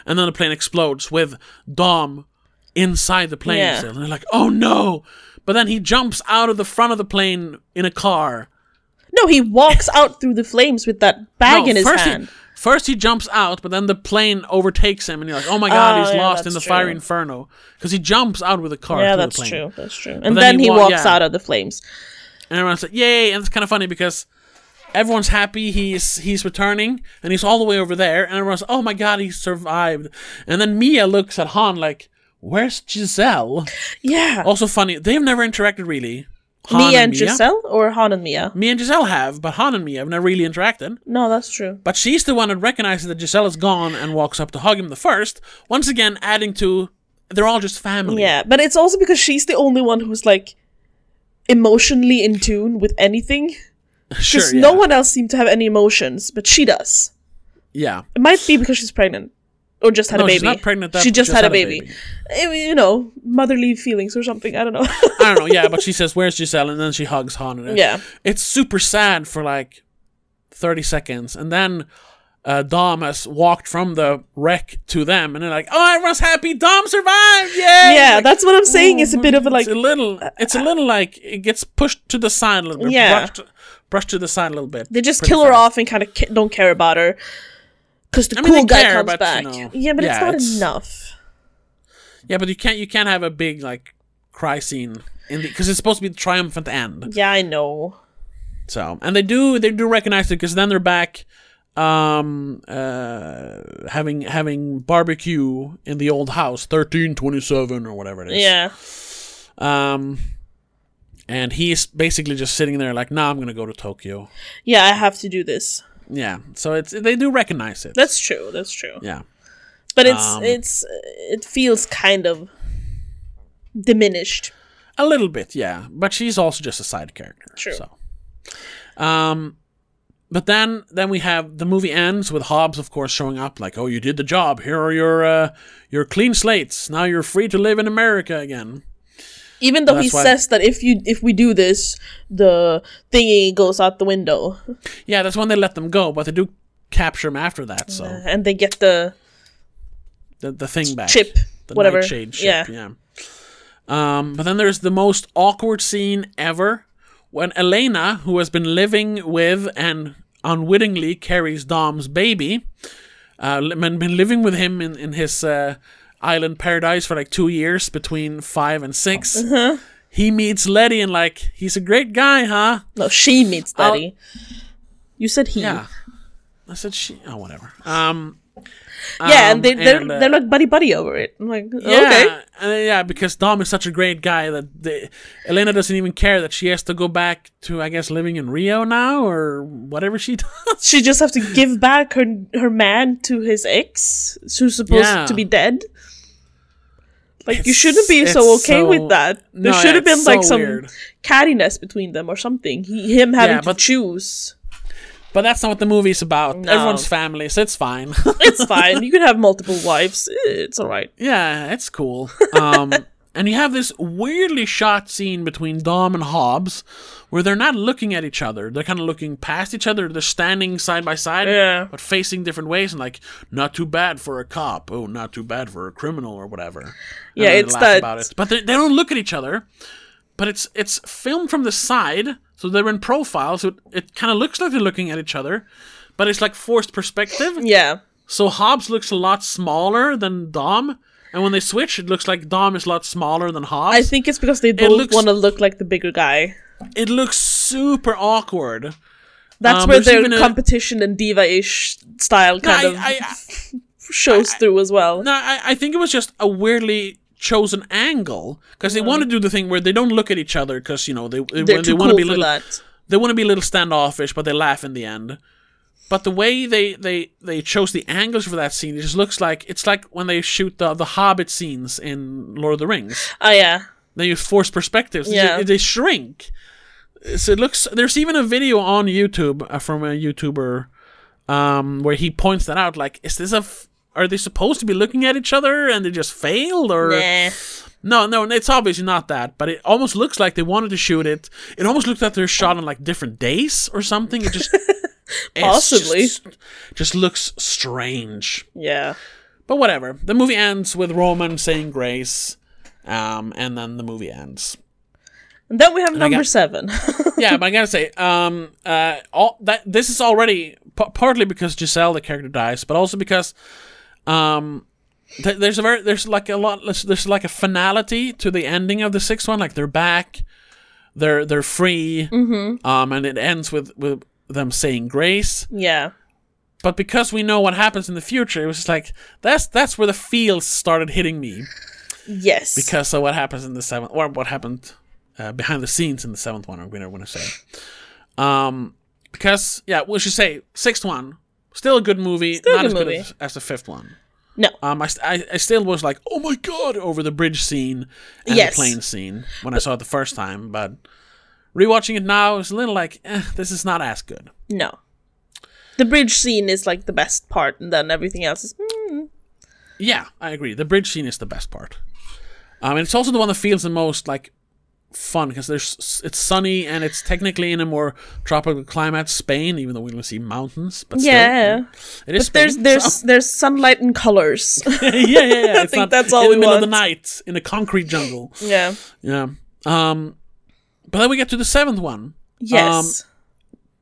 Speaker 1: and then the plane explodes with Dom inside the plane
Speaker 2: Yeah.
Speaker 1: still. And they're like, "Oh no." But then he jumps out of the front of the plane in a car.
Speaker 2: No, he walks out through the flames with that bag
Speaker 1: No,
Speaker 2: in his
Speaker 1: first
Speaker 2: hand.
Speaker 1: He, first he jumps out, but then the plane overtakes him and you're like, "Oh my god,
Speaker 2: Oh,
Speaker 1: he's
Speaker 2: yeah,
Speaker 1: lost in the
Speaker 2: that's
Speaker 1: fire
Speaker 2: true.
Speaker 1: inferno." Cuz he jumps out with a car
Speaker 2: yeah,
Speaker 1: through
Speaker 2: that's
Speaker 1: the plane.
Speaker 2: true. That's true. And then,
Speaker 1: then he
Speaker 2: he,
Speaker 1: wa-
Speaker 2: walks
Speaker 1: yeah.
Speaker 2: out of the flames.
Speaker 1: and everyone's like, "Yay!" And it's kind of funny because everyone's happy he's he's returning, and he's all the way over there, and everyone's, "Oh my god, he survived!" And then Mia looks at Han like, "Where's
Speaker 2: [LAUGHS]
Speaker 1: Giselle?"
Speaker 2: Yeah,
Speaker 1: Also funny, they've never interacted really. Oh, Han Hmm?
Speaker 2: Mia and Giselle or Han and Mia.
Speaker 1: Mia and Giselle have, but Han and Mia have never really interacted.
Speaker 2: No, that's true.
Speaker 1: But she's the one that recognizes that Giselle is gone and walks up to hug him the first. Once again, adding to they're all just family.
Speaker 2: Yeah, but it's also because she's the only one who's like emotionally in tune with anything.
Speaker 1: [LAUGHS] sure.
Speaker 2: Because
Speaker 1: yeah.
Speaker 2: no one else seemed to have any emotions, but she does.
Speaker 1: Yeah.
Speaker 2: It might be because she's pregnant. Or just had
Speaker 1: No,
Speaker 2: a baby.
Speaker 1: she's not pregnant, that-
Speaker 2: she just, had, a baby. Eh, you know, motherly feelings or something. I
Speaker 1: [LAUGHS]
Speaker 2: don't know.
Speaker 1: I don't know. Yeah, but she says, "Where's Giselle?" and then she hugs Han. And it-
Speaker 2: Yeah.
Speaker 1: it's super sad for like thirty seconds, and then uh, Dom has walked from the wreck to them, and they're like, "Oh, everyone's happy. Dom survived! Yay!"
Speaker 2: [LAUGHS] yeah,
Speaker 1: Like, mm,
Speaker 2: that's what I'm saying. It's a bit of a like. uh,
Speaker 1: it's a little. It's a little like it gets pushed to the side a little bit.
Speaker 2: Yeah.
Speaker 1: brushed, brushed to the side a little bit.
Speaker 2: They just
Speaker 1: Pretty
Speaker 2: kill her
Speaker 1: fast.
Speaker 2: off and kind of ca- don't care about her. Because the
Speaker 1: I mean,
Speaker 2: cool
Speaker 1: they
Speaker 2: guy
Speaker 1: care,
Speaker 2: comes
Speaker 1: but, you
Speaker 2: back.
Speaker 1: know,
Speaker 2: yeah, but it's
Speaker 1: yeah,
Speaker 2: not
Speaker 1: it's-
Speaker 2: enough.
Speaker 1: Yeah, but you can't. You can't have a big like cry scene in because it's supposed to be the triumphant end.
Speaker 2: Yeah, I know.
Speaker 1: So, and they do they do recognize it because then they're back, um, uh, having having barbecue in the old house, thirteen twenty seven or whatever it is.
Speaker 2: Yeah.
Speaker 1: Um, and he's basically just sitting there like, "Nah, I'm gonna go to Tokyo."
Speaker 2: Yeah, I have to do this.
Speaker 1: Yeah. So it's they do recognize it.
Speaker 2: That's true. That's true.
Speaker 1: yeah.
Speaker 2: But it's
Speaker 1: Um,
Speaker 2: it's uh, it feels kind of diminished.
Speaker 1: A little bit, yeah. But she's also just a side character.
Speaker 2: True.
Speaker 1: So. Um, but then then we have the movie ends with Hobbs, of course, showing up like, "Oh, you did the job. Here are your uh, your clean slates. Now you're free to live in America again."
Speaker 2: Even though he
Speaker 1: That's why-
Speaker 2: says that if you if we do this, the thingy goes out the window,
Speaker 1: Yeah, that's when they let them go, but they do capture him after that. So
Speaker 2: Uh, and they get the
Speaker 1: the the thing back
Speaker 2: chip,
Speaker 1: the
Speaker 2: whatever.
Speaker 1: nightshade
Speaker 2: yeah.
Speaker 1: chip. Yeah. Um, but then there's the most awkward scene ever when Elena, who has been living with and unwittingly carries Dom's baby, uh, li- been been living with him in in his uh, island paradise for like two years between five and 6
Speaker 2: Uh-huh.
Speaker 1: He meets Letty and like he's a great guy, huh?
Speaker 2: No, she meets
Speaker 1: I'll-
Speaker 2: Daddy. You said he.
Speaker 1: Yeah. I said she. Oh, whatever. Um.
Speaker 2: Yeah,
Speaker 1: um,
Speaker 2: and they they're,
Speaker 1: and, uh,
Speaker 2: they're like buddy buddy over it. I'm like,
Speaker 1: Yeah,
Speaker 2: okay,
Speaker 1: uh, yeah, because Dom is such a great guy that they, Elena doesn't even care that she has to go back to, I guess, living in Rio now or whatever she [LAUGHS] does.
Speaker 2: she just have to give back her her man to his ex, who's supposed
Speaker 1: Yeah.
Speaker 2: to be dead. Like you
Speaker 1: It's-
Speaker 2: shouldn't be so
Speaker 1: it's
Speaker 2: okay
Speaker 1: so-
Speaker 2: with that.
Speaker 1: No,
Speaker 2: There
Speaker 1: yeah,
Speaker 2: should have
Speaker 1: it's
Speaker 2: been like
Speaker 1: so
Speaker 2: some
Speaker 1: weird.
Speaker 2: cattiness between them or something. He, him having
Speaker 1: Yeah, but-
Speaker 2: to choose.
Speaker 1: But that's not what the movie's about.
Speaker 2: No.
Speaker 1: Everyone's family, so it's fine. [LAUGHS]
Speaker 2: It's fine. You could have multiple wives. It's all right.
Speaker 1: yeah, it's cool.
Speaker 2: [LAUGHS]
Speaker 1: Um, and you have this weirdly shot scene between Dom and Hobbs where they're not looking at each other. They're kind of looking past each other. They're standing side by side.
Speaker 2: Yeah.
Speaker 1: But facing different ways and like, not too bad for a cop. Oh, not too bad for a criminal or whatever. And
Speaker 2: Yeah,
Speaker 1: then they
Speaker 2: it's
Speaker 1: laugh
Speaker 2: that-
Speaker 1: About it. But they, they don't look at each other. But it's it's filmed from the side, so they're in profile, so it, it kind of looks like they're looking at each other, but it's like forced perspective.
Speaker 2: Yeah.
Speaker 1: So Hobbs looks a lot smaller than Dom, and when they switch, it looks like Dom is a lot smaller than Hobbs.
Speaker 2: I think it's because they both
Speaker 1: looks-
Speaker 2: want to look like the bigger guy.
Speaker 1: it looks super awkward.
Speaker 2: That's
Speaker 1: Um,
Speaker 2: where
Speaker 1: there's even
Speaker 2: their
Speaker 1: a-
Speaker 2: competition and diva-ish style
Speaker 1: No,
Speaker 2: kind
Speaker 1: I-
Speaker 2: of
Speaker 1: I- I-
Speaker 2: shows through as well.
Speaker 1: No, I, I think it was just a weirdly chosen angle because they want to do the thing where they don't look at each other because you know they they,
Speaker 2: They're
Speaker 1: they
Speaker 2: too
Speaker 1: want to
Speaker 2: cool
Speaker 1: be
Speaker 2: for
Speaker 1: little
Speaker 2: that.
Speaker 1: they want to be a little standoffish, but they laugh in the end. But the way they they they chose the angles for that scene, it just looks like it's like when they shoot the the Hobbit scenes in Lord of the Rings.
Speaker 2: Oh yeah,
Speaker 1: They use forced perspectives. They-
Speaker 2: Yeah.
Speaker 1: They, shrink. So it looks. There's even a video on YouTube uh, from a YouTuber um, where he points that out. Like, is this a? F- are they supposed to be looking at each other and they just failed? Or
Speaker 2: nah.
Speaker 1: no, no, it's obviously not that. But it almost looks like they wanted to shoot it. It almost looks like they're shot on like different days or something. It
Speaker 2: [LAUGHS]
Speaker 1: just it's
Speaker 2: Possibly.
Speaker 1: just, just looks strange.
Speaker 2: yeah.
Speaker 1: But whatever. The movie ends with Roman saying grace, um, and then the movie ends.
Speaker 2: And then we have
Speaker 1: I
Speaker 2: number
Speaker 1: got-
Speaker 2: seven. [LAUGHS]
Speaker 1: yeah, but I gotta say, um, uh, all that this is already p- partly because Giselle, the character, dies, but also because, um, th- there's a very there's like a lot there's, there's like a finality to the ending of the sixth one. Like they're back, they're they're free, um, and it ends with with them saying grace.
Speaker 2: yeah,
Speaker 1: But because we know what happens in the future, it was just like that's that's where the feels started hitting me
Speaker 2: yes.
Speaker 1: because of what happens in the seventh, or what happened uh, behind the scenes in the seventh one, or we don't want to say. Um, because yeah, we should say sixth one, still a good movie,
Speaker 2: Still a
Speaker 1: not
Speaker 2: good
Speaker 1: as
Speaker 2: movie.
Speaker 1: good as, as the fifth one.
Speaker 2: no,
Speaker 1: Um, I, st- I I still was like, oh my god, over the bridge scene and
Speaker 2: Yes.
Speaker 1: the plane scene when I saw it the first time, but rewatching it now is a little like, eh, this is not as good.
Speaker 2: no. The bridge scene is like the best part, and then everything else is. Mm.
Speaker 1: Yeah, I agree. The bridge scene is the best part. Um, and it's also the one that feels the most like fun because there's it's sunny and it's technically in a more tropical climate, Spain, even though we don't see mountains. But still,
Speaker 2: Yeah.
Speaker 1: it is.
Speaker 2: But there's
Speaker 1: Spain,
Speaker 2: there's
Speaker 1: so-
Speaker 2: there's sunlight and colors.
Speaker 1: [LAUGHS] yeah, yeah,
Speaker 2: [LAUGHS]
Speaker 1: yeah. It's
Speaker 2: think
Speaker 1: not
Speaker 2: that's
Speaker 1: in
Speaker 2: all
Speaker 1: the
Speaker 2: we
Speaker 1: middle of the
Speaker 2: want.
Speaker 1: night in a concrete jungle.
Speaker 2: yeah.
Speaker 1: Yeah. Um, but then we get to the seventh one. Um,
Speaker 2: Yes.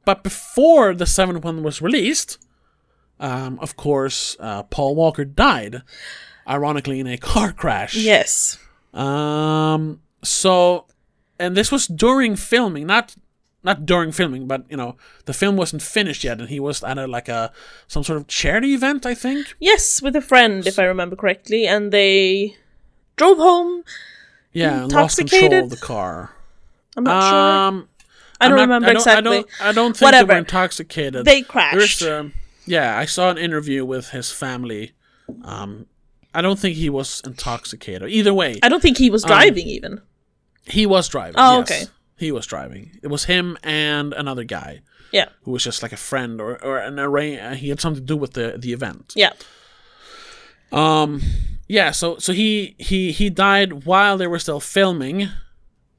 Speaker 1: But before the seventh one was released, um, of course, uh, Paul Walker died, ironically in a car crash.
Speaker 2: yes.
Speaker 1: Um. So, and this was during filming, not not during filming, but you know, the film wasn't finished yet, and he was at a, like a some sort of charity event, I think.
Speaker 2: Yes, with a friend, if I remember correctly, and they drove home.
Speaker 1: Yeah, and lost control
Speaker 2: Intoxicated?
Speaker 1: of the car.
Speaker 2: I'm not sure.
Speaker 1: Um,
Speaker 2: I
Speaker 1: I'm
Speaker 2: don't
Speaker 1: not-
Speaker 2: remember
Speaker 1: I
Speaker 2: exactly.
Speaker 1: don't, I don't, I don't think they
Speaker 2: Whatever.
Speaker 1: were intoxicated.
Speaker 2: They
Speaker 1: There's,
Speaker 2: crashed.
Speaker 1: um, yeah, I saw an interview with his family. Um, I don't think he was intoxicated. Either way,
Speaker 2: I don't think he was driving even.
Speaker 1: He was driving.
Speaker 2: Oh,
Speaker 1: yes.
Speaker 2: okay.
Speaker 1: He was driving. It was him and another guy
Speaker 2: Yeah.
Speaker 1: who was just like a friend or, or an array. uh, He had something to do with the the event.
Speaker 2: Yeah.
Speaker 1: Um, yeah. So so he he he died while they were still filming.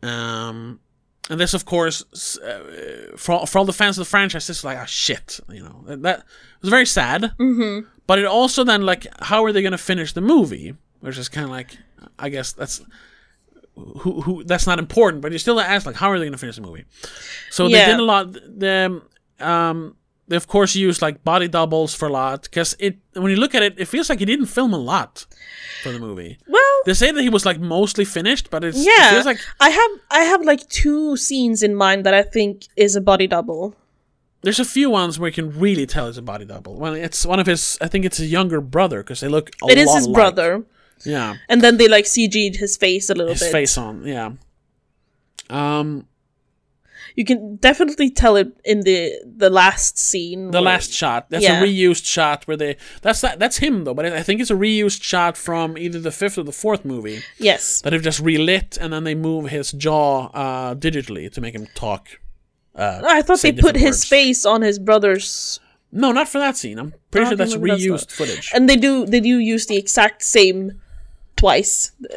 Speaker 1: Um, and this, of course, s- uh, for all- for all the fans of the franchise, this is like, oh shit, you know, that, that was very sad.
Speaker 2: Mm-hmm.
Speaker 1: But it also then like, how are they gonna finish the movie? Which is kind of like, I guess that's who who that's not important, but you still ask like, how are they gonna finish the movie? So
Speaker 2: Yeah.
Speaker 1: they did a lot. The um, they of course used like body doubles for a lot because it when you look at it, it feels like he didn't film a lot for the movie.
Speaker 2: Well,
Speaker 1: They say that he was like mostly finished, but it's, it
Speaker 2: yeah.
Speaker 1: feels like
Speaker 2: I have I have like two scenes in mind that I think is a body double.
Speaker 1: There's a few ones where you can really tell it's a body double. Well, it's one of his. I think it's his younger brother because they look. A
Speaker 2: It is
Speaker 1: lot
Speaker 2: his
Speaker 1: alike.
Speaker 2: brother,
Speaker 1: Yeah,
Speaker 2: and then they like CG'd his face a little
Speaker 1: his
Speaker 2: bit.
Speaker 1: face on. Yeah. Um,
Speaker 2: You can definitely tell it in the the last scene.
Speaker 1: the
Speaker 2: where-
Speaker 1: last shot. That's
Speaker 2: Yeah.
Speaker 1: a reused shot where they. That's that. That's him though. But I I think it's a reused shot from either the fifth or the fourth movie
Speaker 2: Yes.
Speaker 1: that they've just relit and then they move his jaw uh, digitally to make him talk. uh,
Speaker 2: I thought
Speaker 1: say
Speaker 2: they put
Speaker 1: different
Speaker 2: his
Speaker 1: words.
Speaker 2: face on his brother's,
Speaker 1: No, not for that scene. I'm pretty
Speaker 2: Oh,
Speaker 1: sure
Speaker 2: okay,
Speaker 1: that's
Speaker 2: maybe that's
Speaker 1: reused
Speaker 2: not-
Speaker 1: footage.
Speaker 2: and they do they do use the exact same twice uh,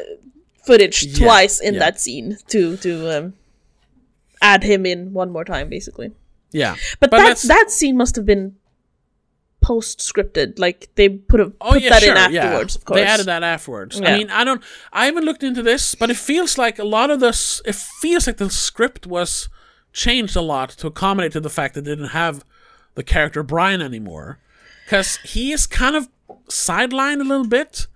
Speaker 2: footage
Speaker 1: Yeah,
Speaker 2: twice in
Speaker 1: yeah.
Speaker 2: that scene to to um, add him in one more time basically.
Speaker 1: yeah,
Speaker 2: But, that
Speaker 1: let's-
Speaker 2: that scene must have been post scripted. Like they put a,
Speaker 1: Oh
Speaker 2: put
Speaker 1: yeah,
Speaker 2: that
Speaker 1: sure.
Speaker 2: in afterwards.
Speaker 1: yeah.
Speaker 2: Of course,
Speaker 1: They added that afterwards.
Speaker 2: Yeah.
Speaker 1: I mean, I don't. I haven't looked into this, but it feels like a lot of this. It feels like the script was changed a lot to accommodate to the fact that they didn't have the character Brian anymore, because he is kind of sidelined a little bit.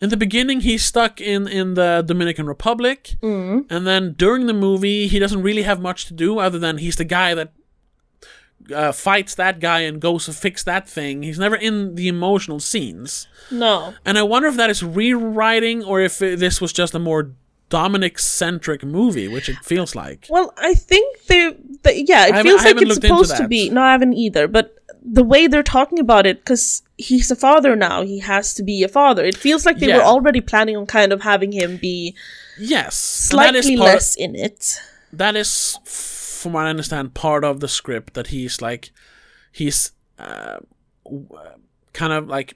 Speaker 1: In the beginning, he's stuck in in the Dominican Republic, and then during the movie, he doesn't really have much to do other than he's the guy that uh, fights that guy and goes to fix that thing. He's never in the emotional scenes.
Speaker 2: no.
Speaker 1: And I wonder if that is rewriting or if uh, this was just a more Dominic centric movie, which it feels like.
Speaker 2: Well, I think they, they yeah, it
Speaker 1: haven't-
Speaker 2: feels
Speaker 1: I
Speaker 2: like
Speaker 1: haven't
Speaker 2: it's
Speaker 1: looked into
Speaker 2: supposed to
Speaker 1: that.
Speaker 2: be. No, I haven't either. But the way they're talking about it, because he's a father now, he has to be a father. It feels like they were
Speaker 1: Yeah.
Speaker 2: already planning on kind of having him be
Speaker 1: Yes, and
Speaker 2: slightly
Speaker 1: part,
Speaker 2: less in it.
Speaker 1: That is, f- from what I understand, part of the script that he's like, he's uh, w- uh, kind of like.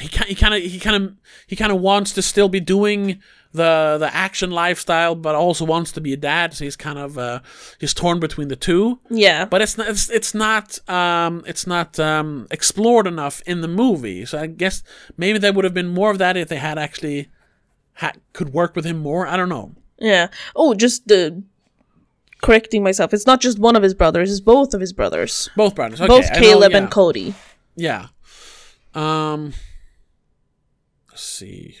Speaker 1: He kind, he kind of, he kind of, he kind of wants to still be doing the the action lifestyle, but also wants to be a dad. So he's kind of, uh, he's torn between the two.
Speaker 2: Yeah,
Speaker 1: but it's not it's, it's not um it's not um explored enough in the movie so i guess maybe there would have been more of that if they had actually ha- could work with him more i don't know
Speaker 2: yeah. Oh, just uh, correcting myself. It's not just one of his brothers; it's both of his brothers,
Speaker 1: both brothers okay,
Speaker 2: both
Speaker 1: I know,
Speaker 2: Caleb
Speaker 1: yeah,
Speaker 2: and Cody.
Speaker 1: yeah um let's see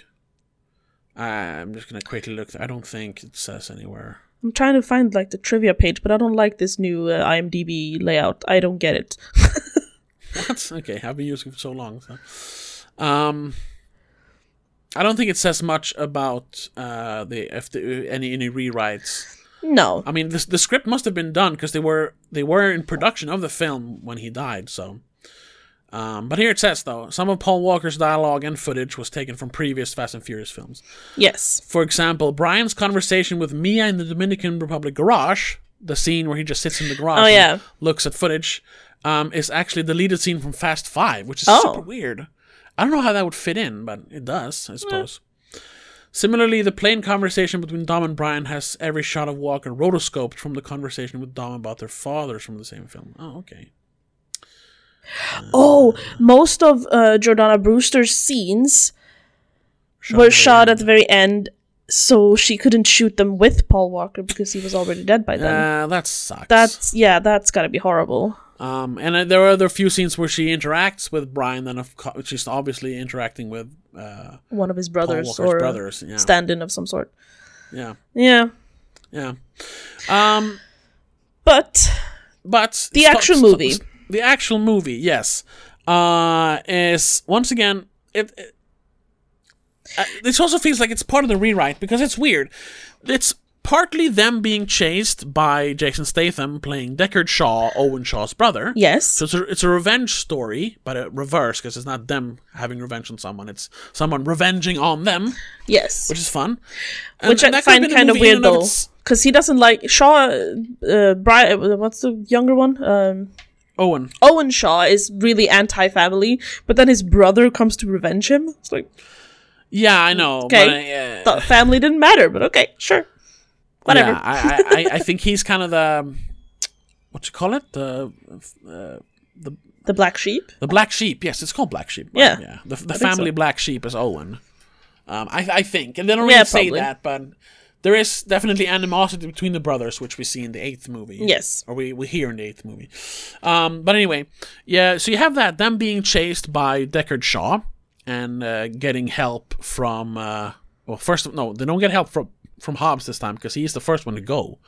Speaker 1: i'm just gonna quickly look i don't think it says anywhere [LAUGHS]
Speaker 2: I'm trying to find like the trivia page, but I don't like this new uh, IMDb layout. I don't get it.
Speaker 1: What? Okay, I've been using it for so long. So. Um, I don't think it says much about uh, the if the, any any rewrites.
Speaker 2: No,
Speaker 1: I mean, the the script must have been done because they were they were in production of the film when he died. So, um, but here it says though, some of Paul Walker's dialogue and footage was taken from previous Fast and Furious films.
Speaker 2: yes.
Speaker 1: For example, Brian's conversation with Mia in the Dominican Republic garage, the scene where he just sits in the garage
Speaker 2: Oh,
Speaker 1: and
Speaker 2: yeah.
Speaker 1: looks at footage, um, is actually the deleted scene from Fast Five, which is
Speaker 2: Oh.
Speaker 1: super weird. I don't know how that would fit in, but it does, I suppose. Similarly, the plane conversation between Dom and Brian has every shot of Walker rotoscoped from the conversation with Dom about their fathers from the same film. Oh, okay.
Speaker 2: Oh, most of uh, Jordana Brewster's scenes
Speaker 1: Shot
Speaker 2: were
Speaker 1: at the
Speaker 2: shot
Speaker 1: end.
Speaker 2: at the very end, so she couldn't shoot them with Paul Walker because he was already dead by then.
Speaker 1: Uh, that sucks.
Speaker 2: that's yeah, that's gotta be horrible.
Speaker 1: Um, and uh, there are other few scenes where she interacts with Brian, then of co- she's obviously interacting with uh,
Speaker 2: One of his
Speaker 1: Paul
Speaker 2: brothers
Speaker 1: Walker's
Speaker 2: or
Speaker 1: brothers. Yeah,
Speaker 2: stand-in of some sort.
Speaker 1: yeah,
Speaker 2: Yeah,
Speaker 1: yeah. Um,
Speaker 2: but
Speaker 1: but
Speaker 2: The
Speaker 1: sto-
Speaker 2: actual
Speaker 1: sto-
Speaker 2: movie.
Speaker 1: st- the actual movie, yes, uh, is once again it. it uh, this also feels like it's part of the rewrite because it's weird. It's partly them being chased by Jason Statham playing Deckard Shaw, Owen Shaw's brother.
Speaker 2: Yes.
Speaker 1: So it's a, it's a revenge story, but a reverse because it's not them having revenge on someone; it's someone revenging on them,
Speaker 2: Yes.
Speaker 1: which is fun. And-
Speaker 2: which
Speaker 1: and
Speaker 2: I
Speaker 1: that could've
Speaker 2: find
Speaker 1: been a
Speaker 2: kind of
Speaker 1: movie in
Speaker 2: weird
Speaker 1: and of
Speaker 2: though,
Speaker 1: its-
Speaker 2: because he doesn't like Shaw. Uh, Brian, what's the younger one? Um,
Speaker 1: Owen,
Speaker 2: Owen Shaw is really anti-family, but then his brother comes to revenge him. It's like
Speaker 1: yeah, I know. but,
Speaker 2: Okay.
Speaker 1: uh, [SIGHS]
Speaker 2: thought family didn't matter, but okay, sure, whatever.
Speaker 1: Yeah, I, I- I, I think he's kind of the what you call it the
Speaker 2: The black sheep.
Speaker 1: the black sheep. Yes, it's called black sheep. right?
Speaker 2: Yeah.
Speaker 1: yeah. The, the
Speaker 2: so.
Speaker 1: family black sheep is Owen. Um, I I think, and they don't really
Speaker 2: Yeah,
Speaker 1: say
Speaker 2: probably.
Speaker 1: that, but there is definitely animosity between the brothers, which we see in the eighth movie.
Speaker 2: Yes.
Speaker 1: or we we hear in the eighth movie. Um, but anyway, yeah. So you have that them being chased by Deckard Shaw and uh, getting help from. Uh, well, first of no, they don't get help from from Hobbs this time because he's the first one to go,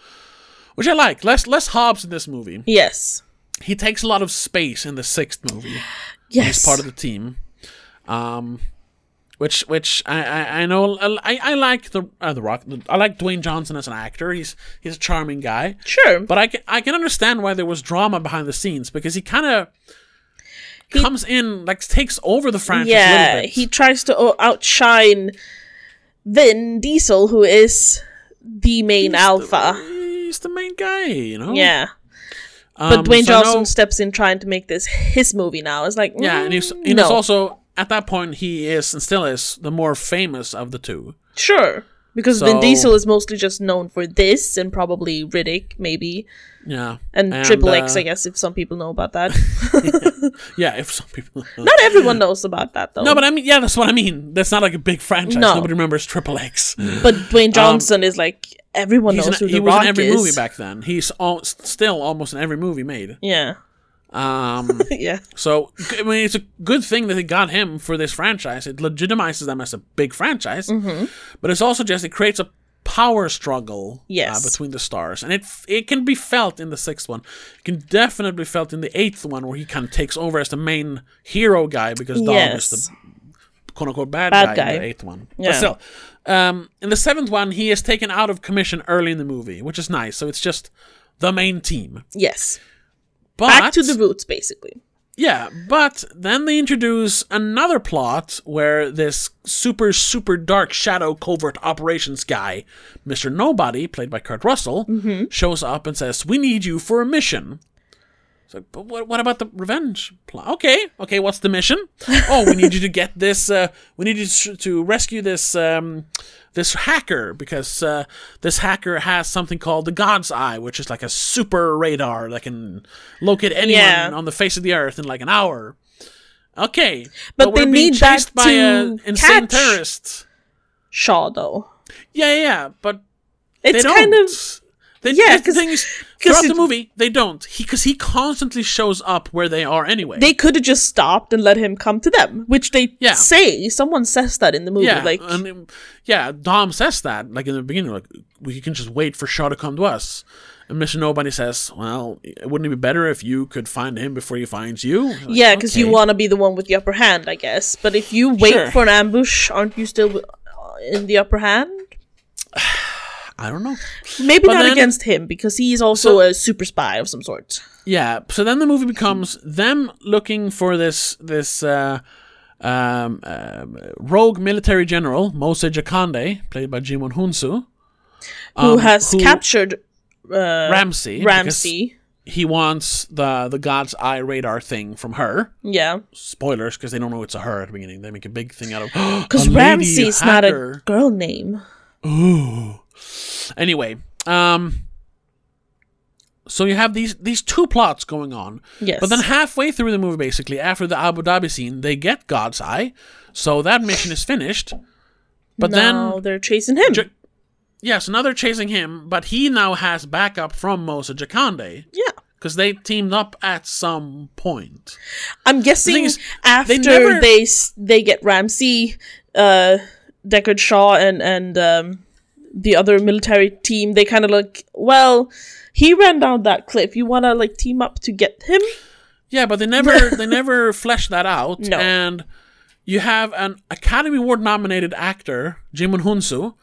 Speaker 1: which I like. Less less Hobbs in this movie.
Speaker 2: Yes.
Speaker 1: He takes a lot of space in the sixth movie
Speaker 2: Yes.
Speaker 1: part of the team. Um, which which I, I, I know I, I like the uh, the Rock I like Dwayne Johnson as an actor. He's he's a charming guy,
Speaker 2: sure.
Speaker 1: but I can, I can understand why there was drama behind the scenes because he kind of comes in like takes over the franchise. a
Speaker 2: yeah,
Speaker 1: little bit.
Speaker 2: he tries to o- outshine Vin Diesel, who is the main alpha.
Speaker 1: he's the main guy, you know.
Speaker 2: Yeah.
Speaker 1: Um,
Speaker 2: But Dwayne
Speaker 1: so I
Speaker 2: Johnson
Speaker 1: know-
Speaker 2: steps in trying to make this his movie now. It's like mm,
Speaker 1: yeah, and he's and
Speaker 2: no.
Speaker 1: he's also at that point he is and still is the more famous of the two.
Speaker 2: sure because
Speaker 1: So-
Speaker 2: Vin Diesel is mostly just known for this and probably Riddick maybe
Speaker 1: Yeah,
Speaker 2: and, Triple X
Speaker 1: uh,
Speaker 2: I guess if some people know about that. [LAUGHS]
Speaker 1: Yeah, if some people. [LAUGHS]
Speaker 2: Not everyone knows about that though.
Speaker 1: No, but I mean, yeah, that's what I mean. That's not like a big franchise.
Speaker 2: No.
Speaker 1: Nobody remembers Triple
Speaker 2: [LAUGHS]
Speaker 1: X.
Speaker 2: But Dwayne Johnson is like everyone
Speaker 1: um, He's
Speaker 2: knows
Speaker 1: in-
Speaker 2: who
Speaker 1: he
Speaker 2: the
Speaker 1: was
Speaker 2: Rock
Speaker 1: in every
Speaker 2: is.
Speaker 1: movie back then. He's all, still almost in every movie made.
Speaker 2: Yeah, [LAUGHS]
Speaker 1: Um,
Speaker 2: yeah,
Speaker 1: so I mean, it's a good thing that they got him for this franchise. It legitimizes them as a big franchise,
Speaker 2: Mm-hmm.
Speaker 1: but it's also just it creates a power struggle
Speaker 2: Yes.
Speaker 1: uh, between the stars, and it f- it can be felt in the sixth one. It can definitely be felt in the eighth one where he kind of takes over as the main hero guy because Dom is the
Speaker 2: yes,
Speaker 1: quote unquote bad,
Speaker 2: Bad
Speaker 1: guy, in the
Speaker 2: guy.
Speaker 1: eighth one.
Speaker 2: Yeah.
Speaker 1: But still, um, in the seventh one, he is taken out of commission early in the movie, which is nice. So it's just the main team.
Speaker 2: yes.
Speaker 1: But
Speaker 2: Back to the roots, basically.
Speaker 1: yeah, but then they introduce another plot where this super super dark shadow covert operations guy, Mister Nobody, played by Kurt Russell,
Speaker 2: Mm-hmm.
Speaker 1: shows up and says, "We need you for a mission." So, but what, what about the revenge plot? Okay, okay, what's the mission? [LAUGHS] Oh, we need you to get this. Uh, we need you to, to rescue this um, this hacker because uh, this hacker has something called the God's Eye, which is like a super radar that can locate anyone
Speaker 2: Yeah.
Speaker 1: on the face of the earth in like an hour. Okay,
Speaker 2: But they need that
Speaker 1: by an
Speaker 2: to
Speaker 1: insane
Speaker 2: catch-
Speaker 1: terrorist.
Speaker 2: Shaw, though,
Speaker 1: Yeah, yeah, yeah, but
Speaker 2: it's
Speaker 1: they don't.
Speaker 2: kind of
Speaker 1: They,
Speaker 2: Yeah,
Speaker 1: that's the
Speaker 2: 'cause-
Speaker 1: thing is,
Speaker 2: 'cause
Speaker 1: throughout the
Speaker 2: it-
Speaker 1: movie, they don't. Because he, constantly shows up where they are anyway.
Speaker 2: they could have just stopped and let him come to them, which they
Speaker 1: Yeah.
Speaker 2: say. Someone says that in the movie,
Speaker 1: yeah,
Speaker 2: like
Speaker 1: and, um, yeah, Dom says that like in the beginning, like we can just wait for Shaw to come to us. And Mister Nobody says, "Well, wouldn't it be better if you could find him before he finds you?" Like,
Speaker 2: yeah, because you
Speaker 1: okay.
Speaker 2: want to be the one with the upper hand, I guess. But if you wait
Speaker 1: Sure.
Speaker 2: for an ambush, aren't you still uh, in the upper hand?
Speaker 1: I don't know.
Speaker 2: Maybe not
Speaker 1: then-
Speaker 2: against him because he is also a super spy of some sort.
Speaker 1: Yeah. So then the movie becomes them looking for this this uh, um, um, rogue military general Mose Jacande, played by Jimon Hunsu, Um,
Speaker 2: who has captured Uh,
Speaker 1: Ramsey.
Speaker 2: Ramsey.
Speaker 1: He wants the the God's Eye radar thing from her.
Speaker 2: Yeah.
Speaker 1: spoilers because they don't know it's a her at the beginning. They make a big thing out of [GASPS] because
Speaker 2: Because Ramsey's not a girl name.
Speaker 1: Anyway, um, so you have these these two plots going on.
Speaker 2: Yes.
Speaker 1: But then halfway through the movie, basically after the Abu Dhabi scene, they get God's Eye, so that mission is finished. But
Speaker 2: now
Speaker 1: then
Speaker 2: they're chasing him.
Speaker 1: Ju- yes, now they're chasing him, but he now has backup from Mosa Jacande
Speaker 2: yeah.
Speaker 1: because they teamed up at some point.
Speaker 2: I'm guessing
Speaker 1: is,
Speaker 2: after
Speaker 1: they
Speaker 2: they
Speaker 1: never-
Speaker 2: they, s- they get Ramsey, uh, Deckard Shaw, and and um, the other military team, they kind of like, well, he ran down that cliff. You want to like team up to get him?
Speaker 1: Yeah,
Speaker 2: [LAUGHS]
Speaker 1: but they never they never fleshed that out.
Speaker 2: No.
Speaker 1: And you have an Academy Award nominated actor, Jimon Hunsu,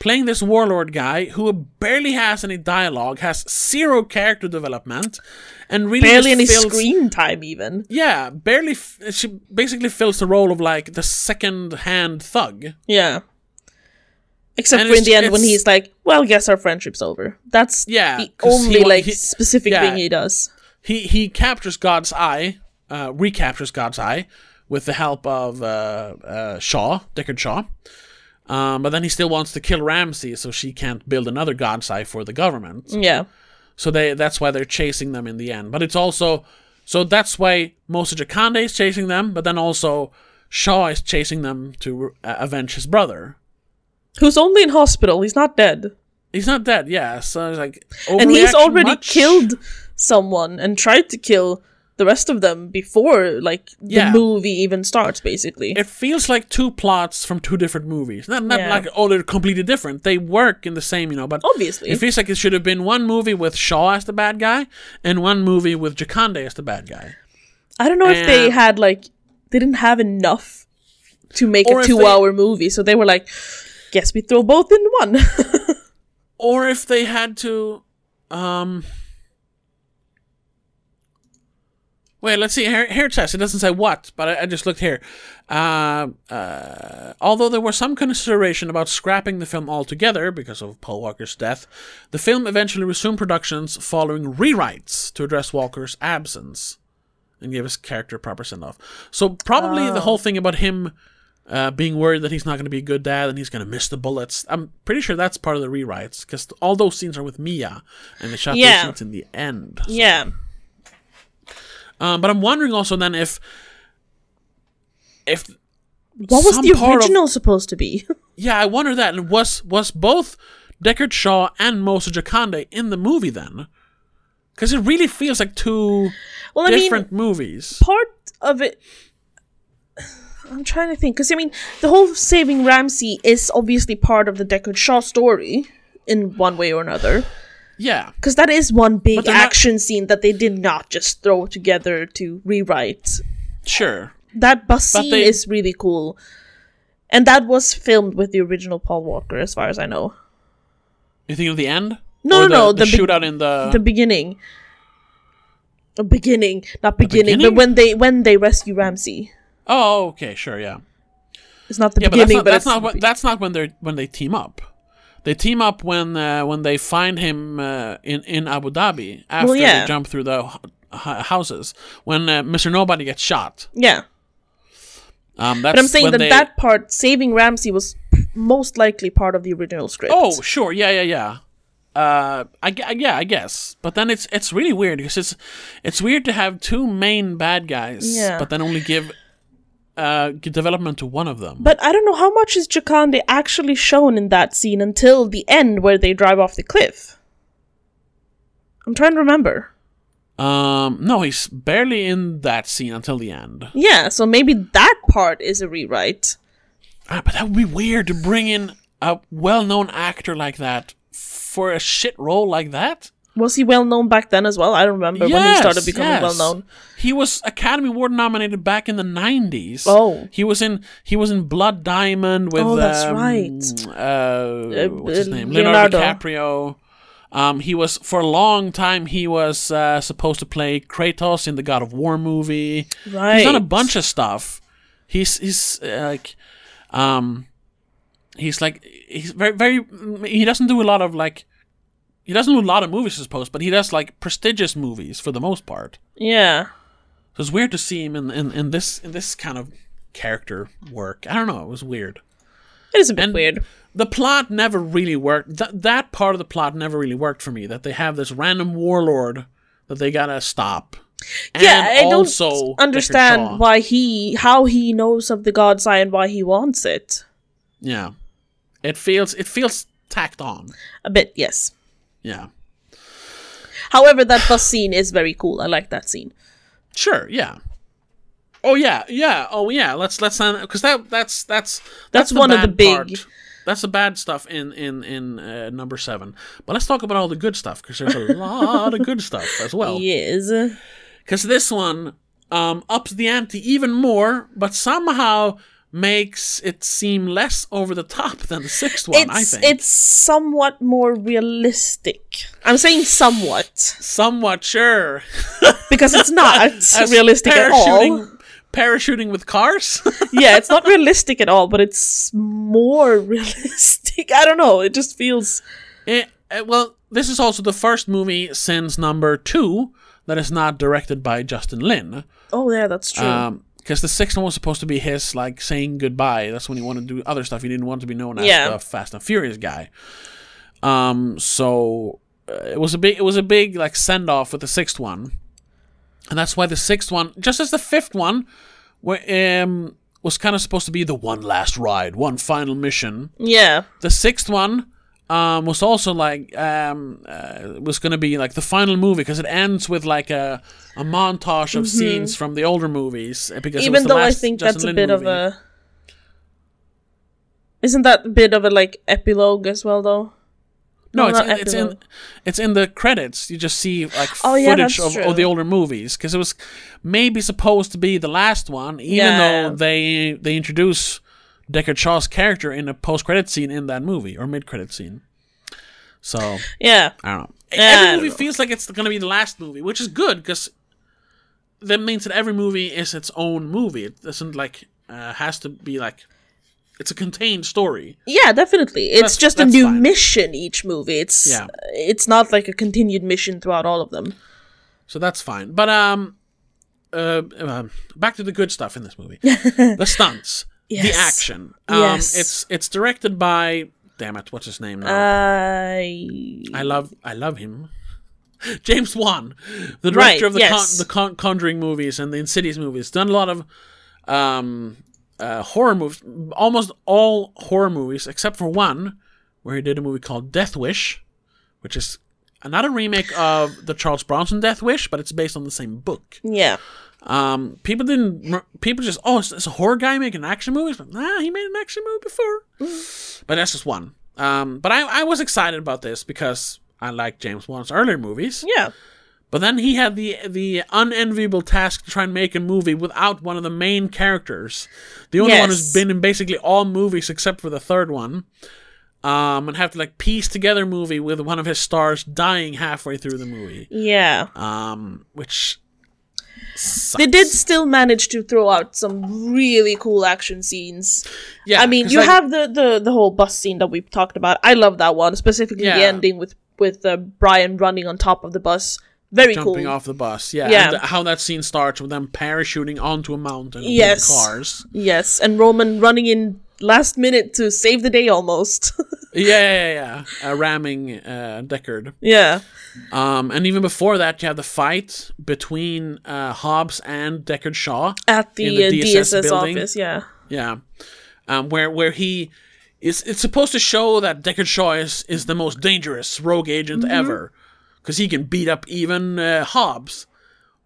Speaker 1: playing this warlord guy who barely has any dialogue, has zero character development, and really
Speaker 2: Barely
Speaker 1: just
Speaker 2: any
Speaker 1: fills-
Speaker 2: screen time, even.
Speaker 1: Yeah, barely. F- she basically fills the role of like the second-hand thug.
Speaker 2: Yeah. Except
Speaker 1: And
Speaker 2: for in
Speaker 1: it's-
Speaker 2: the end when
Speaker 1: it's-
Speaker 2: he's like, "Well, guess our friendship's over." That's
Speaker 1: Yeah,
Speaker 2: the
Speaker 1: 'cause he
Speaker 2: only
Speaker 1: wa-
Speaker 2: like
Speaker 1: he-
Speaker 2: specific
Speaker 1: yeah.
Speaker 2: thing he does.
Speaker 1: he he captures God's eye, uh, recaptures God's eye with the help of uh, uh, Shaw, Deckard Shaw. Um, but then he still wants to kill Ramsey, so she can't build another God's eye for the government.
Speaker 2: Yeah.
Speaker 1: So they that's why they're chasing them in the end. But it's also so that's why Moses Jacande is chasing them, but then also Shaw is chasing them to uh, avenge his brother.
Speaker 2: Who's only in hospital. He's not dead.
Speaker 1: He's not dead, yeah. So it's like,
Speaker 2: and he's
Speaker 1: overreaction
Speaker 2: already
Speaker 1: much?
Speaker 2: killed someone and tried to kill the rest of them before like the
Speaker 1: Yeah.
Speaker 2: movie even starts basically
Speaker 1: it feels like two plots from two different movies. Not not
Speaker 2: Yeah.
Speaker 1: like oh they're completely different. They work in the same, you know, but
Speaker 2: Obviously.
Speaker 1: it feels like it should have been one movie with Shaw as the bad guy and one movie with Jacande as the bad guy.
Speaker 2: i don't know if they
Speaker 1: and-
Speaker 2: had like they didn't have enough to make
Speaker 1: Or
Speaker 2: a
Speaker 1: if
Speaker 2: two
Speaker 1: they-
Speaker 2: hour movie so they were like guess we throw both in one [LAUGHS]
Speaker 1: Or if they had to um Wait, let's see. Here, here it says. It doesn't say what, but I, I just looked here. Uh, uh, although there was some consideration about scrapping the film altogether because of Paul Walker's death, the film eventually resumed productions following rewrites to address Walker's absence and give his character a proper send off. So, probably the whole thing about him uh, being worried that he's not going to be a good dad and he's going to miss the bullets, I'm pretty sure that's part of the rewrites because all those scenes are with Mia and they shot
Speaker 2: Yeah.
Speaker 1: those scenes in the end.
Speaker 2: yeah
Speaker 1: Um, but I'm wondering also then if if
Speaker 2: what was
Speaker 1: Some
Speaker 2: the
Speaker 1: part of-
Speaker 2: original supposed to be
Speaker 1: yeah, I wonder that and was was both Deckard Shaw and Moses Jacande in the movie then? Because it really feels like two
Speaker 2: well i mean
Speaker 1: different movies.
Speaker 2: part of it I'm trying to think because I mean the whole saving Ramsey is obviously part of the Deckard Shaw story in one way or another
Speaker 1: Yeah,
Speaker 2: because that is one big
Speaker 1: they're not-
Speaker 2: action scene that they did not just throw together to rewrite.
Speaker 1: sure.
Speaker 2: That bus
Speaker 1: But
Speaker 2: scene
Speaker 1: they-
Speaker 2: is really cool, and that was filmed with the original Paul Walker, as far as I know.
Speaker 1: You think of the end?
Speaker 2: No,
Speaker 1: Or
Speaker 2: no, no,
Speaker 1: the,
Speaker 2: the
Speaker 1: the
Speaker 2: big-
Speaker 1: shootout in the,
Speaker 2: the beginning, the beginning, not beginning,
Speaker 1: beginning?
Speaker 2: but when they when they rescue Ramsey,
Speaker 1: oh, okay, sure, yeah,
Speaker 2: it's not the
Speaker 1: yeah, but that's
Speaker 2: beginning,
Speaker 1: not
Speaker 2: but
Speaker 1: that's
Speaker 2: it's
Speaker 1: not when, that's not when they're when they team up. They team up when uh, when they find him uh, in in Abu Dhabi after
Speaker 2: yeah.
Speaker 1: they jump through the h- h- houses when uh, Mr. Nobody gets shot.
Speaker 2: yeah.
Speaker 1: Um, that's
Speaker 2: But I'm saying
Speaker 1: when
Speaker 2: that
Speaker 1: they-
Speaker 2: that part, saving Ramsey, was most likely part of the original script.
Speaker 1: Oh, sure. Yeah, yeah, yeah. Uh, I, gue- yeah, I guess. But then it's it's really weird because it's it's weird to have two main bad guys,
Speaker 2: Yeah.
Speaker 1: but then only give uh g- development to one of them.
Speaker 2: But I don't know how much is Jacande actually shown in that scene until the end where they drive off the cliff. I'm trying to remember.
Speaker 1: um, no, he's barely in that scene until the end.
Speaker 2: Yeah, so maybe that part is a rewrite.
Speaker 1: Ah, but that would be weird to bring in a well-known actor like that for a shit role like that.
Speaker 2: Was he well known back then as well? I don't remember when he started becoming
Speaker 1: yes.
Speaker 2: well known.
Speaker 1: He was Academy Award nominated back in the nineties.
Speaker 2: Oh.
Speaker 1: he was in he was in Blood Diamond with
Speaker 2: Oh, that's
Speaker 1: um,
Speaker 2: right.
Speaker 1: Uh, what's his
Speaker 2: uh,
Speaker 1: name? Leonardo,
Speaker 2: Leonardo.
Speaker 1: DiCaprio. Um, he was for a long time. He was uh, supposed to play Kratos in the God of War movie.
Speaker 2: Right.
Speaker 1: He's done a bunch of stuff. He's he's uh, like, um, he's like he's very very. He doesn't do a lot of like. He doesn't do a lot of movies, I suppose, but he does like prestigious movies for the most part.
Speaker 2: Yeah.
Speaker 1: So it's weird to see him in, in, in this in this kind of character work. I don't know. It was weird.
Speaker 2: It is a bit
Speaker 1: And-
Speaker 2: weird.
Speaker 1: The plot never really worked. Th- that part of the plot never really worked for me. That they have this random warlord that they gotta stop.
Speaker 2: Yeah,
Speaker 1: And
Speaker 2: I
Speaker 1: also Deckard
Speaker 2: don't
Speaker 1: Shaw.
Speaker 2: understand why he how he knows of the God's eye and why he wants it.
Speaker 1: Yeah, it feels it feels tacked on.
Speaker 2: A bit, yes.
Speaker 1: Yeah,
Speaker 2: However, that bus scene is very cool. I like that scene.
Speaker 1: sure. Yeah. Oh yeah, yeah. Oh yeah. Let's let's because that that's that's
Speaker 2: That's one of the
Speaker 1: bad
Speaker 2: big-
Speaker 1: That's the bad stuff in in in uh, number seven. But let's talk about all the good stuff because there's a lot of good stuff as well.
Speaker 2: Yes.
Speaker 1: Because this one um, ups the ante even more, but somehow makes it seem less over the top than the sixth one. I
Speaker 2: It's
Speaker 1: think
Speaker 2: it's somewhat more realistic. I'm saying somewhat
Speaker 1: somewhat sure.
Speaker 2: because
Speaker 1: [LAUGHS]
Speaker 2: it's not
Speaker 1: As
Speaker 2: realistic at all.
Speaker 1: parachuting- Parachuting with cars. [LAUGHS]
Speaker 2: yeah, it's not realistic at all, but it's more [LAUGHS] realistic. I don't know. It just feels
Speaker 1: Eh, eh, well, this is also the first movie since number two that is not directed by Justin Lin.
Speaker 2: Oh yeah, that's true.
Speaker 1: Uh, because the sixth one was supposed to be his like saying goodbye. That's when he wanted to do other stuff. He didn't want to be known as
Speaker 2: Yeah.
Speaker 1: the Fast and Furious guy. Um, so uh, it was a big, it was a big like send off with the sixth one, and that's why the sixth one, just as the fifth one, where um was kind of supposed to be the one last ride, one final mission.
Speaker 2: yeah.
Speaker 1: The sixth one um, was also like um, uh, was going to be like the final movie because it ends with like a, a montage of scenes from the older movies. uh, Because it was
Speaker 2: Mm-hmm. Even
Speaker 1: the
Speaker 2: though I
Speaker 1: last
Speaker 2: think
Speaker 1: Justin
Speaker 2: that's a
Speaker 1: Lin
Speaker 2: bit of
Speaker 1: movie.
Speaker 2: a Isn't that a bit of a like epilogue as well though?
Speaker 1: no, it's
Speaker 2: not
Speaker 1: in, it's in
Speaker 2: epilogue.
Speaker 1: it's in the credits. You just see like
Speaker 2: Oh, yeah,
Speaker 1: footage
Speaker 2: that's
Speaker 1: of, of the
Speaker 2: true.
Speaker 1: older movies because it was maybe supposed to be the last one, even
Speaker 2: Yeah.
Speaker 1: though they they introduce Deckard Shaw's character in a post credit scene in that movie or mid credit scene. So
Speaker 2: Yeah.
Speaker 1: I don't know.
Speaker 2: Yeah, I
Speaker 1: every movie
Speaker 2: don't know.
Speaker 1: feels like it's going to be the last movie, which is good because that means that every movie is its own movie. It doesn't like uh, has to be like it's a contained story.
Speaker 2: Yeah, definitely. It's
Speaker 1: That's-
Speaker 2: just a
Speaker 1: that's
Speaker 2: new
Speaker 1: fine.
Speaker 2: mission each movie. It's
Speaker 1: Yeah.
Speaker 2: it's not like a continued mission throughout all of them.
Speaker 1: So that's fine. But um, uh, um, back to the good stuff in this
Speaker 2: [LAUGHS]
Speaker 1: movie: the stunts,
Speaker 2: Yes.
Speaker 1: the action. Um,
Speaker 2: Yes.
Speaker 1: It's it's directed by damn it, what's his name now?
Speaker 2: I
Speaker 1: I love I love him. [LAUGHS] James Wan, the director
Speaker 2: Right,
Speaker 1: of the
Speaker 2: yes.
Speaker 1: con- the con- Conjuring movies and the Insidious movies, done a lot of um, uh, horror movies, almost all horror movies except for one where he did a movie called Death Wish, which is another remake of the Charles Bronson Death Wish, but it's based on the same book.
Speaker 2: yeah.
Speaker 1: Um, people didn't. r- People just oh, it's, it's a horror guy making action movies, but nah, he made an action movie before. but that's just one. Um, but I, I was excited about this because I like James Wan's earlier movies.
Speaker 2: Yeah.
Speaker 1: But then he had the the unenviable task to try and make a movie without one of the main characters, the only one who's
Speaker 2: Yes.
Speaker 1: been in basically all movies except for the third one. Um, and have to like piece together a movie with one of his stars dying halfway through the movie.
Speaker 2: Yeah.
Speaker 1: Um, which
Speaker 2: They did still manage to throw out some really cool action scenes.
Speaker 1: yeah,
Speaker 2: I mean,
Speaker 1: 'cause,
Speaker 2: you
Speaker 1: like,
Speaker 2: have the, the the whole bus scene that we've talked about. I love that one, specifically the
Speaker 1: Yeah.
Speaker 2: ending with with uh, Brian running on top of the bus. Very
Speaker 1: jumping
Speaker 2: cool.
Speaker 1: off the bus. Yeah,
Speaker 2: Yeah.
Speaker 1: and th- how that scene starts with them parachuting onto a mountain
Speaker 2: Yes.
Speaker 1: with cars.
Speaker 2: Yes, and Roman running in last minute to save the day almost. [LAUGHS]
Speaker 1: Yeah, yeah, yeah, yeah. Uh, ramming uh, Deckard.
Speaker 2: yeah.
Speaker 1: Um, and even before that, you have the fight between uh, Hobbs and Deckard Shaw.
Speaker 2: At the,
Speaker 1: In the
Speaker 2: uh,
Speaker 1: DSS
Speaker 2: DSS,
Speaker 1: building.
Speaker 2: office, yeah.
Speaker 1: Yeah, um, where where he is. It's supposed to show that Deckard Shaw is is the most dangerous rogue agent ever, because he can beat up even uh, Hobbs.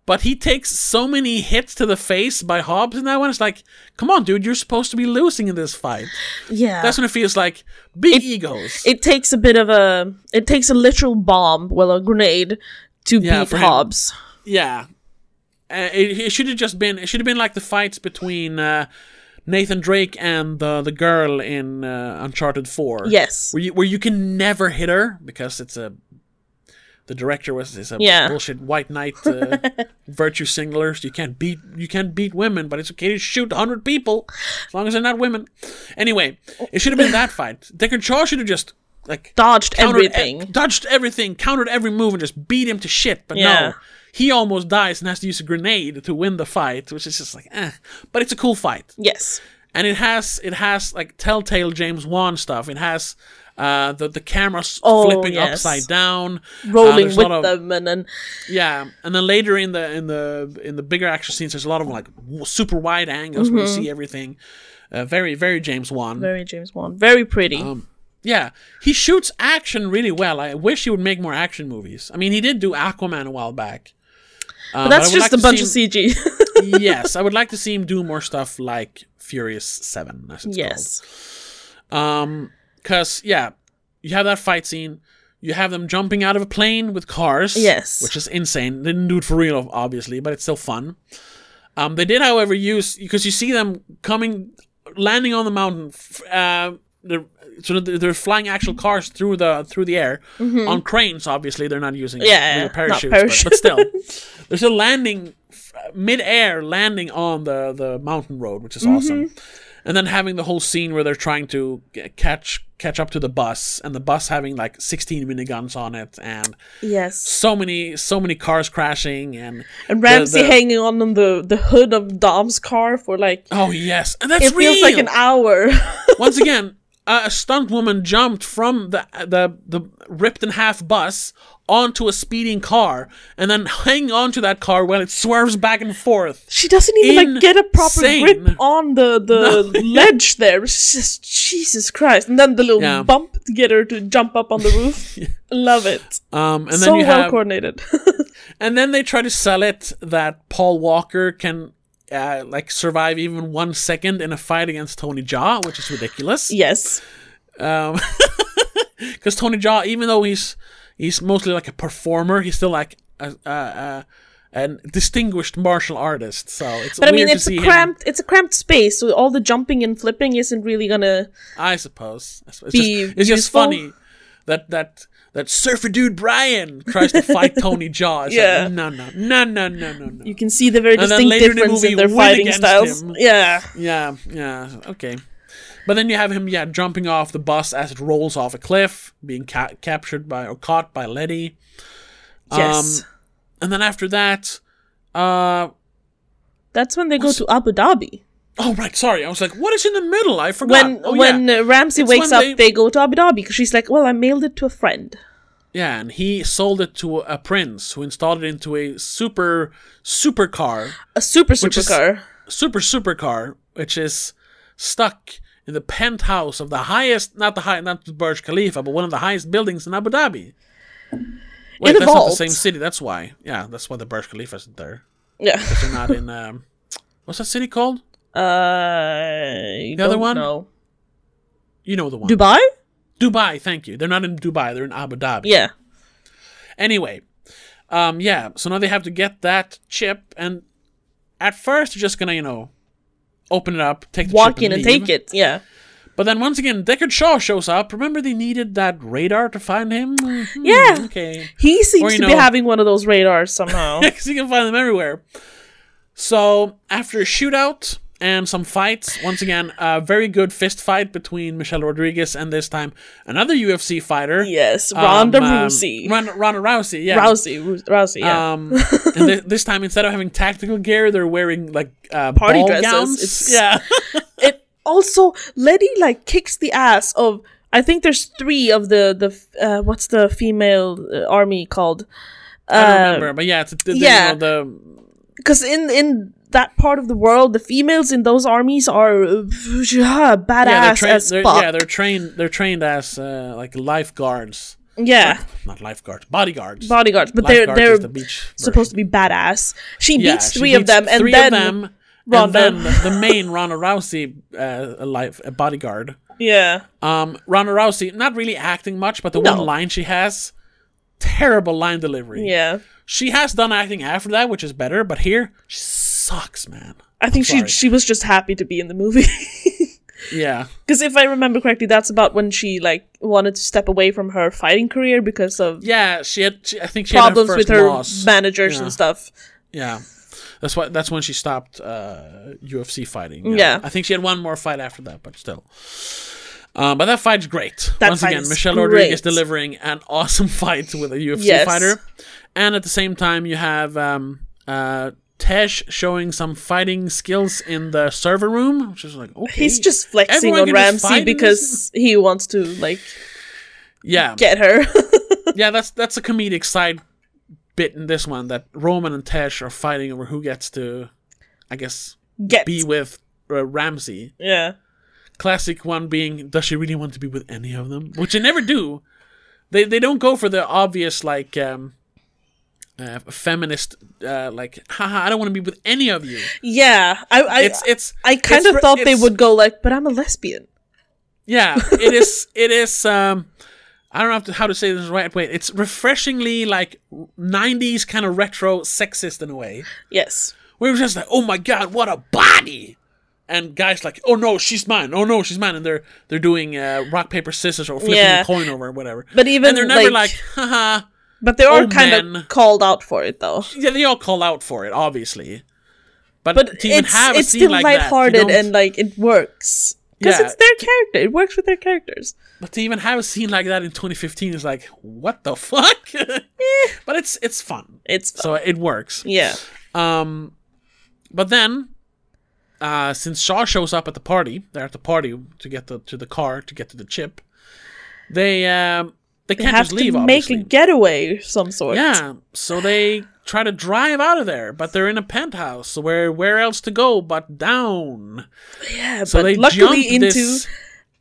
Speaker 1: But he takes so many hits to the face by Hobbs in that one. It's like, come on, dude, you're supposed to be losing in this fight.
Speaker 2: Yeah.
Speaker 1: That's when it feels like big egos.
Speaker 2: it takes a bit of a it takes a literal bomb, well a grenade to
Speaker 1: Yeah,
Speaker 2: beat
Speaker 1: for him.
Speaker 2: Hobbs.
Speaker 1: Yeah, uh, it, it should have just been. It should have been like the fights between uh, Nathan Drake and the the girl in uh, Uncharted Four.
Speaker 2: Yes.
Speaker 1: where you where you can never hit her because it's a the director was is a
Speaker 2: Yeah.
Speaker 1: bullshit white knight
Speaker 2: [LAUGHS]
Speaker 1: uh, virtue singler. So you can't beat you can't beat women, but it's okay to shoot hundred people as long as they're not women. Anyway, it should have been that fight. Deckard Shaw should have just like
Speaker 2: Dodged
Speaker 1: countered e-
Speaker 2: everything.
Speaker 1: dodged everything, countered every move, and just beat him to shit. But
Speaker 2: Yeah.
Speaker 1: no, he almost dies and has to use a grenade to win the fight, which is just like, eh. But it's a cool fight,
Speaker 2: yes.
Speaker 1: and it has it has like telltale James Wan stuff. It has uh, the the camera s-
Speaker 2: Oh,
Speaker 1: flipping
Speaker 2: yes.
Speaker 1: upside down, Uh,
Speaker 2: Rolling
Speaker 1: there's a
Speaker 2: with
Speaker 1: lot of-
Speaker 2: them and then
Speaker 1: Yeah, and then later in the in the in the bigger action scenes, there's a lot of like w- super wide angles where you
Speaker 2: Mm-hmm.
Speaker 1: see everything. Uh, very very James Wan.
Speaker 2: very James Wan. Very pretty.
Speaker 1: Um, Yeah, he shoots action really well. I wish he would make more action movies. I mean, he did do Aquaman a while back. Uh,
Speaker 2: But
Speaker 1: I
Speaker 2: that's
Speaker 1: would
Speaker 2: just
Speaker 1: like
Speaker 2: a bunch
Speaker 1: to
Speaker 2: of
Speaker 1: see
Speaker 2: CG.
Speaker 1: him- [LAUGHS] yes, I would like to see him do more stuff like Furious Seven. As it's
Speaker 2: yes.
Speaker 1: called. Um, because yeah, you have that fight scene. You have them jumping out of a plane with cars.
Speaker 2: Yes.
Speaker 1: which is insane. They didn't do it for real, obviously, but it's still fun. Um, they did, however, use because you see them coming landing on the mountain. f- Uh, they're, so that they're flying actual cars through the through the air on cranes. Obviously, they're not using
Speaker 2: Mm-hmm. Yeah,
Speaker 1: real
Speaker 2: not
Speaker 1: parachutes, but, but still,
Speaker 2: [LAUGHS]
Speaker 1: they're still landing f- mid-air, landing on the the mountain road, which is
Speaker 2: Mm-hmm.
Speaker 1: awesome. And then having the whole scene where they're trying to g- catch catch up to the bus, and the bus having like sixteen miniguns on it, and
Speaker 2: Yes.
Speaker 1: so many so many cars crashing, and
Speaker 2: And Ramsey
Speaker 1: the-
Speaker 2: hanging on on the, the hood of Dom's car for like
Speaker 1: oh yes, and that's
Speaker 2: it
Speaker 1: real.
Speaker 2: feels like an hour. [LAUGHS]
Speaker 1: Once again, a a stunt woman jumped from the the the ripped in half bus onto a speeding car, and then hanging onto that car while it swerves back and forth.
Speaker 2: she doesn't even like get a proper
Speaker 1: Insane.
Speaker 2: grip on the the ledge there. It's just Jesus Christ. And then the little
Speaker 1: Yeah.
Speaker 2: bump to get her to jump up on the
Speaker 1: [LAUGHS]
Speaker 2: roof. Love it.
Speaker 1: Um, and then
Speaker 2: So
Speaker 1: you
Speaker 2: well
Speaker 1: have,
Speaker 2: coordinated.
Speaker 1: and then they try to sell it that Paul Walker can. Uh, like survive even one second in a fight against Tony Jaa, which is ridiculous.
Speaker 2: yes.
Speaker 1: Um 'cause because Tony Jaa, even though he's he's mostly like a performer, he's still like a a, a, a distinguished martial artist. So it's
Speaker 2: But I
Speaker 1: weird
Speaker 2: mean,
Speaker 1: to
Speaker 2: it's a
Speaker 1: see him-
Speaker 2: cramped, it's a cramped space, so all the jumping and flipping isn't really gonna.
Speaker 1: I suppose. I suppose. It's,
Speaker 2: Be
Speaker 1: just, it's just
Speaker 2: useful.
Speaker 1: funny that that that surfer dude Brian tries to
Speaker 2: [LAUGHS]
Speaker 1: fight Tony Jaa. It's
Speaker 2: Yeah.
Speaker 1: like, no, no, no, no, no, no, no.
Speaker 2: You can see the very
Speaker 1: And then
Speaker 2: distinct
Speaker 1: later in the
Speaker 2: difference
Speaker 1: movie,
Speaker 2: in their
Speaker 1: win
Speaker 2: fighting
Speaker 1: against
Speaker 2: styles.
Speaker 1: him.
Speaker 2: Yeah,
Speaker 1: Yeah, yeah, okay. But then you have him, yeah, jumping off the bus as it rolls off a cliff, being ca- captured by or caught by Letty. Um,
Speaker 2: yes.
Speaker 1: And then after that, uh,
Speaker 2: That's when they go to Abu Dhabi.
Speaker 1: Oh right, sorry. I was like, what is in the middle? I forgot.
Speaker 2: When
Speaker 1: oh,
Speaker 2: when
Speaker 1: yeah.
Speaker 2: uh, Ramsey
Speaker 1: It's
Speaker 2: wakes
Speaker 1: when
Speaker 2: up,
Speaker 1: they-
Speaker 2: they... go to Abu Dhabi because she's like, "Well, I mailed it to a friend."
Speaker 1: yeah, and he sold it to a prince who installed it into a super super car,
Speaker 2: A super
Speaker 1: Which is-
Speaker 2: supercar.
Speaker 1: super super car, which is stuck in the penthouse of the highest, not the high, not the Burj Khalifa, but one of the highest buildings in Abu Dhabi. Wait,
Speaker 2: In a
Speaker 1: that's not the
Speaker 2: vault.
Speaker 1: same city. That's why. Yeah, that's why the Burj Khalifa isn't there. [LAUGHS]
Speaker 2: Yeah.
Speaker 1: They're not in. Um, what's that city called?
Speaker 2: Uh, you
Speaker 1: The other
Speaker 2: don't
Speaker 1: one?
Speaker 2: know.
Speaker 1: You know the one.
Speaker 2: Dubai.
Speaker 1: Dubai. Thank you. They're not in Dubai. They're in Abu Dhabi.
Speaker 2: Yeah.
Speaker 1: Anyway, um, yeah. So now they have to get that chip, and at first they're just gonna, you know, open it up, take the
Speaker 2: Walk
Speaker 1: chip
Speaker 2: in and
Speaker 1: leave.
Speaker 2: take it. Yeah.
Speaker 1: But then once again, Deckard Shaw shows up. Remember, they needed that radar to find him. [LAUGHS] Hmm,
Speaker 2: Yeah.
Speaker 1: Okay. [LAUGHS]
Speaker 2: He seems
Speaker 1: you
Speaker 2: to be
Speaker 1: know-
Speaker 2: having one of those radars somehow.
Speaker 1: [LAUGHS] Because you can find them everywhere. So after a shootout and some fights, once again, a very good fist fight between Michelle Rodriguez and this time another UFC fighter.
Speaker 2: yes,
Speaker 1: um,
Speaker 2: Ronda
Speaker 1: um,
Speaker 2: Rousey.
Speaker 1: Ronda, Ronda Rousey. Yeah.
Speaker 2: Rousey, Rous- Rousey, yeah. [LAUGHS]
Speaker 1: Um, and th- this time, instead of having tactical gear, they're wearing like uh,
Speaker 2: Party
Speaker 1: ball
Speaker 2: dresses.
Speaker 1: Gowns. [LAUGHS]
Speaker 2: It's-
Speaker 1: yeah,
Speaker 2: [LAUGHS] it also Letty like kicks the ass of I think there's three of the the f- uh, what's the female uh, army called?
Speaker 1: I don't remember, but yeah, it's the, the,
Speaker 2: um, yeah.
Speaker 1: You know,
Speaker 2: Because in in that part of the world, the females in those armies are uh, badass
Speaker 1: the yeah, they're trained.
Speaker 2: as
Speaker 1: They're,
Speaker 2: fuck.
Speaker 1: yeah, they're trained. They're trained as uh, like lifeguards,
Speaker 2: yeah,
Speaker 1: not lifeguards, bodyguards.
Speaker 2: bodyguards, but they're
Speaker 1: lifeguards
Speaker 2: they're
Speaker 1: is the beach
Speaker 2: supposed to be badass. She
Speaker 1: version. Yeah,
Speaker 2: beats
Speaker 1: she
Speaker 2: three of
Speaker 1: beats
Speaker 2: them, and
Speaker 1: three
Speaker 2: then
Speaker 1: of them,
Speaker 2: Ronda.
Speaker 1: and then the the main Ronda Rousey, uh, a life a bodyguard.
Speaker 2: yeah,
Speaker 1: Um, Ronda Rousey, not really acting much, but the
Speaker 2: No.
Speaker 1: one line she has, terrible line delivery.
Speaker 2: yeah.
Speaker 1: She has done acting after that, which is better, but here she sucks, man.
Speaker 2: I think she
Speaker 1: sorry.
Speaker 2: she was just happy to be in the movie. [LAUGHS]
Speaker 1: Yeah.
Speaker 2: Because if I remember correctly, that's about when she like wanted to step away from her fighting career because of
Speaker 1: Yeah, she had she, I think she
Speaker 2: problems
Speaker 1: had her
Speaker 2: with
Speaker 1: first
Speaker 2: her
Speaker 1: loss.
Speaker 2: managers
Speaker 1: Yeah.
Speaker 2: and stuff.
Speaker 1: yeah. That's why that's when she stopped uh, UFC fighting.
Speaker 2: Yeah.
Speaker 1: I think she had one more fight after that, but still. Um, but that fight's great.
Speaker 2: That
Speaker 1: Once
Speaker 2: fight
Speaker 1: again,
Speaker 2: is
Speaker 1: Michelle Rodriguez
Speaker 2: great.
Speaker 1: delivering an awesome [LAUGHS] fight with a UFC
Speaker 2: Yes.
Speaker 1: fighter. And at the same time you have um, uh, Tesh showing some fighting skills in the server room, which is like okay.
Speaker 2: He's just flexing
Speaker 1: everyone
Speaker 2: on
Speaker 1: can just fight
Speaker 2: Ramsey
Speaker 1: in this-
Speaker 2: because he wants to like
Speaker 1: yeah.
Speaker 2: get her. [LAUGHS]
Speaker 1: yeah, that's that's a comedic side bit in this one that Roman and Tesh are fighting over who gets to, I guess,
Speaker 2: get
Speaker 1: be with uh, Ramsey.
Speaker 2: yeah.
Speaker 1: Classic one being, does she really want to be with any of them? Which they never do. They they don't go for the obvious like. um uh, feminist, uh, like, haha, I don't want to be with any of you.
Speaker 2: Yeah. I I
Speaker 1: It's, it's,
Speaker 2: I kind
Speaker 1: it's
Speaker 2: of
Speaker 1: re-
Speaker 2: thought they
Speaker 1: it's-
Speaker 2: would go like, but I'm a lesbian. [LAUGHS]
Speaker 1: Yeah, it is. It is. Um, I don't know how to, how to say this the right way. It's refreshingly like '90s kind of retro sexist in a way.
Speaker 2: Yes.
Speaker 1: We were just like, oh my god, what a body! and guys like, oh no, she's mine. Oh no, she's mine. And they're they're doing uh, rock paper scissors or flipping
Speaker 2: Yeah.
Speaker 1: a coin over or whatever.
Speaker 2: But even
Speaker 1: and they're never
Speaker 2: like-
Speaker 1: like, haha.
Speaker 2: But they are
Speaker 1: Oh,
Speaker 2: kind
Speaker 1: man.
Speaker 2: of called out for it though.
Speaker 1: Yeah, they all call out for it, obviously. But,
Speaker 2: But
Speaker 1: to even
Speaker 2: it's
Speaker 1: have a
Speaker 2: it's
Speaker 1: scene
Speaker 2: still
Speaker 1: like that, you
Speaker 2: lighthearted
Speaker 1: don't-
Speaker 2: and like it works because
Speaker 1: Yeah.
Speaker 2: it's their character. It works with their characters.
Speaker 1: But to even have a scene like that in 2015 is like, what the [LAUGHS] fuck?
Speaker 2: Eh.
Speaker 1: But it's it's fun,
Speaker 2: It's
Speaker 1: so it works.
Speaker 2: yeah,
Speaker 1: Um, but then, uh, since Shaw shows up at the party, they're at the party to get the to the car to get to the chip. They um they
Speaker 2: they
Speaker 1: can't
Speaker 2: have
Speaker 1: just leave.
Speaker 2: to
Speaker 1: obviously.
Speaker 2: make a getaway of some sort.
Speaker 1: Yeah, so they try to drive out of there, but they're in a penthouse. So where where else to go but down?
Speaker 2: yeah.
Speaker 1: So
Speaker 2: but
Speaker 1: they
Speaker 2: luckily
Speaker 1: jump
Speaker 2: into
Speaker 1: this-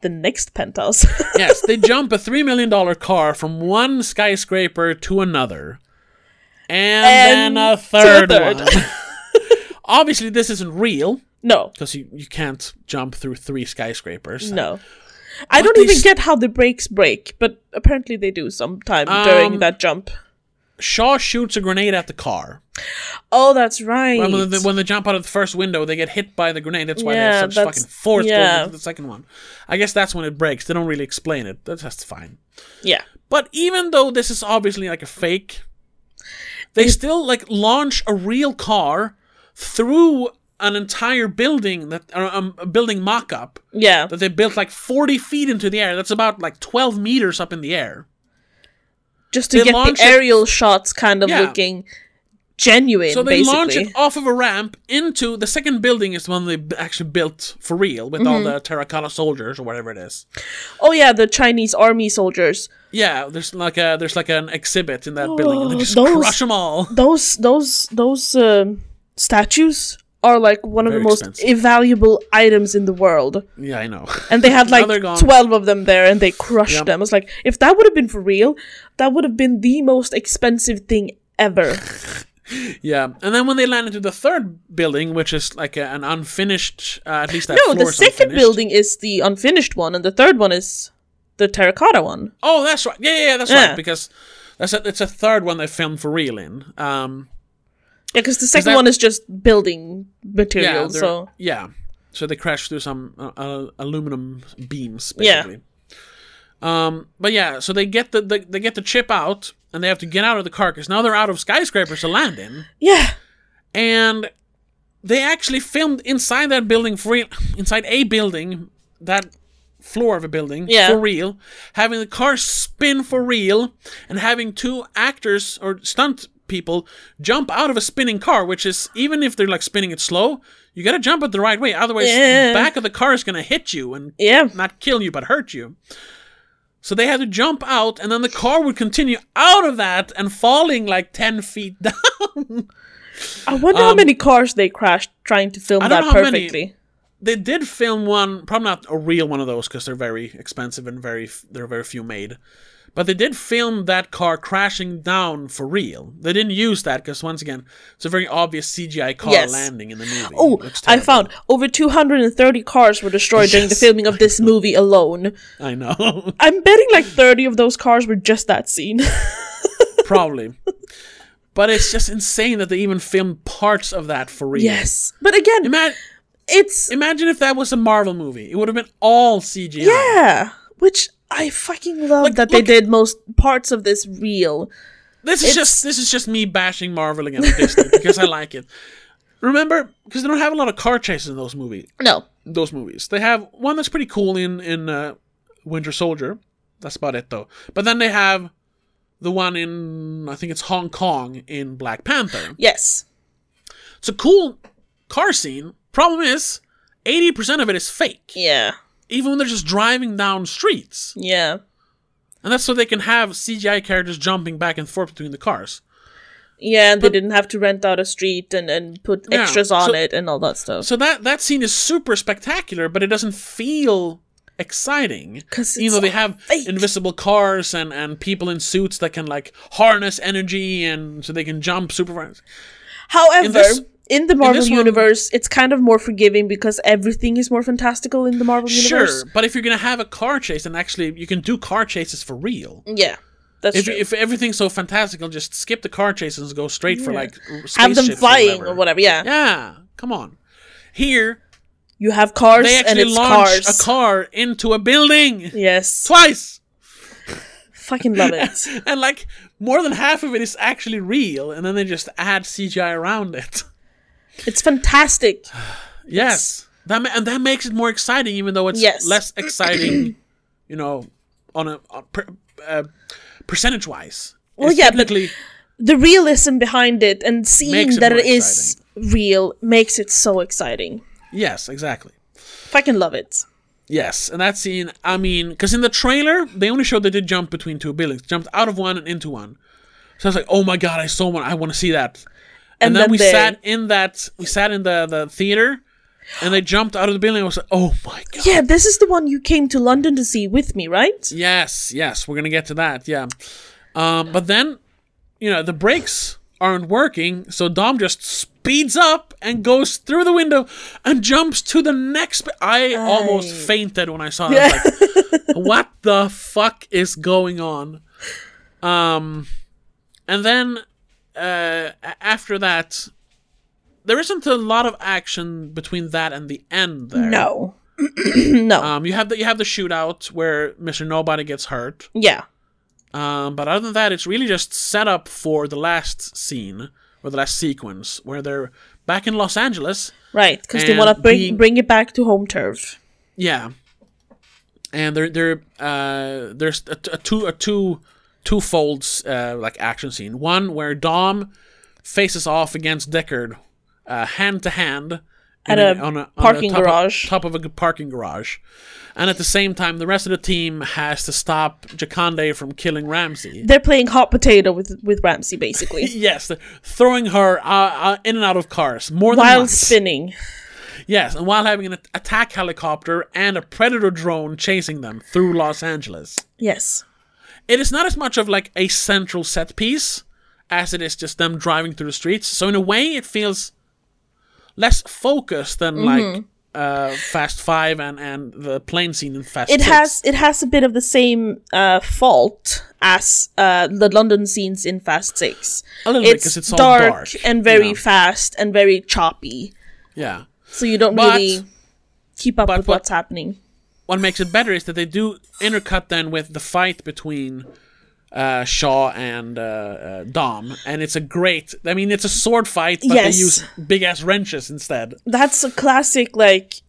Speaker 2: the next penthouse. [LAUGHS]
Speaker 1: yes, they jump a three million dollar car from one skyscraper to another, and,
Speaker 2: And
Speaker 1: then a
Speaker 2: to a
Speaker 1: third,
Speaker 2: third.
Speaker 1: one. [LAUGHS] Obviously, this isn't real
Speaker 2: no,
Speaker 1: because you, you can't jump through three skyscrapers.
Speaker 2: no. I don't
Speaker 1: they
Speaker 2: even
Speaker 1: s-
Speaker 2: get how the brakes break, but apparently they do sometime during
Speaker 1: Um,
Speaker 2: that jump.
Speaker 1: Shaw shoots a grenade at the car.
Speaker 2: Oh, that's right.
Speaker 1: When, when they, when they jump out of the first window, they get hit by the grenade. That's why they
Speaker 2: Yeah,
Speaker 1: have such
Speaker 2: that's-
Speaker 1: fucking force
Speaker 2: yeah.
Speaker 1: going into the second one. I guess that's when it breaks. They don't really explain it. That's, that's fine.
Speaker 2: yeah,
Speaker 1: But even though this is obviously like a fake, they still like launch a real car through an entire building that uh, um, a building mock-up
Speaker 2: yeah.
Speaker 1: that they built like 40 feet into the air. That's about like 12 meters up in the air.
Speaker 2: Just to
Speaker 1: they
Speaker 2: get the
Speaker 1: launch it-
Speaker 2: aerial shots, kind of
Speaker 1: Yeah.
Speaker 2: looking genuine.
Speaker 1: So they
Speaker 2: basically.
Speaker 1: launch it off of a ramp into the second building is the one they b- actually built for real with all
Speaker 2: Mm-hmm.
Speaker 1: the terracotta soldiers or whatever it is.
Speaker 2: Oh yeah, the Chinese army soldiers.
Speaker 1: Yeah, there's like a there's like an exhibit in that building and they
Speaker 2: Oh,
Speaker 1: just
Speaker 2: those-
Speaker 1: crush them all. [LAUGHS]
Speaker 2: Those those those um, statues are like one of
Speaker 1: Very
Speaker 2: the most
Speaker 1: expensive.
Speaker 2: invaluable items in the world.
Speaker 1: Yeah, I know.
Speaker 2: And they had
Speaker 1: Now
Speaker 2: like
Speaker 1: they're gone.
Speaker 2: twelve of them there, and they crushed
Speaker 1: Yep.
Speaker 2: them. It's like if that would have been for real, that would have been the most expensive thing ever.
Speaker 1: Yeah, and then when they land into the third building, which is like a, an unfinished, uh, at least that
Speaker 2: no, the
Speaker 1: floor is
Speaker 2: second
Speaker 1: unfinished.
Speaker 2: building is the unfinished one, and the third one is the terracotta one.
Speaker 1: Oh, that's right. Yeah, yeah, yeah that's
Speaker 2: Yeah.
Speaker 1: right. Because that's a, it's a third one they filmed for real in. Um,
Speaker 2: Yeah, because the second
Speaker 1: that-
Speaker 2: one is just building
Speaker 1: yeah,
Speaker 2: material.
Speaker 1: they're-
Speaker 2: so
Speaker 1: yeah, so they crash through some uh, uh, aluminum beams,
Speaker 2: Yeah.
Speaker 1: basically. Um, but yeah, so they get the, the they get the chip out, and they have to get out of the car because now they're out of skyscrapers to land in.
Speaker 2: yeah,
Speaker 1: and they actually filmed inside that building for real, inside a building, that floor of a building
Speaker 2: Yeah.
Speaker 1: for real, having the car spin for real, and having two actors or stunt people jump out of a spinning car, which is even if they're like spinning it slow, you gotta jump it the right way, otherwise
Speaker 2: Yeah.
Speaker 1: the back of the car is gonna hit you and
Speaker 2: yeah.
Speaker 1: not kill you but hurt you. So they had to jump out, and then the car would continue out of that and falling like ten feet down.
Speaker 2: I wonder how many cars they crashed trying to film
Speaker 1: Um, I don't
Speaker 2: that
Speaker 1: know how many-
Speaker 2: perfectly.
Speaker 1: they did film one, probably not a real one of those because they're very expensive and very f- there are very few made. But they did film that car crashing down for real. They didn't use that because once again, it's a very obvious CGI car
Speaker 2: Yes.
Speaker 1: landing in the movie.
Speaker 2: Oh,
Speaker 1: Looks
Speaker 2: I
Speaker 1: terrible.
Speaker 2: found over 230 cars were destroyed during the
Speaker 1: Yes,
Speaker 2: filming of this movie alone.
Speaker 1: I know, [LAUGHS]
Speaker 2: I'm betting like 30 of those cars were just that scene. [LAUGHS]
Speaker 1: probably. But it's just insane that they even filmed parts of that for real.
Speaker 2: yes. But again,
Speaker 1: Ima-
Speaker 2: it's
Speaker 1: imagine if that was a Marvel movie. It would have been all CGI.
Speaker 2: yeah, which I fucking love
Speaker 1: Like, look-
Speaker 2: that they did most parts of this real.
Speaker 1: This is just this is just me bashing Marvel against [LAUGHS] Disney because I like it. Remember, because they don't have a lot of car chases in those movies.
Speaker 2: No.
Speaker 1: Those movies, they have one that's pretty cool in in uh, Winter Soldier. That's about it though. But then they have the one in I think it's Hong Kong in Black Panther.
Speaker 2: Yes.
Speaker 1: It's a cool car scene. Problem is, eighty percent of it is fake.
Speaker 2: Yeah.
Speaker 1: Even when they're just driving down streets,
Speaker 2: Yeah.
Speaker 1: and that's so they can have CGI characters jumping back and forth between the cars.
Speaker 2: Yeah, and they didn't have to rent out a street and, and put
Speaker 1: Yeah,
Speaker 2: extras on
Speaker 1: so-
Speaker 2: it and all that stuff.
Speaker 1: So that that scene is super spectacular, but it doesn't feel exciting
Speaker 2: 'Cause
Speaker 1: you know
Speaker 2: it's
Speaker 1: they have
Speaker 2: fake.
Speaker 1: invisible cars and and people in suits that can like harness energy and so they can jump super fast.
Speaker 2: However, in,
Speaker 1: this-
Speaker 2: the Marvel
Speaker 1: this one-
Speaker 2: universe, it's kind of more forgiving because everything is more fantastical in the Marvel universe.
Speaker 1: Sure, but if you're gonna have a car chase, then actually you can do car chases for real.
Speaker 2: Yeah, Mm, that's
Speaker 1: If,
Speaker 2: true.
Speaker 1: if everything's so fantastical, just skip the car chases and go straight for like r-
Speaker 2: Have them
Speaker 1: spaceships
Speaker 2: flying or whatever. Yeah.
Speaker 1: Yeah, come on. Here,
Speaker 2: You have cars
Speaker 1: They
Speaker 2: and
Speaker 1: actually
Speaker 2: it's
Speaker 1: launched
Speaker 2: cars.
Speaker 1: a car into a building
Speaker 2: yes.
Speaker 1: twice.
Speaker 2: Fucking love it.
Speaker 1: [LAUGHS] And like more than half of it is actually real, and then they just add CGI around it. [LAUGHS]
Speaker 2: It's fantastic.
Speaker 1: Yes, that ma- and that makes it more exciting, even though it's
Speaker 2: Yes. [CLEARS THROAT]
Speaker 1: less exciting, you know, on a on per, uh, percentage wise.
Speaker 2: Well, yeah, but-
Speaker 1: technically
Speaker 2: The realism behind it and seeing
Speaker 1: Makes it
Speaker 2: that
Speaker 1: more
Speaker 2: it is real makes it so exciting.
Speaker 1: yes, exactly.
Speaker 2: Fucking love it.
Speaker 1: Yes, and that scene, I mean, because in the trailer, they only showed they did jump between two buildings, jumped out of one and into one. So I was like, oh my god, I saw one, I want to see that. And,
Speaker 2: And
Speaker 1: then,
Speaker 2: then
Speaker 1: we
Speaker 2: they-
Speaker 1: sat in that, we sat in the, the theater, and they jumped out of the building. I was like, oh my god.
Speaker 2: Yeah, this is the one you came to London to see with me, right?
Speaker 1: Yes, yes, we're gonna get to that, yeah. Um, but then, you know, the brakes aren't working, so Dom just speeds up and goes through the window and jumps to the next. b- I almost fainted when I saw that. I was like, what the fuck is going on? Um, and then uh, a- after that, there isn't a lot of action between that and the end. There,
Speaker 2: No. no.
Speaker 1: Um, you have the you have the shootout where Mister Nobody gets hurt.
Speaker 2: yeah.
Speaker 1: Um, but other than that, it's really just set up for the last scene or the last sequence where they're back in Los Angeles.
Speaker 2: Right, because they
Speaker 1: and
Speaker 2: want to bring
Speaker 1: being-
Speaker 2: bring it back to home turf.
Speaker 1: Yeah, and they're they're uh, there's a, a two a two two folds uh, like action scene. One where Dom faces off against Deckard uh, hand to hand
Speaker 2: At
Speaker 1: in
Speaker 2: a
Speaker 1: on on
Speaker 2: parking
Speaker 1: top of-
Speaker 2: garage.
Speaker 1: top of a g- parking garage, and at the same time, the rest of the team has to stop Jaconde from killing Ramsey.
Speaker 2: They're playing hot potato with with Ramsey
Speaker 1: [LAUGHS]
Speaker 2: basically
Speaker 1: Yes, the- throwing her uh, uh, in and out of cars more than
Speaker 2: while
Speaker 1: once.
Speaker 2: spinning.
Speaker 1: Yes, and while having an at- attack helicopter and a predator drone chasing them through Los Angeles.
Speaker 2: Yes.
Speaker 1: It is not as much of like a central set piece as it is just them driving through the streets. So in a way, it feels less focused than
Speaker 2: Mm-hmm.
Speaker 1: like uh, Fast Five and and the plane scene in Fast.
Speaker 2: It
Speaker 1: Six.
Speaker 2: has it has a bit of the same uh, fault as uh, the London scenes in Fast Six.
Speaker 1: a little bit
Speaker 2: It's,
Speaker 1: because it's all
Speaker 2: dark,
Speaker 1: dark,
Speaker 2: and very
Speaker 1: yeah.
Speaker 2: fast and very choppy,
Speaker 1: yeah.
Speaker 2: so you don't
Speaker 1: But-
Speaker 2: really keep up
Speaker 1: but
Speaker 2: with
Speaker 1: what-
Speaker 2: what's happening.
Speaker 1: what makes it better is that they do intercut then with the fight between uh, Shaw and uh, uh, Dom, and it's a great. I mean, it's a sword fight, but
Speaker 2: Yes.
Speaker 1: they use big ass wrenches instead.
Speaker 2: That's a classic, like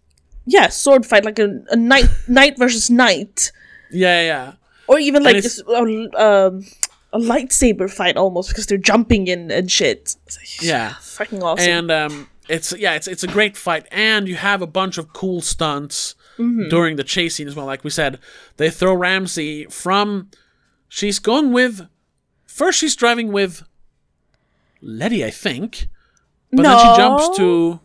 Speaker 2: yeah, sword fight, like a, a knight [LAUGHS] knight versus knight.
Speaker 1: Yeah, yeah,
Speaker 2: or even like
Speaker 1: it's-
Speaker 2: just a, um, a lightsaber fight almost because they're jumping in and shit. It's like,
Speaker 1: yeah.
Speaker 2: fucking awesome.
Speaker 1: And um, it's yeah, it's it's a great fight, and you have a bunch of cool stunts during the chase scene as well. Like we said, they throw Ramsey from. She's going with. First, she's driving with. Letty, I think, but then she jumps to.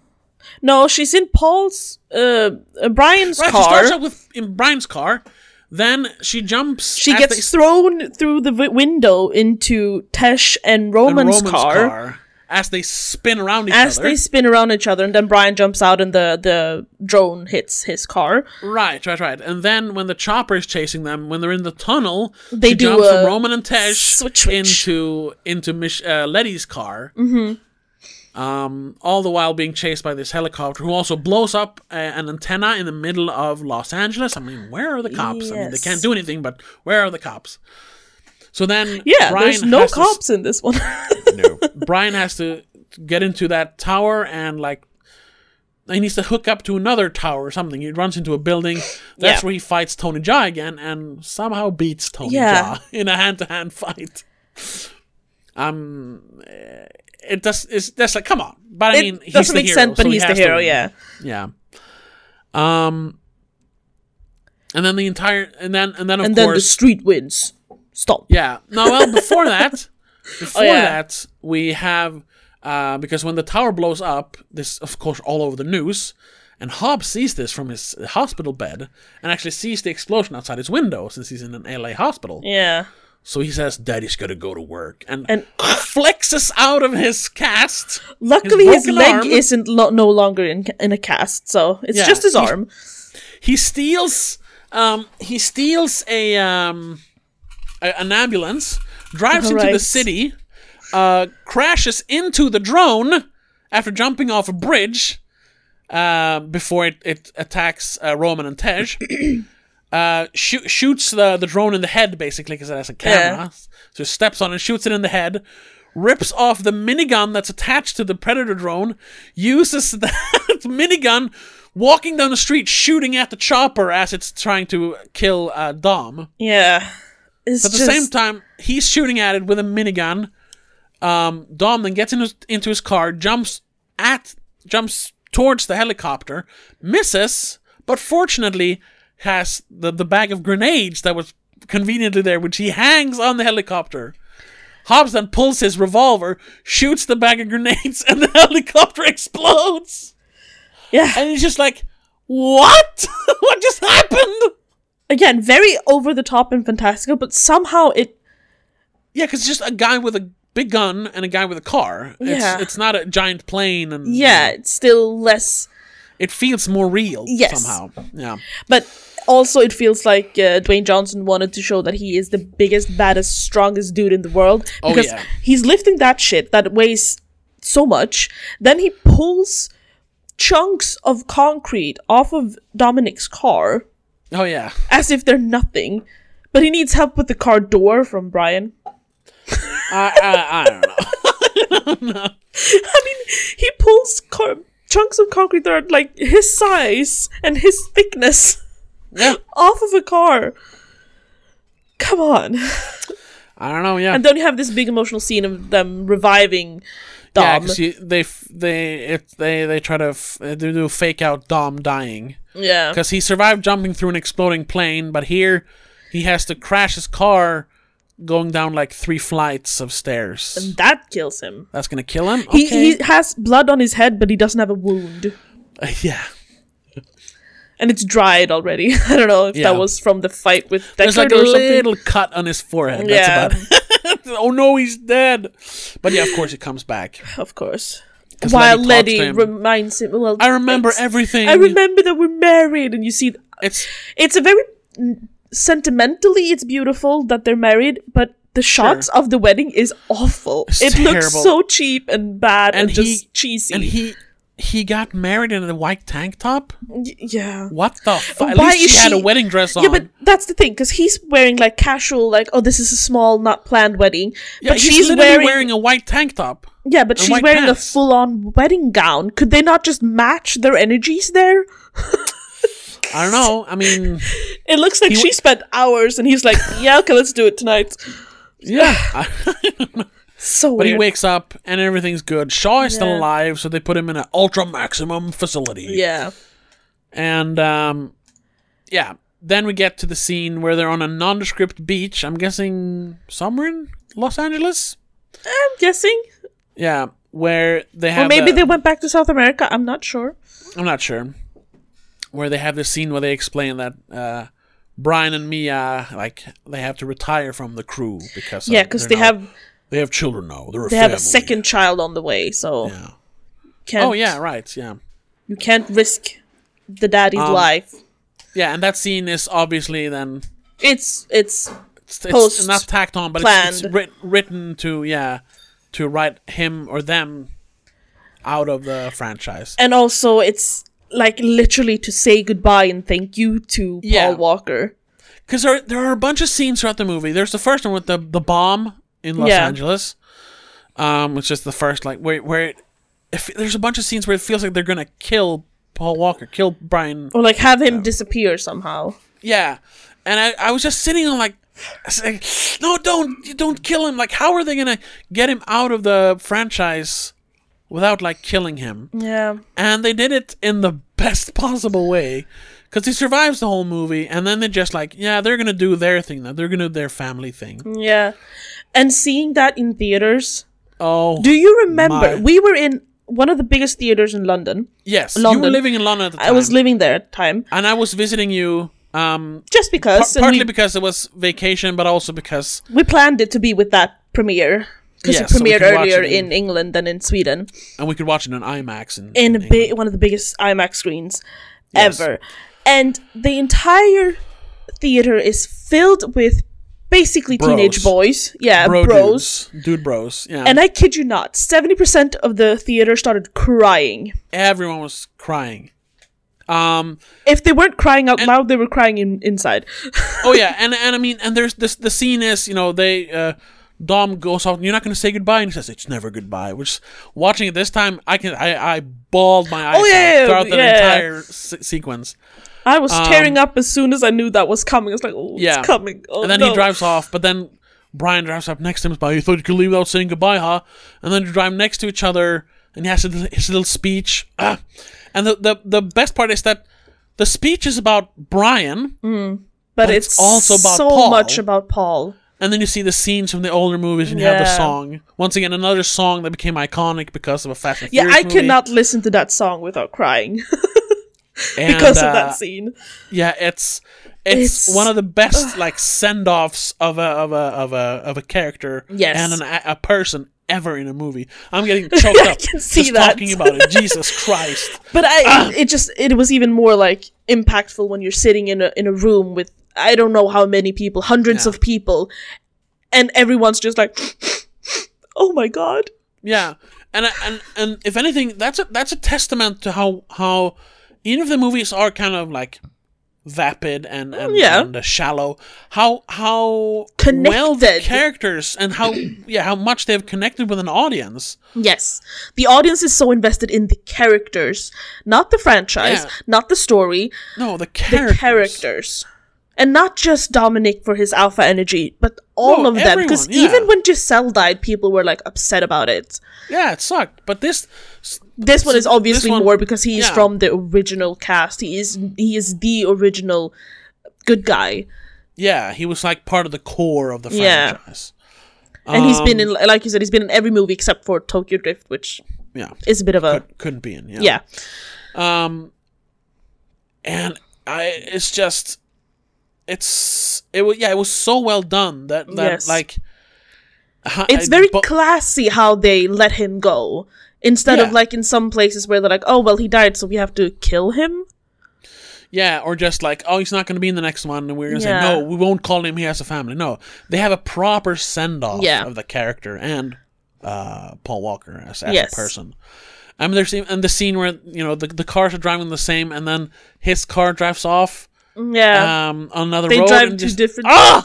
Speaker 2: no, she's in Paul's uh, uh Brian's
Speaker 1: Right, she
Speaker 2: car.
Speaker 1: starts out with in Brian's car, then she jumps.
Speaker 2: She
Speaker 1: at
Speaker 2: gets
Speaker 1: the-
Speaker 2: thrown through the w- window into Tesh and
Speaker 1: in
Speaker 2: Roman's, car,
Speaker 1: as they spin around each
Speaker 2: as
Speaker 1: other.
Speaker 2: they spin around each other, and then Brian jumps out and the the drone hits his car.
Speaker 1: Right, right, right. And then when the chopper is chasing them, when they're in the tunnel,
Speaker 2: They
Speaker 1: she
Speaker 2: do
Speaker 1: jumps
Speaker 2: a
Speaker 1: from Roman and Tesh
Speaker 2: switch, switch.
Speaker 1: into into Mich- uh, Letty's car. Mm-hmm. Um, all the while being chased by this helicopter, who also blows up a- an antenna in the middle of Los Angeles. I mean, where are the cops? I mean, they
Speaker 2: Yes.
Speaker 1: can't do anything, but where are the cops? So then,
Speaker 2: Yeah,
Speaker 1: Brian
Speaker 2: there's no
Speaker 1: has to s-
Speaker 2: cops in this one.
Speaker 1: no. [LAUGHS] Brian has to get into that tower and like he needs to hook up to another tower or something. He runs into a building. That's
Speaker 2: Yeah.
Speaker 1: where he fights Tony Jaa again and somehow beats Tony
Speaker 2: Yeah.
Speaker 1: Jaa [LAUGHS] in a hand-to-hand fight. Um, eh, it does. It's that's like come on, but I mean,
Speaker 2: it doesn't
Speaker 1: the
Speaker 2: make
Speaker 1: hero,
Speaker 2: sense, but
Speaker 1: so he
Speaker 2: he's the
Speaker 1: has to
Speaker 2: hero.
Speaker 1: win.
Speaker 2: Yeah,
Speaker 1: yeah. Um, and then the entire and then and then of
Speaker 2: and
Speaker 1: course
Speaker 2: then the street wins. Stop.
Speaker 1: yeah. No, well, before
Speaker 2: [LAUGHS]
Speaker 1: that, before
Speaker 2: Oh, yeah.
Speaker 1: that, we have uh, because when the tower blows up, this of course all over the news, and Hobbs sees this from his hospital bed and actually sees the explosion outside his window since he's in an LA hospital.
Speaker 2: yeah.
Speaker 1: So he says, "Daddy's gotta go to work," and,
Speaker 2: And-
Speaker 1: [LAUGHS] flexes out of his cast.
Speaker 2: Luckily, his,
Speaker 1: broken
Speaker 2: leg
Speaker 1: arm.
Speaker 2: isn't lo- no longer in in a cast, so it's
Speaker 1: Yeah,
Speaker 2: just his
Speaker 1: he's-
Speaker 2: arm.
Speaker 1: He steals, um, he steals a, um, a an ambulance, drives into the
Speaker 2: Right.
Speaker 1: city, uh, crashes into the drone after jumping off a bridge, uh, before it, it attacks uh, Roman and Tej. Uh, shoo- shoots the, the drone in the head basically because it has a camera. So he steps on it, shoots it in the head, rips off the minigun that's attached to the predator drone, uses [LAUGHS] that minigun, walking down the street, shooting at the chopper as it's trying to kill uh, Dom.
Speaker 2: Yeah. It's
Speaker 1: But at the
Speaker 2: just,
Speaker 1: same time, he's shooting at it with a minigun. Um, Dom then gets in his, into his car, jumps at, jumps towards the helicopter, misses, but fortunately has the, the bag of grenades that was conveniently there, which he hangs on the helicopter. Hobbs then pulls his revolver, shoots the bag of grenades, [LAUGHS] and the helicopter explodes.
Speaker 2: yeah.
Speaker 1: And he's just like, "What? [LAUGHS] what just happened?"
Speaker 2: Again, very over the top and fantastical, but somehow it.
Speaker 1: Yeah, because it's just a guy with a big gun and a guy with a car.
Speaker 2: Yeah.
Speaker 1: It's, it's not a giant plane, and
Speaker 2: Yeah, it's still less.
Speaker 1: it feels more real
Speaker 2: Yes.
Speaker 1: somehow. Yeah,
Speaker 2: But also, it feels like uh, Dwayne Johnson wanted to show that he is the biggest, baddest, strongest dude in the world
Speaker 1: Oh,
Speaker 2: because
Speaker 1: yeah.
Speaker 2: he's lifting that shit that weighs so much. Then he pulls chunks of concrete off of Dominic's car
Speaker 1: oh yeah,
Speaker 2: as if they're nothing. But he needs help with the car door from Brian.
Speaker 1: I, I, I don't know. [LAUGHS]
Speaker 2: I mean, he pulls co- chunks of concrete that are like his size and his thickness [LAUGHS]
Speaker 1: Yeah,
Speaker 2: off of a car. Come on.
Speaker 1: I don't know. Yeah,
Speaker 2: And then you have this big emotional scene of them reviving Dom.
Speaker 1: yeah,
Speaker 2: Yeah,
Speaker 1: because they f- they it, they they try to f- they do fake out Dom dying because he survived jumping through an exploding plane, but here he has to crash his car. Going down like three flights of stairs.
Speaker 2: that kills him.
Speaker 1: That's gonna kill him.
Speaker 2: He,
Speaker 1: Okay.
Speaker 2: he has blood on his head, but he doesn't have a wound.
Speaker 1: [LAUGHS] yeah.
Speaker 2: And it's dried already. [LAUGHS] I don't know if
Speaker 1: Yeah.
Speaker 2: that was from the fight with Deckard
Speaker 1: There's like a
Speaker 2: or something.
Speaker 1: little cut on his forehead. That's
Speaker 2: Yeah.
Speaker 1: about it. [LAUGHS] oh no, he's dead. But yeah, of course he comes back.
Speaker 2: Of course.
Speaker 1: 'Cause
Speaker 2: While
Speaker 1: Letty
Speaker 2: Letty
Speaker 1: talks to him.
Speaker 2: reminds him, well,
Speaker 1: I remember
Speaker 2: thanks.
Speaker 1: everything.
Speaker 2: I remember that we're married, and you see,
Speaker 1: It's
Speaker 2: it's a very sentimentally, it's beautiful that they're married, but the shots of the wedding is awful. it looks
Speaker 1: terrible.
Speaker 2: so cheap and bad
Speaker 1: And
Speaker 2: and,
Speaker 1: he-
Speaker 2: just cheesy.
Speaker 1: and he he got married in a white tank top.
Speaker 2: Y- yeah.
Speaker 1: What the fuck? At
Speaker 2: Why
Speaker 1: least
Speaker 2: is
Speaker 1: she had a
Speaker 2: she-
Speaker 1: wedding dress on.
Speaker 2: Yeah, but that's the thing, because he's wearing like casual, like oh, this is a small, not planned wedding.
Speaker 1: Yeah,
Speaker 2: but
Speaker 1: he's
Speaker 2: she's
Speaker 1: literally
Speaker 2: wearing,
Speaker 1: wearing... a white tank top.
Speaker 2: yeah, but
Speaker 1: and
Speaker 2: she's
Speaker 1: white
Speaker 2: wearing
Speaker 1: pants.
Speaker 2: a full-on wedding gown. Could they not just match their energies there?
Speaker 1: I don't know. I
Speaker 2: [LAUGHS]
Speaker 1: mean,
Speaker 2: It looks like she spent hours, and he's like, yeah, okay, let's do it tonight.
Speaker 1: yeah. [LAUGHS] I-
Speaker 2: So
Speaker 1: but he
Speaker 2: weird.
Speaker 1: wakes up and everything's good. Shaw is still
Speaker 2: Yeah.
Speaker 1: alive, so they put him in an ultra maximum facility.
Speaker 2: yeah.
Speaker 1: And um, yeah, then we get to the scene where they're on a nondescript beach. I'm guessing somewhere in Los Angeles.
Speaker 2: I'm guessing.
Speaker 1: Yeah, where they have.
Speaker 2: Or maybe
Speaker 1: a-
Speaker 2: they went back to South America. I'm not sure.
Speaker 1: I'm not sure. Where they have this scene where they explain that uh, Brian and Mia like they have to retire from the crew because
Speaker 2: Yeah,
Speaker 1: of-
Speaker 2: because they
Speaker 1: they're now-
Speaker 2: have
Speaker 1: they have children now. They're a
Speaker 2: they have a
Speaker 1: family.
Speaker 2: second child on the way, so
Speaker 1: Yeah.
Speaker 2: can't,
Speaker 1: Oh yeah, right. Yeah,
Speaker 2: you can't risk the daddy's
Speaker 1: Um,
Speaker 2: life.
Speaker 1: yeah, and that scene is obviously then
Speaker 2: It's it's
Speaker 1: it's, it's
Speaker 2: Post-
Speaker 1: not tacked on, but it's, it's
Speaker 2: planned.
Speaker 1: writ- written to yeah to write him or them out of the franchise.
Speaker 2: and also it's like literally to say goodbye and thank you to
Speaker 1: Yeah.
Speaker 2: Paul Walker.
Speaker 1: because there, there are a bunch of scenes throughout the movie. There's the first one with the the bomb in Los
Speaker 2: Yeah.
Speaker 1: Angeles, um, which is the first like where where it, if, there's a bunch of scenes where it feels like they're gonna kill Paul Walker, kill Brian.
Speaker 2: Or like have him disappear somehow.
Speaker 1: Yeah, and I, I was just sitting on like, I was like, no, don't you don't kill him. Like, how are they gonna get him out of the franchise without like killing him?
Speaker 2: Yeah.
Speaker 1: and they did it in the best possible way because he survives the whole movie and then they just like yeah they're gonna do their thing now they're gonna do their family thing
Speaker 2: Yeah. And seeing that in theaters.
Speaker 1: oh
Speaker 2: Do you
Speaker 1: My.
Speaker 2: remember we were in one of the biggest theaters in London.
Speaker 1: yes you were
Speaker 2: London.
Speaker 1: living in london at the time
Speaker 2: I was living there at the time.
Speaker 1: and i was visiting you um
Speaker 2: Just
Speaker 1: par-
Speaker 2: because and
Speaker 1: partly
Speaker 2: we-
Speaker 1: because it was vacation but also because
Speaker 2: we planned it to be with that premiere because
Speaker 1: Yeah,
Speaker 2: it
Speaker 1: so we
Speaker 2: premiered
Speaker 1: could watch
Speaker 2: earlier
Speaker 1: it in-
Speaker 2: in, England than in Sweden
Speaker 1: and we could watch it on imax and
Speaker 2: in a big, one of the biggest IMAX screens
Speaker 1: Yes.
Speaker 2: ever, and the entire theater is filled with basically
Speaker 1: Bros.
Speaker 2: teenage boys. Yeah,
Speaker 1: Bro
Speaker 2: uh, bros.
Speaker 1: dudes. Dude bros. Yeah.
Speaker 2: And I kid you not, 70% of the theater started crying.
Speaker 1: Everyone was crying. Um
Speaker 2: If they weren't crying out loud, they were crying in, inside.
Speaker 1: oh yeah, and and I mean, and there's this the scene is you know they uh, Dom goes off. You're not going to say goodbye, and he says it's never goodbye. Which watching it this time, I can I I bawled my eyes
Speaker 2: Oh, yeah,
Speaker 1: out throughout that
Speaker 2: yeah.
Speaker 1: entire se- sequence.
Speaker 2: I was tearing up as soon as I knew that was coming. I was like, oh,
Speaker 1: Um, Yeah.
Speaker 2: it's coming. Oh,
Speaker 1: and then
Speaker 2: no.
Speaker 1: he drives off, but then Brian drives up next to him. By you thought you could leave without saying goodbye, huh? And then they drive next to each other, and he has his little- his little speech. Ah. And the, the the best part is that the speech is about Brian,
Speaker 2: But,
Speaker 1: it's
Speaker 2: it's,
Speaker 1: also
Speaker 2: also
Speaker 1: about
Speaker 2: so
Speaker 1: Paul.
Speaker 2: much about Paul.
Speaker 1: and then you see the scenes from the older movies, and you have the
Speaker 2: Yeah.
Speaker 1: song once again another song that became iconic because of a Fast and
Speaker 2: Yeah,
Speaker 1: Furious
Speaker 2: I
Speaker 1: movie.
Speaker 2: cannot listen to that song without crying [LAUGHS]
Speaker 1: And,
Speaker 2: because
Speaker 1: uh,
Speaker 2: of that scene.
Speaker 1: Yeah, it's it's,
Speaker 2: It's-
Speaker 1: one of the best like send offs of a of a of a of a character
Speaker 2: Yes.
Speaker 1: and an, a, a person ever in a movie. I'm
Speaker 2: [LAUGHS]
Speaker 1: getting choked
Speaker 2: I
Speaker 1: up
Speaker 2: can see
Speaker 1: just
Speaker 2: that.
Speaker 1: talking about it.
Speaker 2: [LAUGHS]
Speaker 1: Jesus Christ!
Speaker 2: But
Speaker 1: Ah.
Speaker 2: I, it just it was even more like impactful when you're sitting in a in a room with I don't know how many people, hundreds
Speaker 1: Yeah.
Speaker 2: of people, and everyone's just like, [GASPS] oh my god,
Speaker 1: Yeah, and I- and and if anything, that's a that's a testament to how how even if the movies are kind of like vapid and and,
Speaker 2: Mm, yeah.
Speaker 1: and, uh, shallow, how how well the
Speaker 2: Connected.
Speaker 1: characters and how yeah how much they've connected with an audience.
Speaker 2: yes, the audience is so invested in the characters, not the franchise,
Speaker 1: Yeah.
Speaker 2: not the story,
Speaker 1: No, the
Speaker 2: the
Speaker 1: characters.
Speaker 2: characters. And not just Dominic for his alpha energy, but all
Speaker 1: No,
Speaker 2: of them. Because
Speaker 1: everyone, yeah.
Speaker 2: even when Giselle died, people were like upset about it.
Speaker 1: Yeah, it sucked, but this
Speaker 2: This one
Speaker 1: So
Speaker 2: is obviously
Speaker 1: this one-
Speaker 2: more because he is
Speaker 1: yeah.
Speaker 2: from the original cast. He is he is the original good guy,
Speaker 1: Yeah, he was like part of the core of the
Speaker 2: Yeah.
Speaker 1: franchise.
Speaker 2: and he's been
Speaker 1: Um,
Speaker 2: in like you said, he's been in every movie except for Tokyo Drift, which
Speaker 1: Yeah,
Speaker 2: is a bit of a
Speaker 1: couldn't be in. Yeah.
Speaker 2: yeah.
Speaker 1: Um, and I, it's just, it's it was yeah, it was so well done that that
Speaker 2: Yes.
Speaker 1: like. ha-
Speaker 2: It's
Speaker 1: I-
Speaker 2: very
Speaker 1: bo-
Speaker 2: classy how they let him go instead
Speaker 1: Yeah.
Speaker 2: of like in some places where they're like, oh well, he died, so we have to kill him.
Speaker 1: yeah, or just like oh, he's not going to be in the next one, and we're going to
Speaker 2: Yeah.
Speaker 1: say no, we won't call him. He has a family. No, they have a proper send off
Speaker 2: Yeah.
Speaker 1: of the character and uh, Paul Walker as, as
Speaker 2: Yes.
Speaker 1: a person. I mean, there's and the scene where you know the the cars are driving the same, and then his car drives off.
Speaker 2: Yeah,
Speaker 1: um, on another
Speaker 2: they
Speaker 1: road.
Speaker 2: drive
Speaker 1: and
Speaker 2: to
Speaker 1: just,
Speaker 2: different.
Speaker 1: Ah,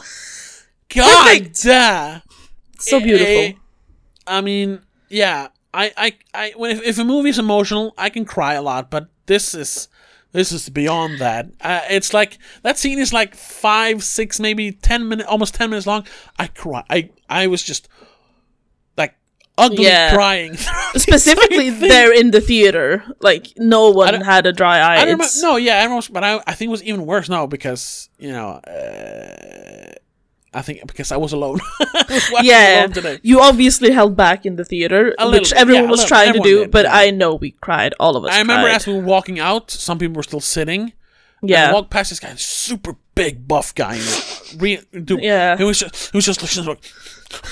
Speaker 1: God,
Speaker 2: Perfect.
Speaker 1: yeah.
Speaker 2: so beautiful.
Speaker 1: [LAUGHS] I mean, yeah. I, I, I when if, if a movie's emotional, I can cry a lot, but this is this is beyond that. Uh, it's like that scene is like five, six, maybe ten minutes, almost ten minutes long. I cry. I I was just like ugly
Speaker 2: Yeah.
Speaker 1: crying. [LAUGHS]
Speaker 2: Specifically,
Speaker 1: thing.
Speaker 2: they're in the theater. Like no one
Speaker 1: don't-
Speaker 2: had a dry eye.
Speaker 1: I don't remember.
Speaker 2: It's-
Speaker 1: No, yeah, everyone was, but I, I think it was even worse now because you know, uh, I think because I was alone. [LAUGHS] I was watching
Speaker 2: yeah,
Speaker 1: alone today.
Speaker 2: you obviously held back in the theater,
Speaker 1: A little
Speaker 2: which
Speaker 1: bit,
Speaker 2: everyone
Speaker 1: yeah, a
Speaker 2: was
Speaker 1: little-
Speaker 2: trying to
Speaker 1: everyone
Speaker 2: do.
Speaker 1: did,
Speaker 2: but
Speaker 1: yeah.
Speaker 2: I know we cried. All of us.
Speaker 1: I remember
Speaker 2: cried.
Speaker 1: as we were walking out, some people were still sitting. And I
Speaker 2: yeah,
Speaker 1: walked past this guy, super big buff guy. You know, re- dude,
Speaker 2: Yeah.
Speaker 1: He was just, he was just looking like,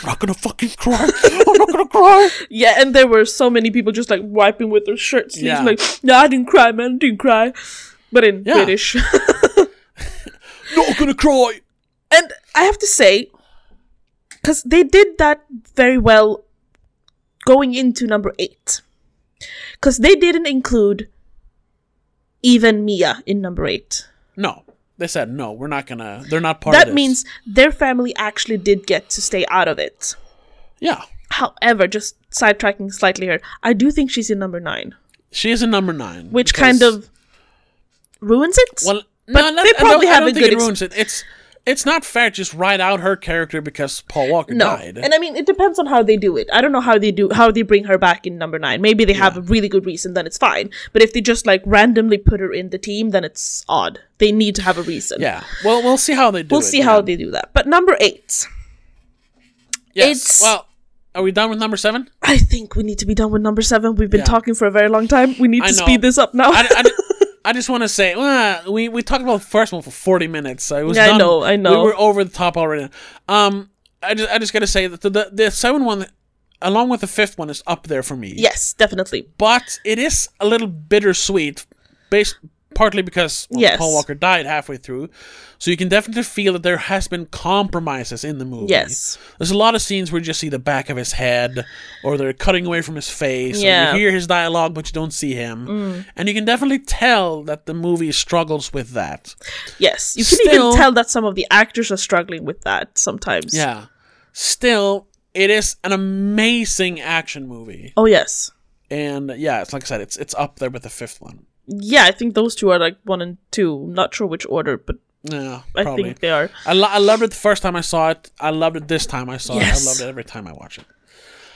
Speaker 1: I'm not gonna fucking cry. I'm not gonna cry.
Speaker 2: yeah, and there were so many people just like wiping with their shirt sleeves,
Speaker 1: Yeah.
Speaker 2: like, "No, I didn't cry, man, didn't cry," but in
Speaker 1: Yeah.
Speaker 2: British. [LAUGHS]
Speaker 1: Not gonna cry.
Speaker 2: and I have to say, because they did that very well going into number eight, because they didn't include even Mia in number eight.
Speaker 1: No, they said no. We're not gonna. They're not part. of
Speaker 2: That
Speaker 1: this.
Speaker 2: means their family actually did get to stay out of it.
Speaker 1: yeah.
Speaker 2: However, just sidetracking slightly here, I do think she's in number nine,
Speaker 1: She is a number nine,
Speaker 2: which
Speaker 1: because-
Speaker 2: kind of ruins it.
Speaker 1: Well,
Speaker 2: But
Speaker 1: no, not,
Speaker 2: they
Speaker 1: I
Speaker 2: probably
Speaker 1: don't,
Speaker 2: have
Speaker 1: I
Speaker 2: a
Speaker 1: don't think
Speaker 2: good
Speaker 1: it
Speaker 2: ex-
Speaker 1: ruins it. It's it's not fair to just write out her character because Paul Walker
Speaker 2: no,
Speaker 1: died.
Speaker 2: and I mean it depends on how they do it. I don't know how they do how they bring her back in number nine. Maybe they have a really good reason, then it's fine. But if they just like randomly put her in the team, then it's odd. They need to have a reason.
Speaker 1: yeah, well, we'll see how they do.
Speaker 2: we'll
Speaker 1: it,
Speaker 2: see
Speaker 1: yeah.
Speaker 2: how they do that. But number eight,
Speaker 1: Yes.
Speaker 2: it's-
Speaker 1: Well, are we done with number seven?
Speaker 2: I think we need to be done with number seven. We've been
Speaker 1: Yeah.
Speaker 2: talking for a very long time. We need
Speaker 1: I
Speaker 2: to
Speaker 1: know.
Speaker 2: speed this up now. [LAUGHS]
Speaker 1: I, I, I just want to say, uh, we we talked about the first one for forty minutes. So it was.
Speaker 2: Yeah, I
Speaker 1: done-
Speaker 2: know, I know.
Speaker 1: We were over the top already. Um, I just I just gotta say that the the, the seven one, along with the fifth one, is up there for me.
Speaker 2: yes, definitely.
Speaker 1: but it is a little bittersweet, based partly because well,
Speaker 2: Yes.
Speaker 1: Paul Walker died halfway through. So you can definitely feel that there has been compromises in the movie.
Speaker 2: Yes.
Speaker 1: There's a lot of scenes where you just see the back of his head or they're cutting away from his face. or
Speaker 2: Yeah. Mm.
Speaker 1: you hear his dialogue, but you don't see him. And you can definitely tell that the movie struggles with that.
Speaker 2: Yes, you can
Speaker 1: Still-
Speaker 2: even tell that some of the actors are struggling with that sometimes.
Speaker 1: Yeah. Still, it is an amazing action movie.
Speaker 2: Oh yes.
Speaker 1: And yeah, it's like I said, it's it's up there with the fifth one.
Speaker 2: Yeah, I think those two are like one and two. Not sure which order, but
Speaker 1: Yeah,
Speaker 2: I
Speaker 1: probably.
Speaker 2: think they are.
Speaker 1: I, lo- I loved it the first time I saw it. I loved it this time I saw it.
Speaker 2: Yes.
Speaker 1: I loved it every time I watch it.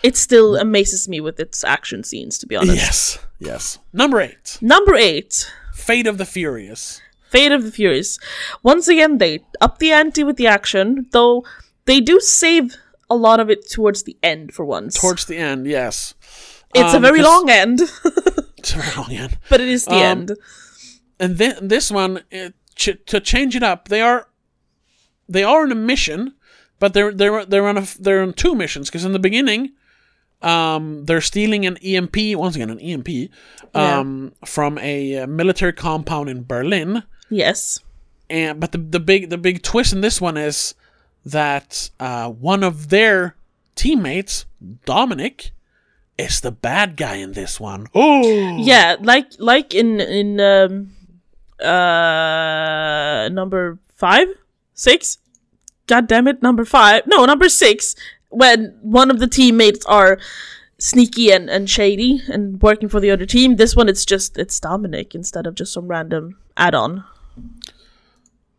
Speaker 2: It still amazes me with its action scenes, to be honest.
Speaker 1: Yes, yes. Number eight,
Speaker 2: Number eight,
Speaker 1: Fate of the Furious.
Speaker 2: Fate of the Furious. Once again, they up the ante with the action, though they do save a lot of it towards the end for once.
Speaker 1: Towards the end, yes.
Speaker 2: it's a
Speaker 1: um,
Speaker 2: very
Speaker 1: 'cause-
Speaker 2: long end, [LAUGHS]
Speaker 1: It's a very long end.
Speaker 2: but it is the
Speaker 1: Um,
Speaker 2: end.
Speaker 1: And thi- this one, it, ch- to change it up, they are they are on a mission, but they're they're they're on a f- they're on two missions because in the beginning, um, they're stealing an EMP once again an EMP,
Speaker 2: Yeah.
Speaker 1: um, from a uh, military compound in Berlin.
Speaker 2: Yes.
Speaker 1: and but the the big the big twist in this one is that uh, one of their teammates, Dominic, is the bad guy in this one. Oh,
Speaker 2: Yeah, like like in in um uh number five? Six? God damn it, number five. No, number six. When one of the teammates are sneaky and, and shady and working for the other team. This one it's just it's Dominic instead of just some random add on.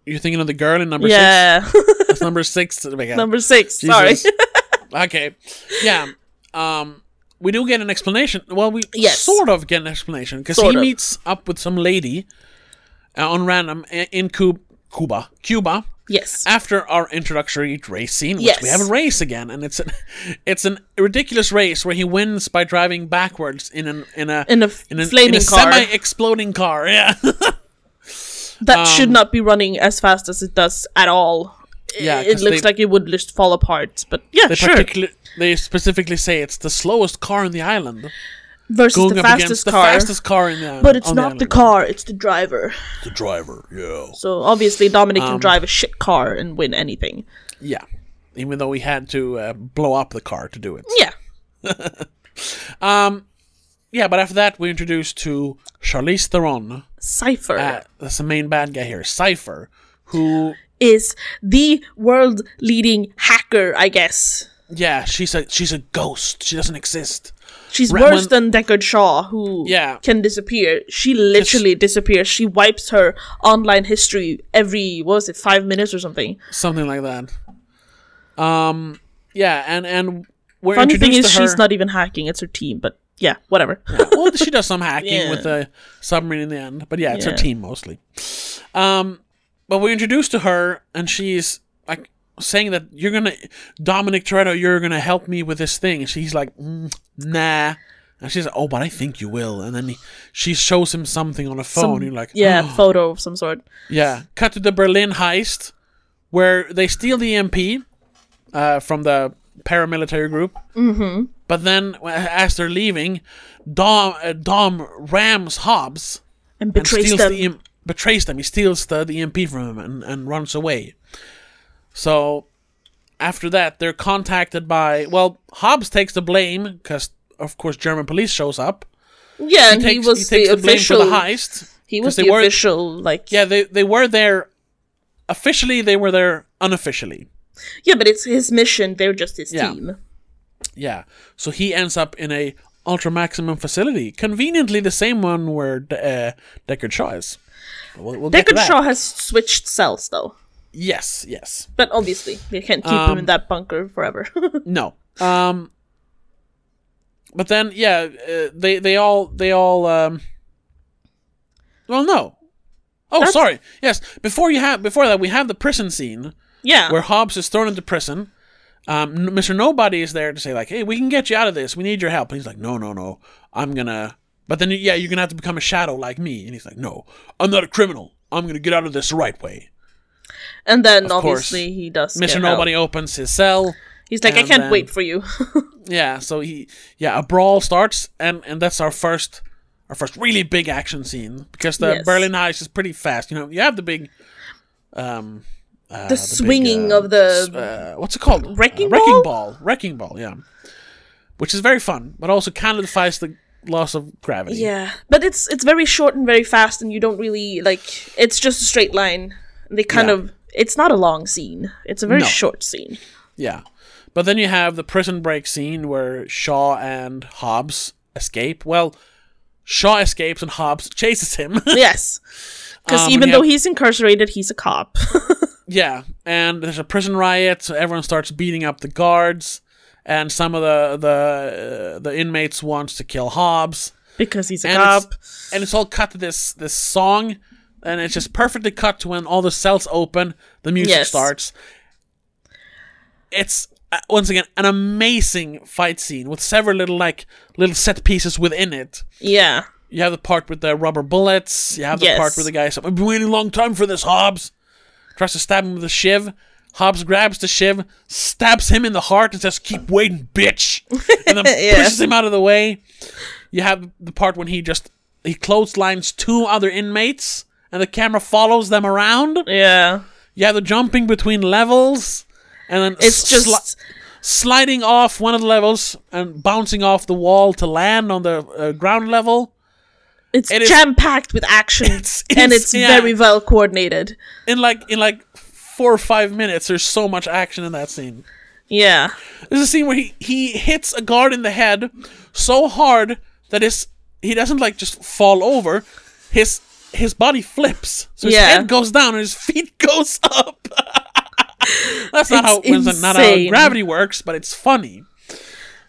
Speaker 1: you're thinking of the girl in number six.
Speaker 2: Yeah. [LAUGHS]
Speaker 1: That's [LAUGHS] number six. Oh my God.
Speaker 2: number six.
Speaker 1: [LAUGHS] Jesus.
Speaker 2: Sorry.
Speaker 1: okay, yeah. Um, we do get an explanation. Well, we
Speaker 2: Yes.
Speaker 1: sort of get an explanation because he
Speaker 2: Sort of.
Speaker 1: meets up with some lady uh, on random i- in Cu- Cuba, Cuba,
Speaker 2: yes.
Speaker 1: after our introductory race scene, which
Speaker 2: Yes.
Speaker 1: we have a race again, and it's an, [LAUGHS] it's an ridiculous race where he wins by driving backwards in an in a
Speaker 2: In a
Speaker 1: in an-
Speaker 2: flaming
Speaker 1: in a
Speaker 2: car
Speaker 1: semi-exploding car. [LAUGHS] Yeah,
Speaker 2: that
Speaker 1: um,
Speaker 2: should not be running as fast as it does at all.
Speaker 1: Yeah,
Speaker 2: it
Speaker 1: 'cause
Speaker 2: looks
Speaker 1: they-
Speaker 2: like it would just fall apart. But yeah,
Speaker 1: they
Speaker 2: sure.
Speaker 1: particular- they specifically say it's the slowest car on the island,
Speaker 2: versus
Speaker 1: going
Speaker 2: the
Speaker 1: up
Speaker 2: fastest
Speaker 1: against the
Speaker 2: car.
Speaker 1: fastest car in the island.
Speaker 2: but it's
Speaker 1: on
Speaker 2: not the,
Speaker 1: island.
Speaker 2: car, it's the driver.
Speaker 1: The driver, yeah,
Speaker 2: So obviously Dominic
Speaker 1: Um,
Speaker 2: can drive a shit car and win anything.
Speaker 1: yeah. Even though he had to uh, blow up the car to do it.
Speaker 2: Yeah.
Speaker 1: Yeah, but after that, we're introduced to Charlize Theron.
Speaker 2: Cypher
Speaker 1: Uh, that's the main bad guy here, Cypher, who
Speaker 2: is the world leading hacker, I guess.
Speaker 1: Yeah, she's a she's a ghost. She doesn't exist.
Speaker 2: She's
Speaker 1: Ra-
Speaker 2: worse
Speaker 1: when-
Speaker 2: than Deckard Shaw, who
Speaker 1: Yeah.
Speaker 2: can disappear. She literally disappears. She wipes her online history every, what was it, five minutes or something.
Speaker 1: Something like that. Um yeah, and and we're
Speaker 2: Funny thing
Speaker 1: introduced
Speaker 2: is,
Speaker 1: to her.
Speaker 2: she's not even hacking, it's her team, but yeah, whatever.
Speaker 1: well, she does some hacking
Speaker 2: Yeah.
Speaker 1: with the submarine in the end, but yeah, it's her
Speaker 2: Yeah.
Speaker 1: team mostly. Um but we're introduced to her and she's like saying that you're going to Dominic Toretto, you're going to help me with this thing. And she's like, mm, "Nah." And she's like, "Oh, but I think you will." And then he, she shows him something on a phone.
Speaker 2: Some-
Speaker 1: Oh, you're like,
Speaker 2: [LAUGHS] yeah,
Speaker 1: [GASPS]
Speaker 2: photo of some sort.
Speaker 1: Yeah. Cut to the Berlin heist, where they steal the MP uh, from the paramilitary group. Mm-hmm. But then, w- as they're leaving, Dom uh, Dom rams Hobbs
Speaker 2: And
Speaker 1: and
Speaker 2: betrays
Speaker 1: steals
Speaker 2: them.
Speaker 1: the em- betrays them. He steals the, the MP from him and, and runs away. So after that, they're contacted by well, Hobbs takes the blame because of course German police shows up.
Speaker 2: Yeah, and
Speaker 1: Takes,
Speaker 2: he was the
Speaker 1: blame
Speaker 2: official.
Speaker 1: for the heist.
Speaker 2: He
Speaker 1: 'cause
Speaker 2: was
Speaker 1: they
Speaker 2: the
Speaker 1: were-
Speaker 2: official, like yeah.
Speaker 1: Yeah, they they were there. Officially, they were there unofficially.
Speaker 2: but it's his mission. They're just his
Speaker 1: Yeah.
Speaker 2: team.
Speaker 1: Yeah. So he ends up in a ultra maximum facility, conveniently the same one where De- uh, Deckard Shaw is. We'll, we'll get to
Speaker 2: Deckard
Speaker 1: that.
Speaker 2: Shaw has switched cells though,
Speaker 1: Yes. Yes.
Speaker 2: but obviously they can't keep him in
Speaker 1: Um,
Speaker 2: that bunker forever. [LAUGHS]
Speaker 1: No. Um. But then, yeah, uh, they they all they all. Um, well, no. Oh,
Speaker 2: That's-
Speaker 1: sorry. Yes. Before you have before that, we have the prison scene.
Speaker 2: yeah,
Speaker 1: where Hobbs is thrown into prison. Um, N- Mr. Nobody is there to say like, "Hey, we can get you out of this. We need your help." And he's like, "No, no, no. I'm gonna." But then, yeah, you're gonna have to become a shadow like me. And he's like, "No, I'm not a criminal. I'm gonna get out of this the right way."
Speaker 2: and then
Speaker 1: course,
Speaker 2: obviously he does.
Speaker 1: Mr.
Speaker 2: get
Speaker 1: Nobody
Speaker 2: out.
Speaker 1: opens his cell.
Speaker 2: He's like, I
Speaker 1: and
Speaker 2: can't
Speaker 1: then- uh,
Speaker 2: [LAUGHS] wait for you.
Speaker 1: Yeah, so he, yeah, a brawl starts, and and that's our first our first really big action scene because the
Speaker 2: Yes.
Speaker 1: Berlin Heist is pretty fast. You know, you have the big, um, uh, the big,
Speaker 2: swinging
Speaker 1: uh,
Speaker 2: of the-
Speaker 1: s- uh, what's it called?
Speaker 2: Wrecking
Speaker 1: Uh, wrecking
Speaker 2: ball?
Speaker 1: ball. Wrecking ball. Yeah, which is very fun, but also kind of defies the loss of gravity.
Speaker 2: Yeah, but it's it's very short and very fast, and you don't really like. It's just a straight line. They kind
Speaker 1: Yeah.
Speaker 2: of. It's not a long scene. It's a very
Speaker 1: No.
Speaker 2: short scene.
Speaker 1: Yeah. But then you have the prison break scene where Shaw and Hobbs escape. Well, Shaw escapes and Hobbs [LAUGHS] chases him.
Speaker 2: Yes, because
Speaker 1: Um,
Speaker 2: even
Speaker 1: yeah.
Speaker 2: though he's incarcerated, he's a cop. [LAUGHS]
Speaker 1: yeah. And there's a prison riot, so everyone starts beating up the guards and some of the the uh, the inmates wants to kill Hobbs.
Speaker 2: because he's a
Speaker 1: And
Speaker 2: cop.
Speaker 1: it's, and it's all cut to this this song and it's just perfectly cut to when all the cells open, the music
Speaker 2: Yes.
Speaker 1: starts. It's uh, once again an amazing fight scene with several little like little set pieces within it.
Speaker 2: Yeah.
Speaker 1: You have the part with the rubber bullets. You have the
Speaker 2: Yes.
Speaker 1: part where the guy's I've been waiting a long time for this, Hobbs. Tries to stab him with a shiv. Hobbs grabs the shiv, stabs him in the heart, and says, Keep waiting, bitch! And then
Speaker 2: [LAUGHS] Yeah.
Speaker 1: pushes him out of the way. You have the part when he just he clotheslines two other inmates and the camera follows them around.
Speaker 2: Yeah.
Speaker 1: You have the jumping between levels. And then
Speaker 2: It's
Speaker 1: sli-
Speaker 2: just
Speaker 1: sliding off one of the levels and bouncing off the wall to land on the uh, ground level.
Speaker 2: it's
Speaker 1: it is-
Speaker 2: jam packed with action,
Speaker 1: It's-
Speaker 2: and
Speaker 1: it's-
Speaker 2: it's
Speaker 1: yeah.
Speaker 2: very well coordinated.
Speaker 1: in like in like four or five minutes there's so much action in that scene
Speaker 2: Yeah.
Speaker 1: there's a scene where he he hits a guard in the head so hard that his he doesn't like just fall over his his body flips so his
Speaker 2: Yeah.
Speaker 1: head goes down and his feet [LAUGHS] goes up that's not how,
Speaker 2: It's
Speaker 1: it's not how
Speaker 2: insane.
Speaker 1: gravity works but it's funny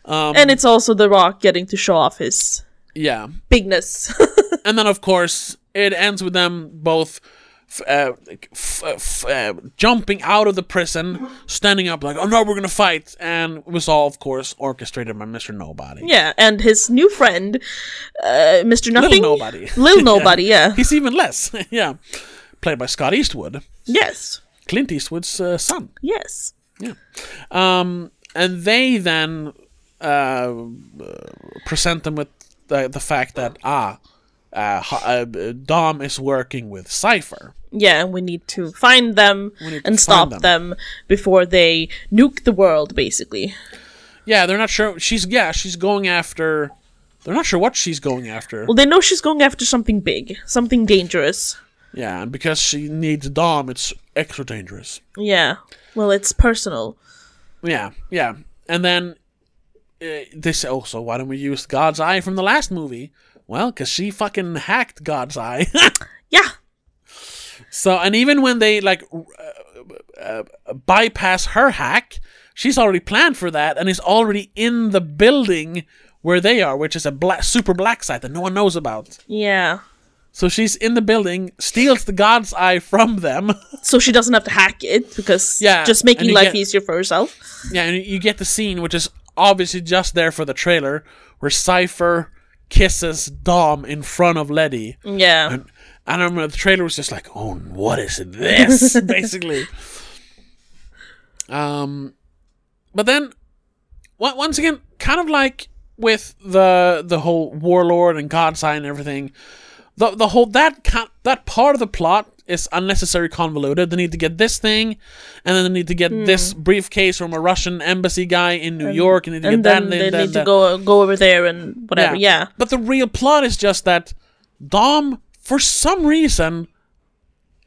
Speaker 2: and it's also The Rock getting to show off his
Speaker 1: yeah
Speaker 2: bigness. [LAUGHS]
Speaker 1: and then of course it ends with them both f- uh, like, f- uh, f- uh, jumping out of the prison, standing up like, "Oh no, we're gonna fight!" And it was all, of course, orchestrated by Mister Nobody.
Speaker 2: yeah, and his new friend, uh, Mr. Nothing. [LAUGHS]
Speaker 1: Nobody.
Speaker 2: Lil Nobody,
Speaker 1: [LAUGHS]
Speaker 2: yeah.
Speaker 1: [LAUGHS] He's even less, yeah. Played by Scott Eastwood,
Speaker 2: Yes.
Speaker 1: Clint Eastwood's uh, son.
Speaker 2: Yes.
Speaker 1: Um, and they then uh, uh, present them with the, the fact that ah, uh, Ho- uh, Dom is working with Cipher.
Speaker 2: Yeah, and we need to find them
Speaker 1: need to
Speaker 2: and
Speaker 1: find
Speaker 2: stop
Speaker 1: them.
Speaker 2: them. before they nuke the world, basically.
Speaker 1: Yeah, they're not sure. She's yeah, she's going after. They're not sure what she's going after.
Speaker 2: Well, they know she's going after something big, something dangerous.
Speaker 1: yeah, and because she needs Dom, it's extra dangerous.
Speaker 2: Yeah. Well, it's personal.
Speaker 1: Yeah, yeah, and then uh, this also. Why don't we use God's Eye from the last movie? Well, because she fucking hacked God's Eye. [LAUGHS]
Speaker 2: Yeah.
Speaker 1: so, and even when they like r- uh, uh, bypass her hack, she's already planned for that and is already in the building where they are, which is a black, super black site that no one knows about.
Speaker 2: Yeah.
Speaker 1: So she's in the building, steals the god's eye from them.
Speaker 2: So she doesn't have to hack it because
Speaker 1: Yeah,
Speaker 2: just
Speaker 1: and
Speaker 2: making
Speaker 1: you
Speaker 2: life
Speaker 1: get-
Speaker 2: easier for herself.
Speaker 1: [LAUGHS] yeah, and you get the scene, which is obviously just there for the trailer, where Cypher kisses Dom in front of Letty.
Speaker 2: Yeah.
Speaker 1: And I remember the trailer was just like, oh, what is
Speaker 2: [LAUGHS]
Speaker 1: this? Basically. Um, but then, on- once again, kind of like with the the whole warlord and god sign and everything, the the whole that ca- that part of the plot is unnecessary convoluted. They need to get this thing, and then they need to get this briefcase from a Russian embassy guy in New York, and they need to
Speaker 2: Hmm. and
Speaker 1: get that.
Speaker 2: then
Speaker 1: and
Speaker 2: they
Speaker 1: that,
Speaker 2: need to
Speaker 1: that.
Speaker 2: go go over there and whatever. Yeah.
Speaker 1: But the real plot is just that Dom, for some reason,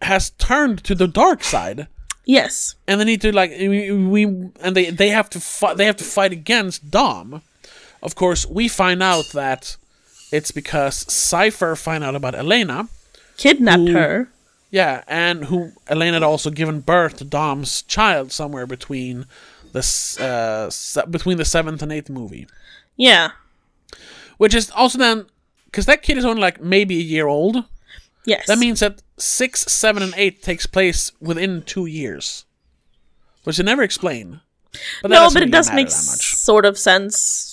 Speaker 1: has turned to the dark side,
Speaker 2: Yes.
Speaker 1: and they need to like we, we and they they have to fight they have to fight against Dom. Of course, we find out that it's because Cipher find out about Elena,
Speaker 2: Kidnapped her.
Speaker 1: yeah, and who Elena had also given birth to Dom's child somewhere between the s- uh, se- between the seventh and eighth movie.
Speaker 2: Yeah.
Speaker 1: Which is also then, because that kid is only like maybe a year old.
Speaker 2: Yes.
Speaker 1: That means that six, seven, and eight takes place within two years, which they never explain. But that
Speaker 2: no,
Speaker 1: doesn't
Speaker 2: but it
Speaker 1: really
Speaker 2: does
Speaker 1: matter
Speaker 2: make
Speaker 1: that much.
Speaker 2: sort of sense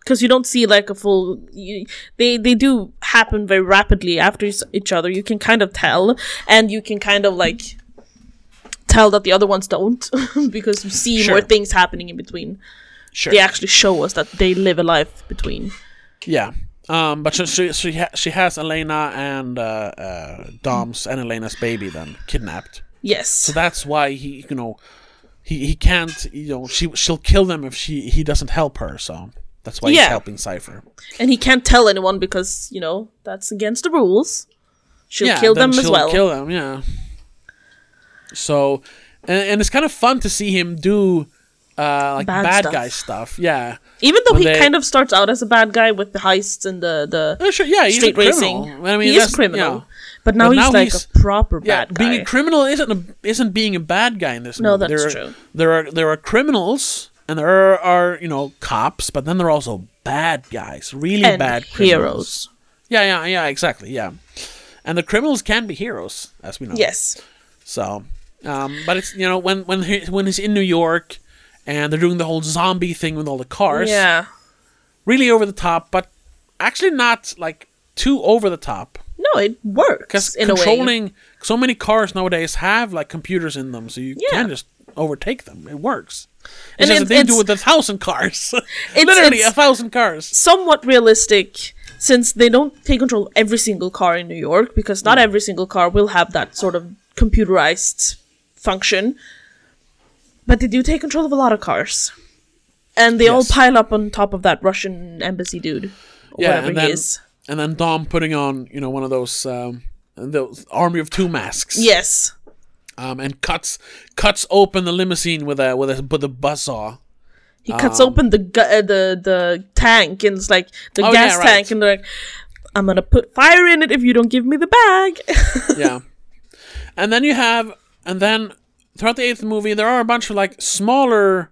Speaker 2: because you don't see like a full. You, they they do happen very rapidly after each- each other. You can kind of tell, and you can kind of like tell that the other ones don't [LAUGHS] because you see
Speaker 1: Sure.
Speaker 2: more things happening in between.
Speaker 1: Sure.
Speaker 2: They actually show us that they live a life between.
Speaker 1: Yeah. Um, but she she she, ha- she has Elena and uh, uh, Dom's and Elena's baby then kidnapped.
Speaker 2: Yes.
Speaker 1: So that's why he you know he, he can't you know she she'll kill them if she he doesn't help her. So that's why he's
Speaker 2: Yeah.
Speaker 1: helping Cipher.
Speaker 2: and he can't tell anyone because you know that's against the rules. She'll
Speaker 1: yeah,
Speaker 2: kill
Speaker 1: then
Speaker 2: them as
Speaker 1: she'll
Speaker 2: well.
Speaker 1: Kill them, yeah. So, and, and it's kind of fun to see him do uh, like bad,
Speaker 2: Bad stuff.
Speaker 1: guy stuff. Yeah,
Speaker 2: Even though
Speaker 1: when
Speaker 2: he
Speaker 1: they-
Speaker 2: kind of starts out as a bad guy with the heists and the the
Speaker 1: Uh, sure, yeah, he's
Speaker 2: street
Speaker 1: a criminal.
Speaker 2: racing,
Speaker 1: I mean,
Speaker 2: he is
Speaker 1: that's-
Speaker 2: criminal.
Speaker 1: yeah.
Speaker 2: But now
Speaker 1: But
Speaker 2: he's
Speaker 1: now
Speaker 2: like
Speaker 1: he's-
Speaker 2: a proper
Speaker 1: Yeah,
Speaker 2: bad guy.
Speaker 1: being a criminal isn't a, isn't being a bad guy in this.
Speaker 2: No,
Speaker 1: movie.
Speaker 2: that's
Speaker 1: there are,
Speaker 2: true.
Speaker 1: There are there are criminals and there are, are you know cops, but then there are also bad guys, really
Speaker 2: and
Speaker 1: bad criminals.
Speaker 2: heroes.
Speaker 1: Yeah, yeah, yeah, exactly, yeah. And the criminals can be heroes, as we know.
Speaker 2: Yes.
Speaker 1: So, um, but it's you know when when he, when he's in New York and they're doing the whole zombie thing with all the cars,
Speaker 2: Yeah.
Speaker 1: really over the top, but actually not like too over the top.
Speaker 2: No, it
Speaker 1: Because
Speaker 2: works in a way.
Speaker 1: controlling so many cars nowadays have like computers in them, so you
Speaker 2: Yeah.
Speaker 1: can just overtake them. It works.
Speaker 2: And
Speaker 1: It's just
Speaker 2: it-
Speaker 1: that they do
Speaker 2: it's-
Speaker 1: with a thousand cars. [LAUGHS] Literally a
Speaker 2: it's-
Speaker 1: thousand cars.
Speaker 2: somewhat realistic since they don't take control of every single car in New York because
Speaker 1: Hmm.
Speaker 2: not every single car will have that sort of computerized function. But they do take control of a lot of cars. And they
Speaker 1: Yes.
Speaker 2: all pile up on top of that Russian embassy dude. Or whatever
Speaker 1: and then
Speaker 2: he is.
Speaker 1: and then Dom putting on you know one of those um, those army of two masks.
Speaker 2: Yes.
Speaker 1: Um, and cuts cuts open the limousine with a with a with a buzz saw.
Speaker 2: He cuts
Speaker 1: Um,
Speaker 2: open the gu- uh, the the tank and it's like the
Speaker 1: Oh, yeah,
Speaker 2: gas
Speaker 1: right.
Speaker 2: tank and they're like I'm going to put fire in it if you don't give me the bag. [LAUGHS]
Speaker 1: yeah. [LAUGHS] And then you have, and then throughout the eighth movie, there are a bunch of like smaller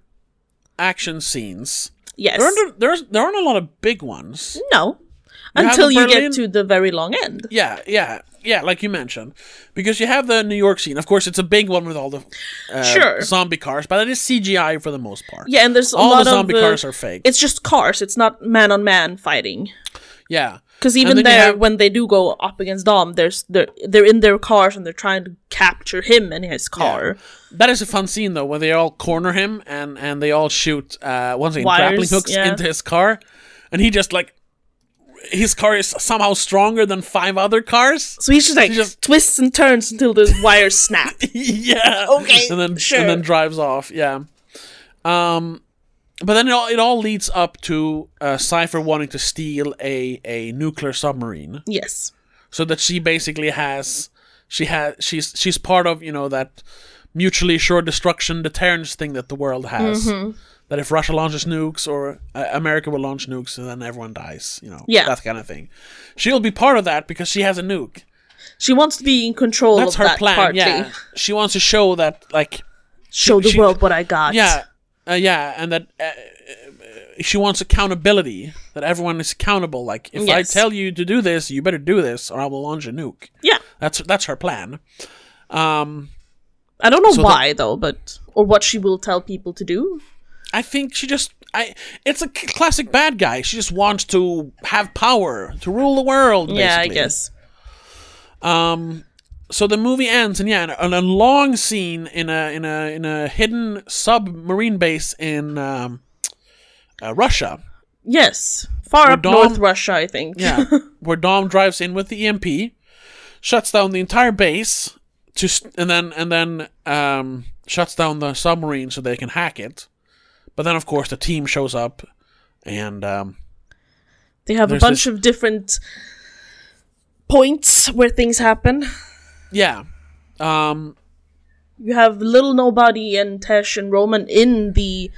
Speaker 1: action scenes.
Speaker 2: yes.
Speaker 1: There aren't, there's, there aren't a lot of big ones.
Speaker 2: no.
Speaker 1: You have
Speaker 2: Until
Speaker 1: the
Speaker 2: you
Speaker 1: Berlin-
Speaker 2: get to the very long end.
Speaker 1: Yeah, yeah, yeah, like you mentioned. Because you have the New York scene. Of course, it's a big one with all the uh,
Speaker 2: Sure.
Speaker 1: zombie cars, but it is CGI for the most part.
Speaker 2: Yeah, and there's a
Speaker 1: All
Speaker 2: lot
Speaker 1: the zombie
Speaker 2: of uh,
Speaker 1: cars are fake.
Speaker 2: It's just cars. It's not man on man fighting.
Speaker 1: yeah.
Speaker 2: Because
Speaker 1: And
Speaker 2: even
Speaker 1: then you
Speaker 2: there,
Speaker 1: have-
Speaker 2: when they do go up against Dom, there's they're they're in their cars and they're trying to capture him and his car.
Speaker 1: That is a fun scene though, where they all corner him and and they all shoot uh once again
Speaker 2: Wires,
Speaker 1: grappling hooks
Speaker 2: yeah.
Speaker 1: into his car, and he just like his car is somehow stronger than five other
Speaker 2: [LAUGHS]
Speaker 1: cars.
Speaker 2: So he's just like
Speaker 1: He just-
Speaker 2: twists and turns
Speaker 1: [LAUGHS]
Speaker 2: until the wires snap.
Speaker 1: yeah.
Speaker 2: Okay,
Speaker 1: And then
Speaker 2: sure.
Speaker 1: and then drives off. Yeah. Um, but then it all it all leads up to uh, Cipher wanting to steal a a nuclear submarine.
Speaker 2: Yes,
Speaker 1: so that she basically has she has she's she's part of you know that mutually assured destruction deterrence thing that the world has
Speaker 2: Mm-hmm.
Speaker 1: that if russia launches nukes or uh, america will launch nukes and then everyone dies you know
Speaker 2: Yeah.
Speaker 1: that kind of thing she'll be part of that because she has a nuke
Speaker 2: she wants to be in control
Speaker 1: that's
Speaker 2: of
Speaker 1: her
Speaker 2: that
Speaker 1: plan
Speaker 2: party.
Speaker 1: yeah she wants to show that like
Speaker 2: Show the
Speaker 1: she-
Speaker 2: world what I got.
Speaker 1: yeah uh, yeah and that uh, uh, she wants accountability that everyone is accountable like if i
Speaker 2: Yes.
Speaker 1: tell you to do this you better do this or i will launch a nuke
Speaker 2: yeah.
Speaker 1: that's that's her plan um
Speaker 2: I don't know
Speaker 1: So
Speaker 2: why though, but or what she will tell people to do.
Speaker 1: I think she just I it's a c- classic bad guy. She just wants to have power to rule the world.
Speaker 2: Yeah, I
Speaker 1: basically.
Speaker 2: guess.
Speaker 1: Um, so the movie ends, and yeah, in a, in a long scene in a in a in a hidden submarine base in um, uh, Russia.
Speaker 2: Yes, far up
Speaker 1: Dom-
Speaker 2: north Russia, I think. [LAUGHS]
Speaker 1: Yeah, [LAUGHS] where Dom drives in with the EMP, shuts down the entire base, to st- and then and then um, shuts down the submarine so they can hack it. But then, of course, the team shows up, and um,
Speaker 2: They have
Speaker 1: There's
Speaker 2: a bunch of different points where things happen.
Speaker 1: Yeah. Um,
Speaker 2: You have Little Nobody and Tesh and Roman in the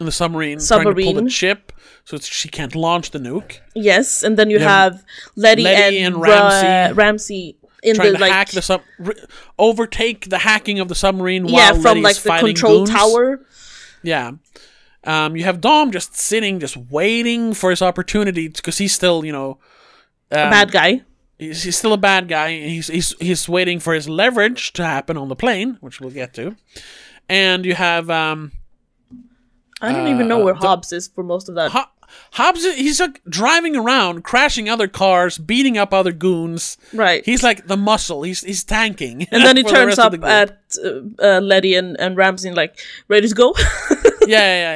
Speaker 1: in the submarine, trying to pull the
Speaker 2: Submarine.
Speaker 1: ship so it's, she can't launch the nuke.
Speaker 2: yes, and then you
Speaker 1: have
Speaker 2: have Letty,
Speaker 1: Letty
Speaker 2: and,
Speaker 1: and
Speaker 2: Ramsey.
Speaker 1: Ramsey.
Speaker 2: Ramsey in
Speaker 1: Trying
Speaker 2: the
Speaker 1: to
Speaker 2: like
Speaker 1: hack the sub, re- overtake the hacking of the submarine
Speaker 2: yeah
Speaker 1: while
Speaker 2: from
Speaker 1: Letty's
Speaker 2: like the
Speaker 1: fighting
Speaker 2: control
Speaker 1: goons.
Speaker 2: tower.
Speaker 1: Yeah. Um, you have Dom just sitting, just waiting for his opportunity because he's still, you know, um,
Speaker 2: bad guy.
Speaker 1: he's, he's still a bad guy. and He's he's he's waiting for his leverage to happen on the plane, which we'll get to. And you have um,
Speaker 2: I don't even know where Hobbs is for most of that.
Speaker 1: uh, Ho- Hobbs, he's like driving around, crashing other cars, beating up other goons.
Speaker 2: Right.
Speaker 1: He's like the muscle. He's he's tanking.
Speaker 2: and then
Speaker 1: [LAUGHS]
Speaker 2: he
Speaker 1: for the
Speaker 2: turns
Speaker 1: rest of
Speaker 2: up
Speaker 1: the group.
Speaker 2: at uh, uh, Letty and, and Ramsey like ready to go. [LAUGHS]
Speaker 1: yeah, yeah,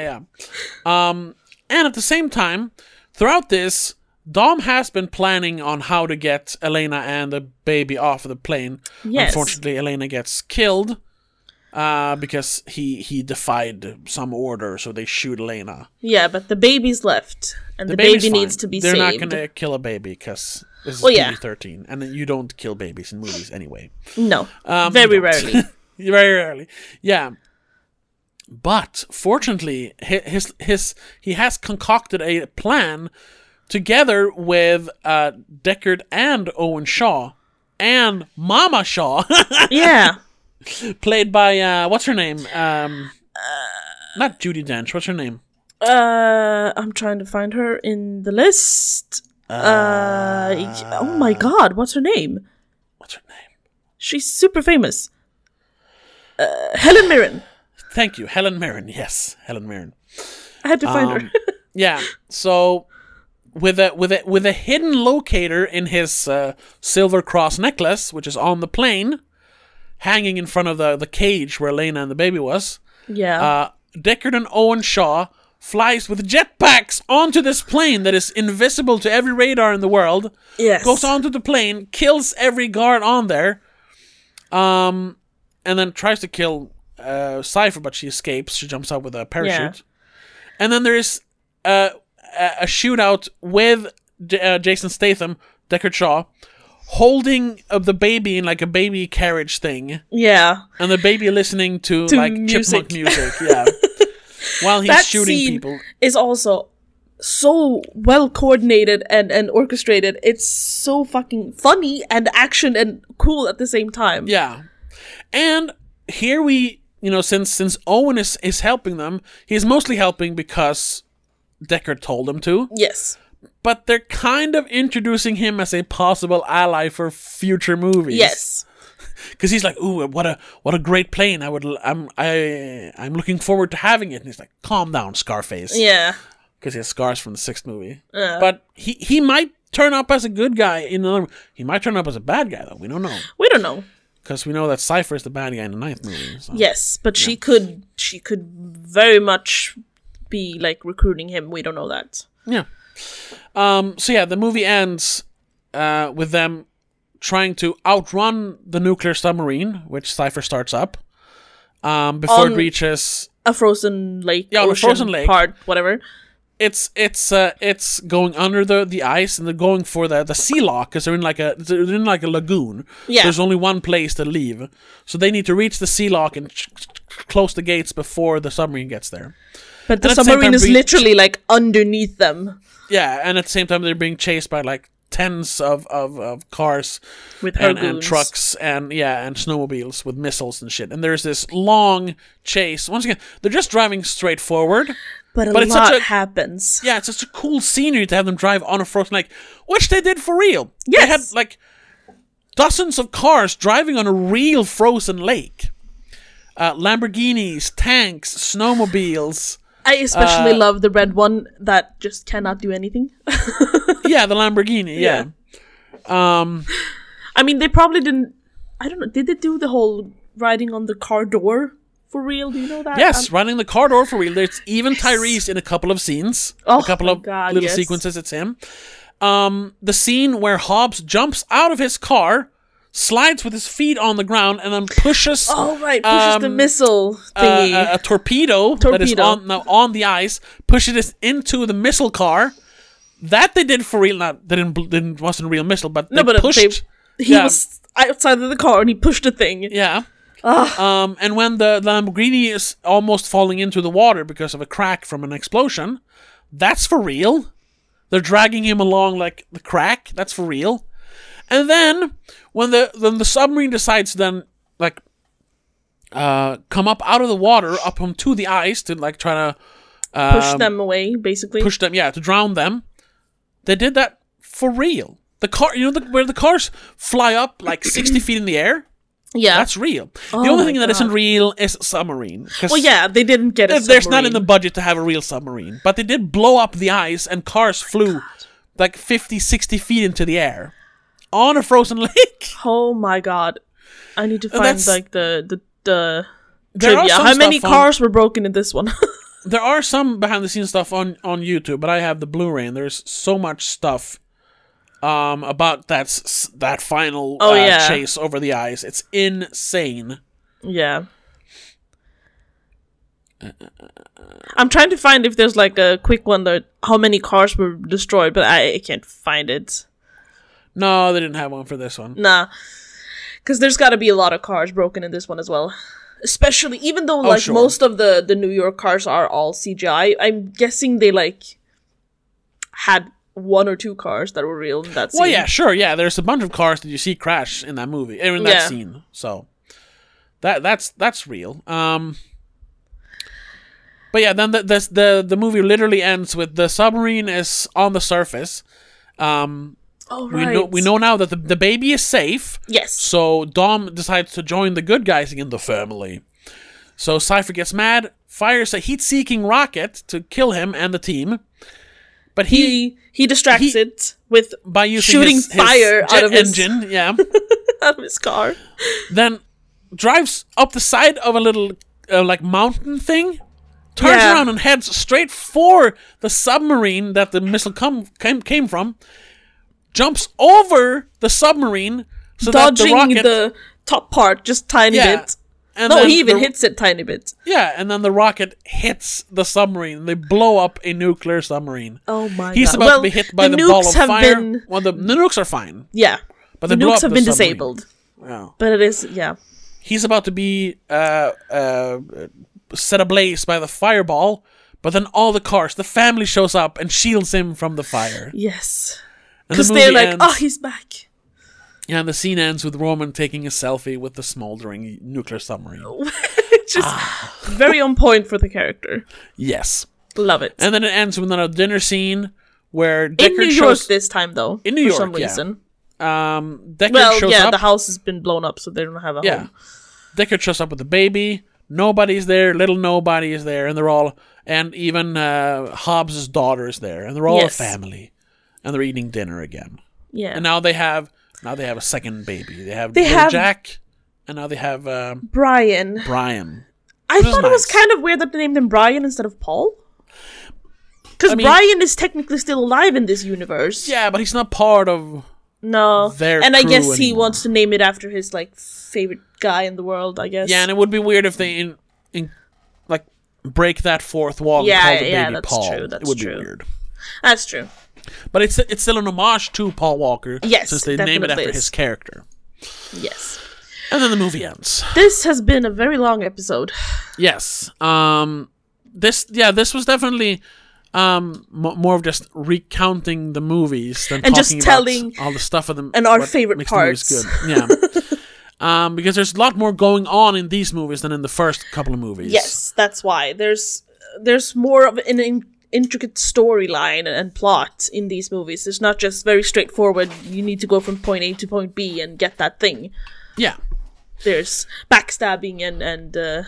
Speaker 1: yeah. yeah. Um, and at the same time, throughout this, Dom has been planning on how to get Elena and the baby off of the plane.
Speaker 2: Yes.
Speaker 1: Unfortunately, Elena gets killed uh, because he he defied some order, so they shoot Elena.
Speaker 2: Yeah, but the baby's left, and the, baby
Speaker 1: baby's fine.
Speaker 2: needs to be
Speaker 1: They're
Speaker 2: saved.
Speaker 1: not gonna kill a baby because this is
Speaker 2: Well, yeah.
Speaker 1: PG-13, and you don't kill babies in movies anyway.
Speaker 2: No,
Speaker 1: Um,
Speaker 2: very
Speaker 1: you don't. [LAUGHS]
Speaker 2: rarely.
Speaker 1: Very rarely. Yeah. But fortunately, hi- his his he has concocted a plan together with uh, Deckard and Owen Shaw and Mama Shaw, [LAUGHS]
Speaker 2: yeah,
Speaker 1: played by uh, what's her name? Um, not Judy Dench. What's her name?
Speaker 2: uh, I'm trying to find her in the list. Uh, y- oh my god, what's her name?
Speaker 1: What's her name?
Speaker 2: She's super famous. Uh, Helen Mirren.
Speaker 1: Thank you, Helen Mirren. Yes, Helen Mirren.
Speaker 2: I had to find her.
Speaker 1: Um, yeah. So with a with a with a hidden locator in his uh, silver cross necklace, which is on the plane, hanging in front of the the cage where Elena and the baby was,
Speaker 2: [LAUGHS] yeah.
Speaker 1: uh, Deckard and Owen Shaw flies with jetpacks onto this plane that is invisible to every radar in the world.
Speaker 2: yes.
Speaker 1: Goes onto the plane, kills every guard on there, um, and then tries to kill uh, Cipher, but she escapes. She jumps out with a parachute, and then there is uh, a a shootout with J- uh, Jason Statham, Deckard Shaw, holding uh, the baby in like a baby carriage thing,
Speaker 2: Yeah.
Speaker 1: and the baby listening to,
Speaker 2: To
Speaker 1: like
Speaker 2: music.
Speaker 1: chipmunk music,
Speaker 2: [LAUGHS]
Speaker 1: yeah, while he's
Speaker 2: that
Speaker 1: shooting
Speaker 2: scene
Speaker 1: people.
Speaker 2: is also so well coordinated and and orchestrated. It's so fucking funny and action and cool at the same time.
Speaker 1: Yeah. And here we, you know, since since Owen is is helping them, he's mostly helping because Deckard told him to,
Speaker 2: Yes.
Speaker 1: but they're kind of introducing him as a possible ally for future movies.
Speaker 2: Yes.
Speaker 1: Cuz he's like, "Ooh, what a what a great plane. I would l- I'm I I'm looking forward to having it." And he's like, "Calm down, Scarface."
Speaker 2: Yeah. Uh.
Speaker 1: Cuz he has scars from the 6th movie. But he he might turn up as a good guy in another he might turn up as a bad guy though. We don't know.
Speaker 2: We don't know.
Speaker 1: Cuz we know that Cypher is the bad guy in the ninth movie. so-
Speaker 2: Yes, but she could she could very much be like recruiting him. We don't know that.
Speaker 1: Yeah. Um, so yeah, the movie ends uh, with them trying to outrun the nuclear submarine, which Cipher starts up um, before
Speaker 2: On-
Speaker 1: it reaches.
Speaker 2: A frozen lake,
Speaker 1: Yeah, on a
Speaker 2: ocean
Speaker 1: frozen lake.
Speaker 2: part, whatever.
Speaker 1: It's it's uh, it's going under the, the ice, and they're going for the, the sea lock because they're in like a they're in like a lagoon.
Speaker 2: Yeah.
Speaker 1: there's only one place to leave, so they need to reach the sea lock and close the gates before the submarine gets there.
Speaker 2: But the
Speaker 1: at the same
Speaker 2: submarine
Speaker 1: time
Speaker 2: is
Speaker 1: we-
Speaker 2: literally like underneath them
Speaker 1: Yeah, and at the same time they're being chased by like tens of of, of cars
Speaker 2: with her
Speaker 1: and, and
Speaker 2: goons.
Speaker 1: trucks and yeah and snowmobiles with missiles and shit and there's this long chase once again they're just driving straight forward
Speaker 2: But a
Speaker 1: but it's such
Speaker 2: lot
Speaker 1: a-
Speaker 2: happens.
Speaker 1: yeah it's just a cool scenery to have them drive on a frozen lake which they did for real they
Speaker 2: Yes.
Speaker 1: had like dozens of cars driving on a real frozen lake uh, lamborghinis tanks snowmobiles
Speaker 2: I especially
Speaker 1: Uh,
Speaker 2: love the red one that just cannot do anything. [LAUGHS]
Speaker 1: yeah the lamborghini yeah, um
Speaker 2: I mean, they probably didn't. I don't know. Did they do the whole riding on the car door for real? Do you know that?
Speaker 1: Yes,
Speaker 2: Um,
Speaker 1: running the car door for real. There's even Tyrese in a couple of scenes,
Speaker 2: Oh
Speaker 1: a couple
Speaker 2: my
Speaker 1: of
Speaker 2: God,
Speaker 1: little
Speaker 2: yes.
Speaker 1: sequences. It's him. Um, the scene where Hobbs jumps out of his car, slides with his feet on the ground, and then pushes
Speaker 2: oh right, pushes the
Speaker 1: Um,
Speaker 2: missile
Speaker 1: uh,
Speaker 2: thingy.
Speaker 1: a, a torpedo, that is
Speaker 2: Torpedo.
Speaker 1: on now on the ice, pushes it into the missile car. That they did for real. Not they didn't. bl- didn't wasn't a real missile, but they
Speaker 2: no, but uh,
Speaker 1: pushed.
Speaker 2: they, he
Speaker 1: yeah.
Speaker 2: was outside of the car and he pushed the thing.
Speaker 1: Yeah. Um, and when the Lamborghini is almost falling into the water because of a crack from an explosion, that's for real. They're dragging him along like the crack. That's for real. And then when the then the submarine decides to then like uh come up out of the water up onto the ice to like try to Um,
Speaker 2: Pushed them away, basically.
Speaker 1: push them, yeah, to drown them. They did that for real. The car, you know, the, where the cars fly up like sixty feet in the air.
Speaker 2: yeah.
Speaker 1: That's real.
Speaker 2: Oh
Speaker 1: the only
Speaker 2: my
Speaker 1: thing that isn't
Speaker 2: God.
Speaker 1: real is submarine. 'cause
Speaker 2: well, yeah, they didn't get it.
Speaker 1: there- There's not in the budget to have a real submarine. But they did blow up the ice and
Speaker 2: Oh
Speaker 1: cars flew like 50, 60 feet into the air on a frozen [LAUGHS] lake.
Speaker 2: Oh my god, I need to find
Speaker 1: that's-
Speaker 2: like the the the
Speaker 1: There are
Speaker 2: trivia.
Speaker 1: some
Speaker 2: How many
Speaker 1: stuff on-
Speaker 2: cars were broken in this one? [LAUGHS]
Speaker 1: there are some behind the scenes stuff on on YouTube, but I have the Blu-ray, and there's so much stuff um about that s- that final
Speaker 2: Oh,
Speaker 1: uh,
Speaker 2: yeah.
Speaker 1: chase over the ice. It's insane.
Speaker 2: Yeah. I'm trying to find if there's like a quick one that how many cars were destroyed, but I, I can't find it.
Speaker 1: No, they didn't have one for this one.
Speaker 2: Nah. Cause there's gotta be a lot of cars broken in this one as well. Especially even though like
Speaker 1: Oh, sure.
Speaker 2: most of the, the New York cars are all CGI, I'm guessing they like had one or two cars that were real in that scene.
Speaker 1: Well, yeah, sure, yeah. There's a bunch of cars that you see crash in that movie, or in that
Speaker 2: Yeah.
Speaker 1: scene. So that that's that's real. Um, but yeah, then the, the the the movie literally ends with the submarine is on the surface. Um,
Speaker 2: Oh
Speaker 1: we
Speaker 2: right.
Speaker 1: know we know now that the, the baby is safe.
Speaker 2: Yes.
Speaker 1: So Dom decides to join the good guys in the family. So Cypher gets mad, fires a heat seeking rocket to kill him and the team. But he,
Speaker 2: He he distracts
Speaker 1: he-
Speaker 2: it with [LAUGHS]
Speaker 1: by using
Speaker 2: shooting
Speaker 1: his, his
Speaker 2: fire
Speaker 1: jet
Speaker 2: out of his-
Speaker 1: engine,
Speaker 2: [LAUGHS]
Speaker 1: yeah,
Speaker 2: out of his car.
Speaker 1: then drives up the side of a little uh, like mountain thing, turns
Speaker 2: Yeah.
Speaker 1: around and heads straight for the submarine that the missile come came, came from, jumps over the submarine, so
Speaker 2: dodging
Speaker 1: that the rocket
Speaker 2: the, top part just tiny
Speaker 1: Yeah.
Speaker 2: bit.
Speaker 1: and
Speaker 2: No,
Speaker 1: then
Speaker 2: he even
Speaker 1: the-
Speaker 2: hits it tiny bit.
Speaker 1: Yeah, and then the rocket hits the submarine. and They blow up a nuclear submarine.
Speaker 2: Oh my
Speaker 1: He's
Speaker 2: god!
Speaker 1: about to
Speaker 2: well,
Speaker 1: be hit by the,
Speaker 2: nukes
Speaker 1: ball of
Speaker 2: have
Speaker 1: fire.
Speaker 2: been
Speaker 1: Well, the, the nukes are fine.
Speaker 2: yeah,
Speaker 1: But
Speaker 2: the
Speaker 1: they blow
Speaker 2: nukes
Speaker 1: up
Speaker 2: have
Speaker 1: the
Speaker 2: been
Speaker 1: submarine.
Speaker 2: disabled.
Speaker 1: Wow.
Speaker 2: But it is yeah.
Speaker 1: He's about to be uh, uh, set ablaze by the fireball, but then all the cars, the family shows up and shields him from the fire.
Speaker 2: Yes.
Speaker 1: And the
Speaker 2: Because they're
Speaker 1: movie
Speaker 2: like,
Speaker 1: ends,
Speaker 2: oh, he's back.
Speaker 1: yeah, and the scene ends with Roman taking a selfie with the smoldering nuclear submarine.
Speaker 2: Just very on point for the character.
Speaker 1: Yes.
Speaker 2: Love it.
Speaker 1: And then it ends with another dinner scene where
Speaker 2: in
Speaker 1: Deckard
Speaker 2: New York
Speaker 1: shows
Speaker 2: this time though.
Speaker 1: In New
Speaker 2: for
Speaker 1: York,
Speaker 2: some
Speaker 1: yeah.
Speaker 2: reason.
Speaker 1: um Deckard
Speaker 2: Well,
Speaker 1: shows
Speaker 2: yeah,
Speaker 1: up
Speaker 2: the house has been blown up, so they don't have a
Speaker 1: Yeah.
Speaker 2: home.
Speaker 1: Deckard shows up with the baby. Nobody's there. Little nobody is there, and they're all and even uh, Hobbs's daughter is there, and they're all
Speaker 2: Yes.
Speaker 1: a family, and they're eating dinner again.
Speaker 2: Yeah.
Speaker 1: And now they have now they have a second baby. They have
Speaker 2: They
Speaker 1: little
Speaker 2: have-
Speaker 1: Jack, and now they have um,
Speaker 2: Brian.
Speaker 1: Brian.
Speaker 2: I
Speaker 1: Which is
Speaker 2: thought it was
Speaker 1: nice.
Speaker 2: kind of weird that they named him Brian instead of Paul. Because
Speaker 1: I mean-
Speaker 2: Brian is technically still alive in this universe.
Speaker 1: Yeah, but he's not part of.
Speaker 2: No.
Speaker 1: their
Speaker 2: and I
Speaker 1: crew
Speaker 2: guess he
Speaker 1: anymore.
Speaker 2: wants to name it after his like favorite guy in the world, I guess.
Speaker 1: Yeah, and it would be weird if they in, in like break that fourth wall
Speaker 2: Yeah,
Speaker 1: and call the
Speaker 2: yeah,
Speaker 1: baby
Speaker 2: that's
Speaker 1: Paul.
Speaker 2: true, that's
Speaker 1: it would
Speaker 2: true.
Speaker 1: be weird.
Speaker 2: That's true.
Speaker 1: But it's it's still an homage to Paul Walker.
Speaker 2: Yes,
Speaker 1: since they name it
Speaker 2: definitely
Speaker 1: after
Speaker 2: is.
Speaker 1: his character.
Speaker 2: Yes.
Speaker 1: And then the movie ends.
Speaker 2: This has been a very long episode.
Speaker 1: Yes. Um this yeah, this was definitely um mo more of just recounting the movies than
Speaker 2: And just
Speaker 1: talking
Speaker 2: telling-
Speaker 1: about all the stuff of them
Speaker 2: and our
Speaker 1: what
Speaker 2: favorite
Speaker 1: makes the movies
Speaker 2: parts.
Speaker 1: good.
Speaker 2: [LAUGHS]
Speaker 1: Yeah. um because there's a lot more going on in these movies than in the first couple of movies.
Speaker 2: Yes, that's why. There's there's more of an in- intricate storyline and plot in these movies. It's not just very straightforward, you need to go from point A to point B and get that thing.
Speaker 1: Yeah.
Speaker 2: There's backstabbing and and uh,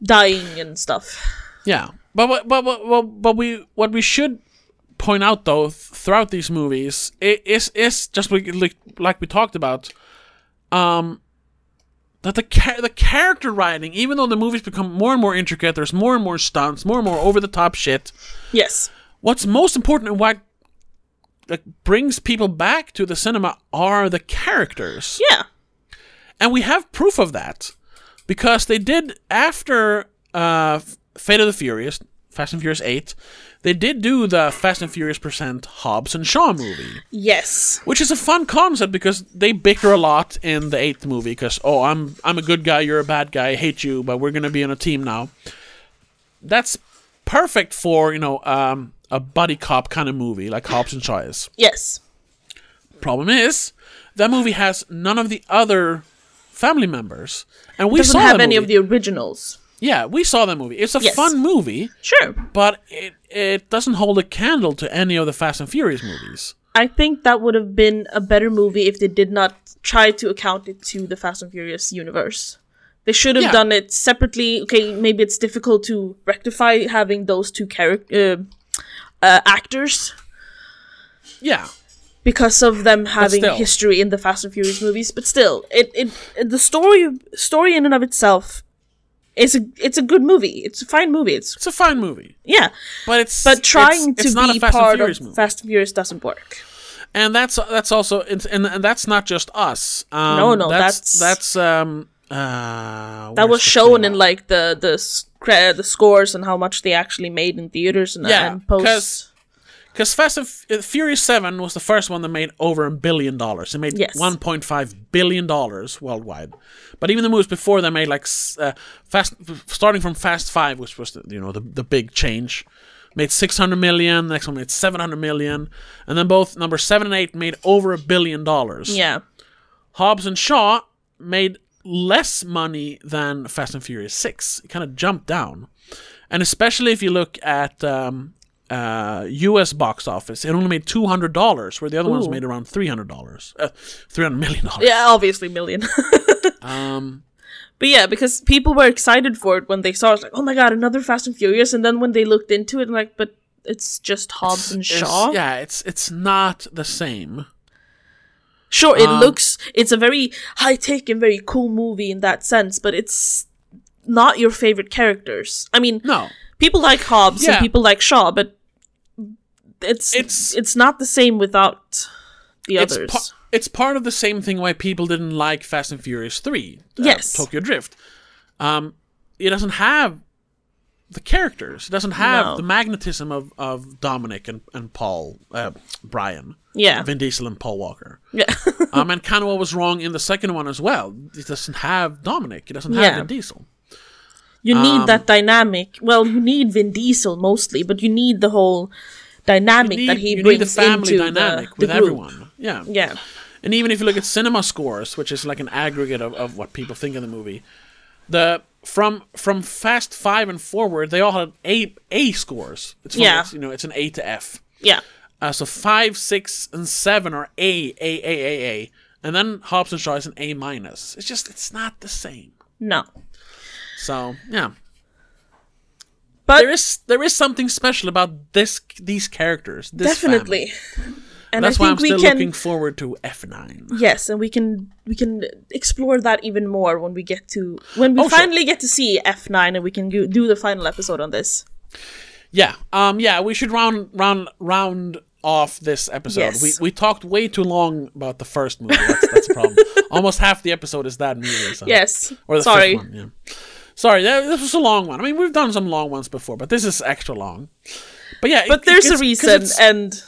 Speaker 2: dying and stuff.
Speaker 1: Yeah. But what- but but but, but we what we should point out though th- throughout these movies i- is is just like like, like we talked about um that the cha- the character writing even though the movies become more and more intricate there's more and more stunts more and more over the top shit
Speaker 2: Yes.
Speaker 1: what's most important and what like brings people back to the cinema are the characters
Speaker 2: Yeah.
Speaker 1: and we have proof of that because they did after uh, Fate of the Furious, Fast and Furious Eight, they did do the Fast and Furious present Hobbs and Shaw movie,
Speaker 2: Yes.
Speaker 1: which is a fun concept because they bicker a lot in the eighth movie because oh I'm I'm a good guy, you're a bad guy, I hate you, but we're gonna be on a team now. That's perfect for you know um, a buddy cop kind of movie like Hobbs and Shaw is.
Speaker 2: Yes.
Speaker 1: Problem is, that movie has none of the other family members, and we
Speaker 2: Doesn't
Speaker 1: saw
Speaker 2: have
Speaker 1: that
Speaker 2: any
Speaker 1: movie.
Speaker 2: of the originals.
Speaker 1: yeah, we saw that movie. It's a
Speaker 2: Yes.
Speaker 1: fun movie,
Speaker 2: Sure.
Speaker 1: but it it doesn't hold a candle to any of the Fast and Furious movies.
Speaker 2: I think that would have been a better movie if they did not try to account it to the Fast and Furious universe. They should have
Speaker 1: Yeah.
Speaker 2: done it separately. Okay, maybe it's difficult to rectify having those two character uh, uh, actors
Speaker 1: Yeah,
Speaker 2: because of them having
Speaker 1: still.
Speaker 2: history in the Fast and Furious movies. But still, it, it, it the story story in and of itself It's a it's a good movie. It's a fine movie. It's
Speaker 1: It's a fine movie,
Speaker 2: yeah,
Speaker 1: but it's
Speaker 2: but trying
Speaker 1: it's,
Speaker 2: to
Speaker 1: it's
Speaker 2: be
Speaker 1: not a Fast and
Speaker 2: part
Speaker 1: Furious
Speaker 2: of
Speaker 1: movie.
Speaker 2: Fast and Furious doesn't work.
Speaker 1: and that's that's also it's, and and that's not just us. Um,
Speaker 2: No, no,
Speaker 1: that's
Speaker 2: that's-
Speaker 1: that's um uh,
Speaker 2: That was shown in like the the s- cre- the scores and how much they actually made in theaters and,
Speaker 1: Yeah,
Speaker 2: and
Speaker 1: 'cause-
Speaker 2: posts.
Speaker 1: because Fast and F- uh, Furious Seven was the first one that made over a billion dollars. It made
Speaker 2: Yes.
Speaker 1: one point five billion dollars worldwide. But even the movies before that made like s- uh, Fast, f- starting from Fast Five, which was the, you know the the big change, made six hundred million. The next one made seven hundred million, and then both number seven and eight made over a billion dollars.
Speaker 2: Yeah,
Speaker 1: Hobbs and Shaw made less money than Fast and Furious 6. It kind of jumped down. And especially if you look at um, uh, US box office, it only made $200, where the other ones
Speaker 2: Ooh.
Speaker 1: made around $300. Uh, $300 million.
Speaker 2: yeah, obviously million. [LAUGHS]
Speaker 1: Um,
Speaker 2: But yeah, because people were excited for it when they saw it, like, oh my god, another Fast and Furious, and then when they looked into it, like, but it's just Hobbs and
Speaker 1: it's-
Speaker 2: Shaw.
Speaker 1: yeah, it's it's not the same.
Speaker 2: Sure, it
Speaker 1: Um,
Speaker 2: looks it's a very high tech and very cool movie in that sense, but it's not your favorite characters. I mean,
Speaker 1: No.
Speaker 2: people like Hobbs
Speaker 1: Yeah.
Speaker 2: and people like Shaw, but it's
Speaker 1: It's-
Speaker 2: it's it's not the same without the
Speaker 1: It's,
Speaker 2: others.
Speaker 1: pa- it's part of the same thing why people didn't like Fast and Furious 3, uh,
Speaker 2: Yes.
Speaker 1: Tokyo Drift. Um, it doesn't have the characters, it doesn't have
Speaker 2: No.
Speaker 1: the magnetism of, of Dominic and, and Paul, uh, Brian,
Speaker 2: yeah,
Speaker 1: Vin Diesel and Paul Walker.
Speaker 2: yeah,
Speaker 1: Um, and kind of what was wrong in the second one as well. It doesn't have Dominic, it doesn't have
Speaker 2: Yeah.
Speaker 1: Vin Diesel.
Speaker 2: [LAUGHS] you need
Speaker 1: Um,
Speaker 2: that dynamic. Well, you need Vin Diesel mostly, but you need the whole dynamic
Speaker 1: You
Speaker 2: that
Speaker 1: need-
Speaker 2: he
Speaker 1: you
Speaker 2: brings
Speaker 1: need the family
Speaker 2: into
Speaker 1: dynamic
Speaker 2: the,
Speaker 1: with
Speaker 2: the group.
Speaker 1: everyone. Yeah.
Speaker 2: Yeah,
Speaker 1: And even if you look at cinema scores, which is like an aggregate of, of what people think of the movie, the from from Fast Five and forward, they all had A A scores. It's from,
Speaker 2: Yeah.
Speaker 1: it's, you know, it's an A to F.
Speaker 2: yeah,
Speaker 1: Uh, so five, six, and seven are A A A A A, and then Hobbs and Shaw is an A minus. It's just it's not the same.
Speaker 2: no,
Speaker 1: So yeah,
Speaker 2: but
Speaker 1: there is there is something special about this these characters. This family.
Speaker 2: definitely. And
Speaker 1: That's
Speaker 2: I
Speaker 1: why
Speaker 2: think
Speaker 1: I'm still
Speaker 2: we can
Speaker 1: looking forward to F nine.
Speaker 2: Yes, and we can we can explore that even more when we get to when we
Speaker 1: Oh, sure.
Speaker 2: finally get to see F nine, and we can go, do the final episode on this.
Speaker 1: Yeah. Um. Yeah. We should round round round off this episode.
Speaker 2: Yes.
Speaker 1: We we talked way too long about the first movie. That's, that's a
Speaker 2: [LAUGHS]
Speaker 1: problem. Almost half the episode is that movie. So.
Speaker 2: Yes,
Speaker 1: Or the
Speaker 2: sorry.
Speaker 1: fifth one. Yeah. Sorry. That, this was a long one. I mean, we've done some long ones before, but this is extra long. But yeah.
Speaker 2: But there's a reason, uh,
Speaker 1: And-
Speaker 2: and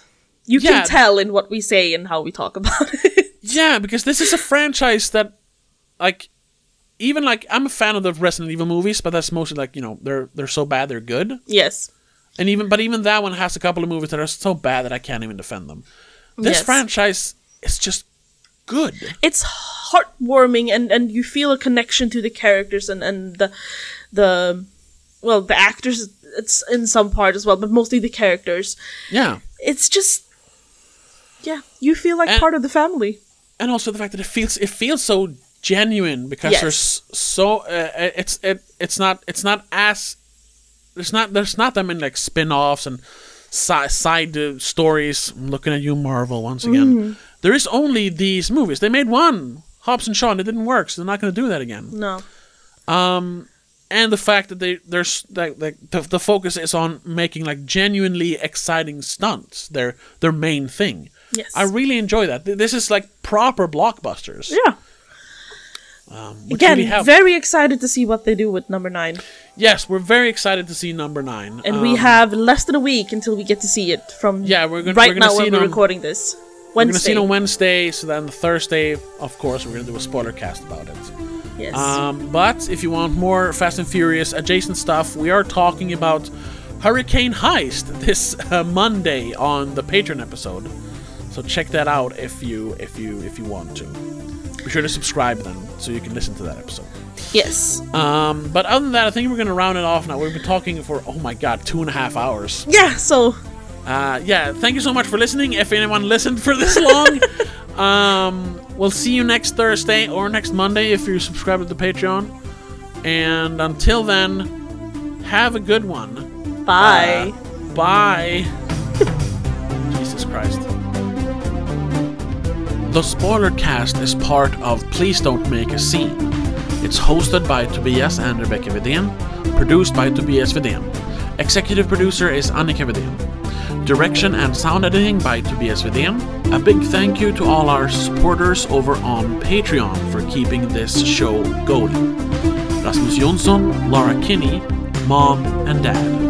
Speaker 2: you
Speaker 1: Yeah.
Speaker 2: can tell in what we say and how we talk about [LAUGHS] it.
Speaker 1: yeah, because this is a franchise that, like. Even like I'm a fan of the Resident Evil movies, but that's mostly like you know they're they're so bad they're good.
Speaker 2: yes,
Speaker 1: And even but even that one has a couple of movies that are so bad that I can't even defend them. This
Speaker 2: Yes.
Speaker 1: franchise is just good.
Speaker 2: it's heartwarming, and and you feel a connection to the characters and and the the well the actors. It's in some part as well, but mostly the characters.
Speaker 1: Yeah.
Speaker 2: It's just yeah, you feel like
Speaker 1: And-
Speaker 2: part of the family.
Speaker 1: And also the fact that it feels it feels so genuine because
Speaker 2: Yes.
Speaker 1: there's so uh, it's it it's not it's not as there's not there's not that many like spin-offs and si- side uh, stories. I'm looking at you Marvel once again.
Speaker 2: Mm-hmm.
Speaker 1: There is only these movies. They made one Hobbs and Shaw and it didn't work, so they're not going to do that again.
Speaker 2: No.
Speaker 1: Um, and the fact that they there's like like the, the focus is on making like genuinely exciting stunts their their main thing.
Speaker 2: Yes.
Speaker 1: I really enjoy that. Th- This is like proper blockbusters. um,
Speaker 2: Yeah.
Speaker 1: which
Speaker 2: Again,
Speaker 1: really help.
Speaker 2: very excited to see what they do with number nine.
Speaker 1: yes, we're very excited to see number nine.
Speaker 2: And we
Speaker 1: Um,
Speaker 2: have less than a week until we get to see it from
Speaker 1: Yeah, we're gonna-
Speaker 2: right
Speaker 1: we're gonna
Speaker 2: now
Speaker 1: see
Speaker 2: when
Speaker 1: it
Speaker 2: we're
Speaker 1: on-
Speaker 2: recording this.
Speaker 1: we're gonna see
Speaker 2: Wednesday.
Speaker 1: it on Wednesday. So then Thursday, of course, we're gonna do a spoiler cast about it.
Speaker 2: yes.
Speaker 1: Um, but if you want more Fast and Furious adjacent stuff, we are talking about Hurricane Heist this uh, Monday on the Patreon episode. So check that out if you if you if you want to. Be sure to subscribe then, so you can listen to that episode.
Speaker 2: yes.
Speaker 1: Um, but other than that, I think we're gonna round it off now. We've been talking for oh my god, two and a half hours.
Speaker 2: yeah, so
Speaker 1: Uh, yeah, thank you so much for listening. If anyone listened for this long, um, we'll see you next Thursday or next Monday if you subscribe to the Patreon. And until then, have a good one. uh,
Speaker 2: bye.
Speaker 1: Bye. Jesus Christ. The Spoiler Cast is part of Please Don't Make a Scene. It's hosted by Tobias and Rebecca Vidén, produced by Tobias Vidén. Executive producer is Annika Vidén. Direction and sound editing by Tobias Vidén. A big thank you to all our supporters over on Patreon for keeping this show going. Rasmus Jonsson, Laura Kinney, Mom and Dad.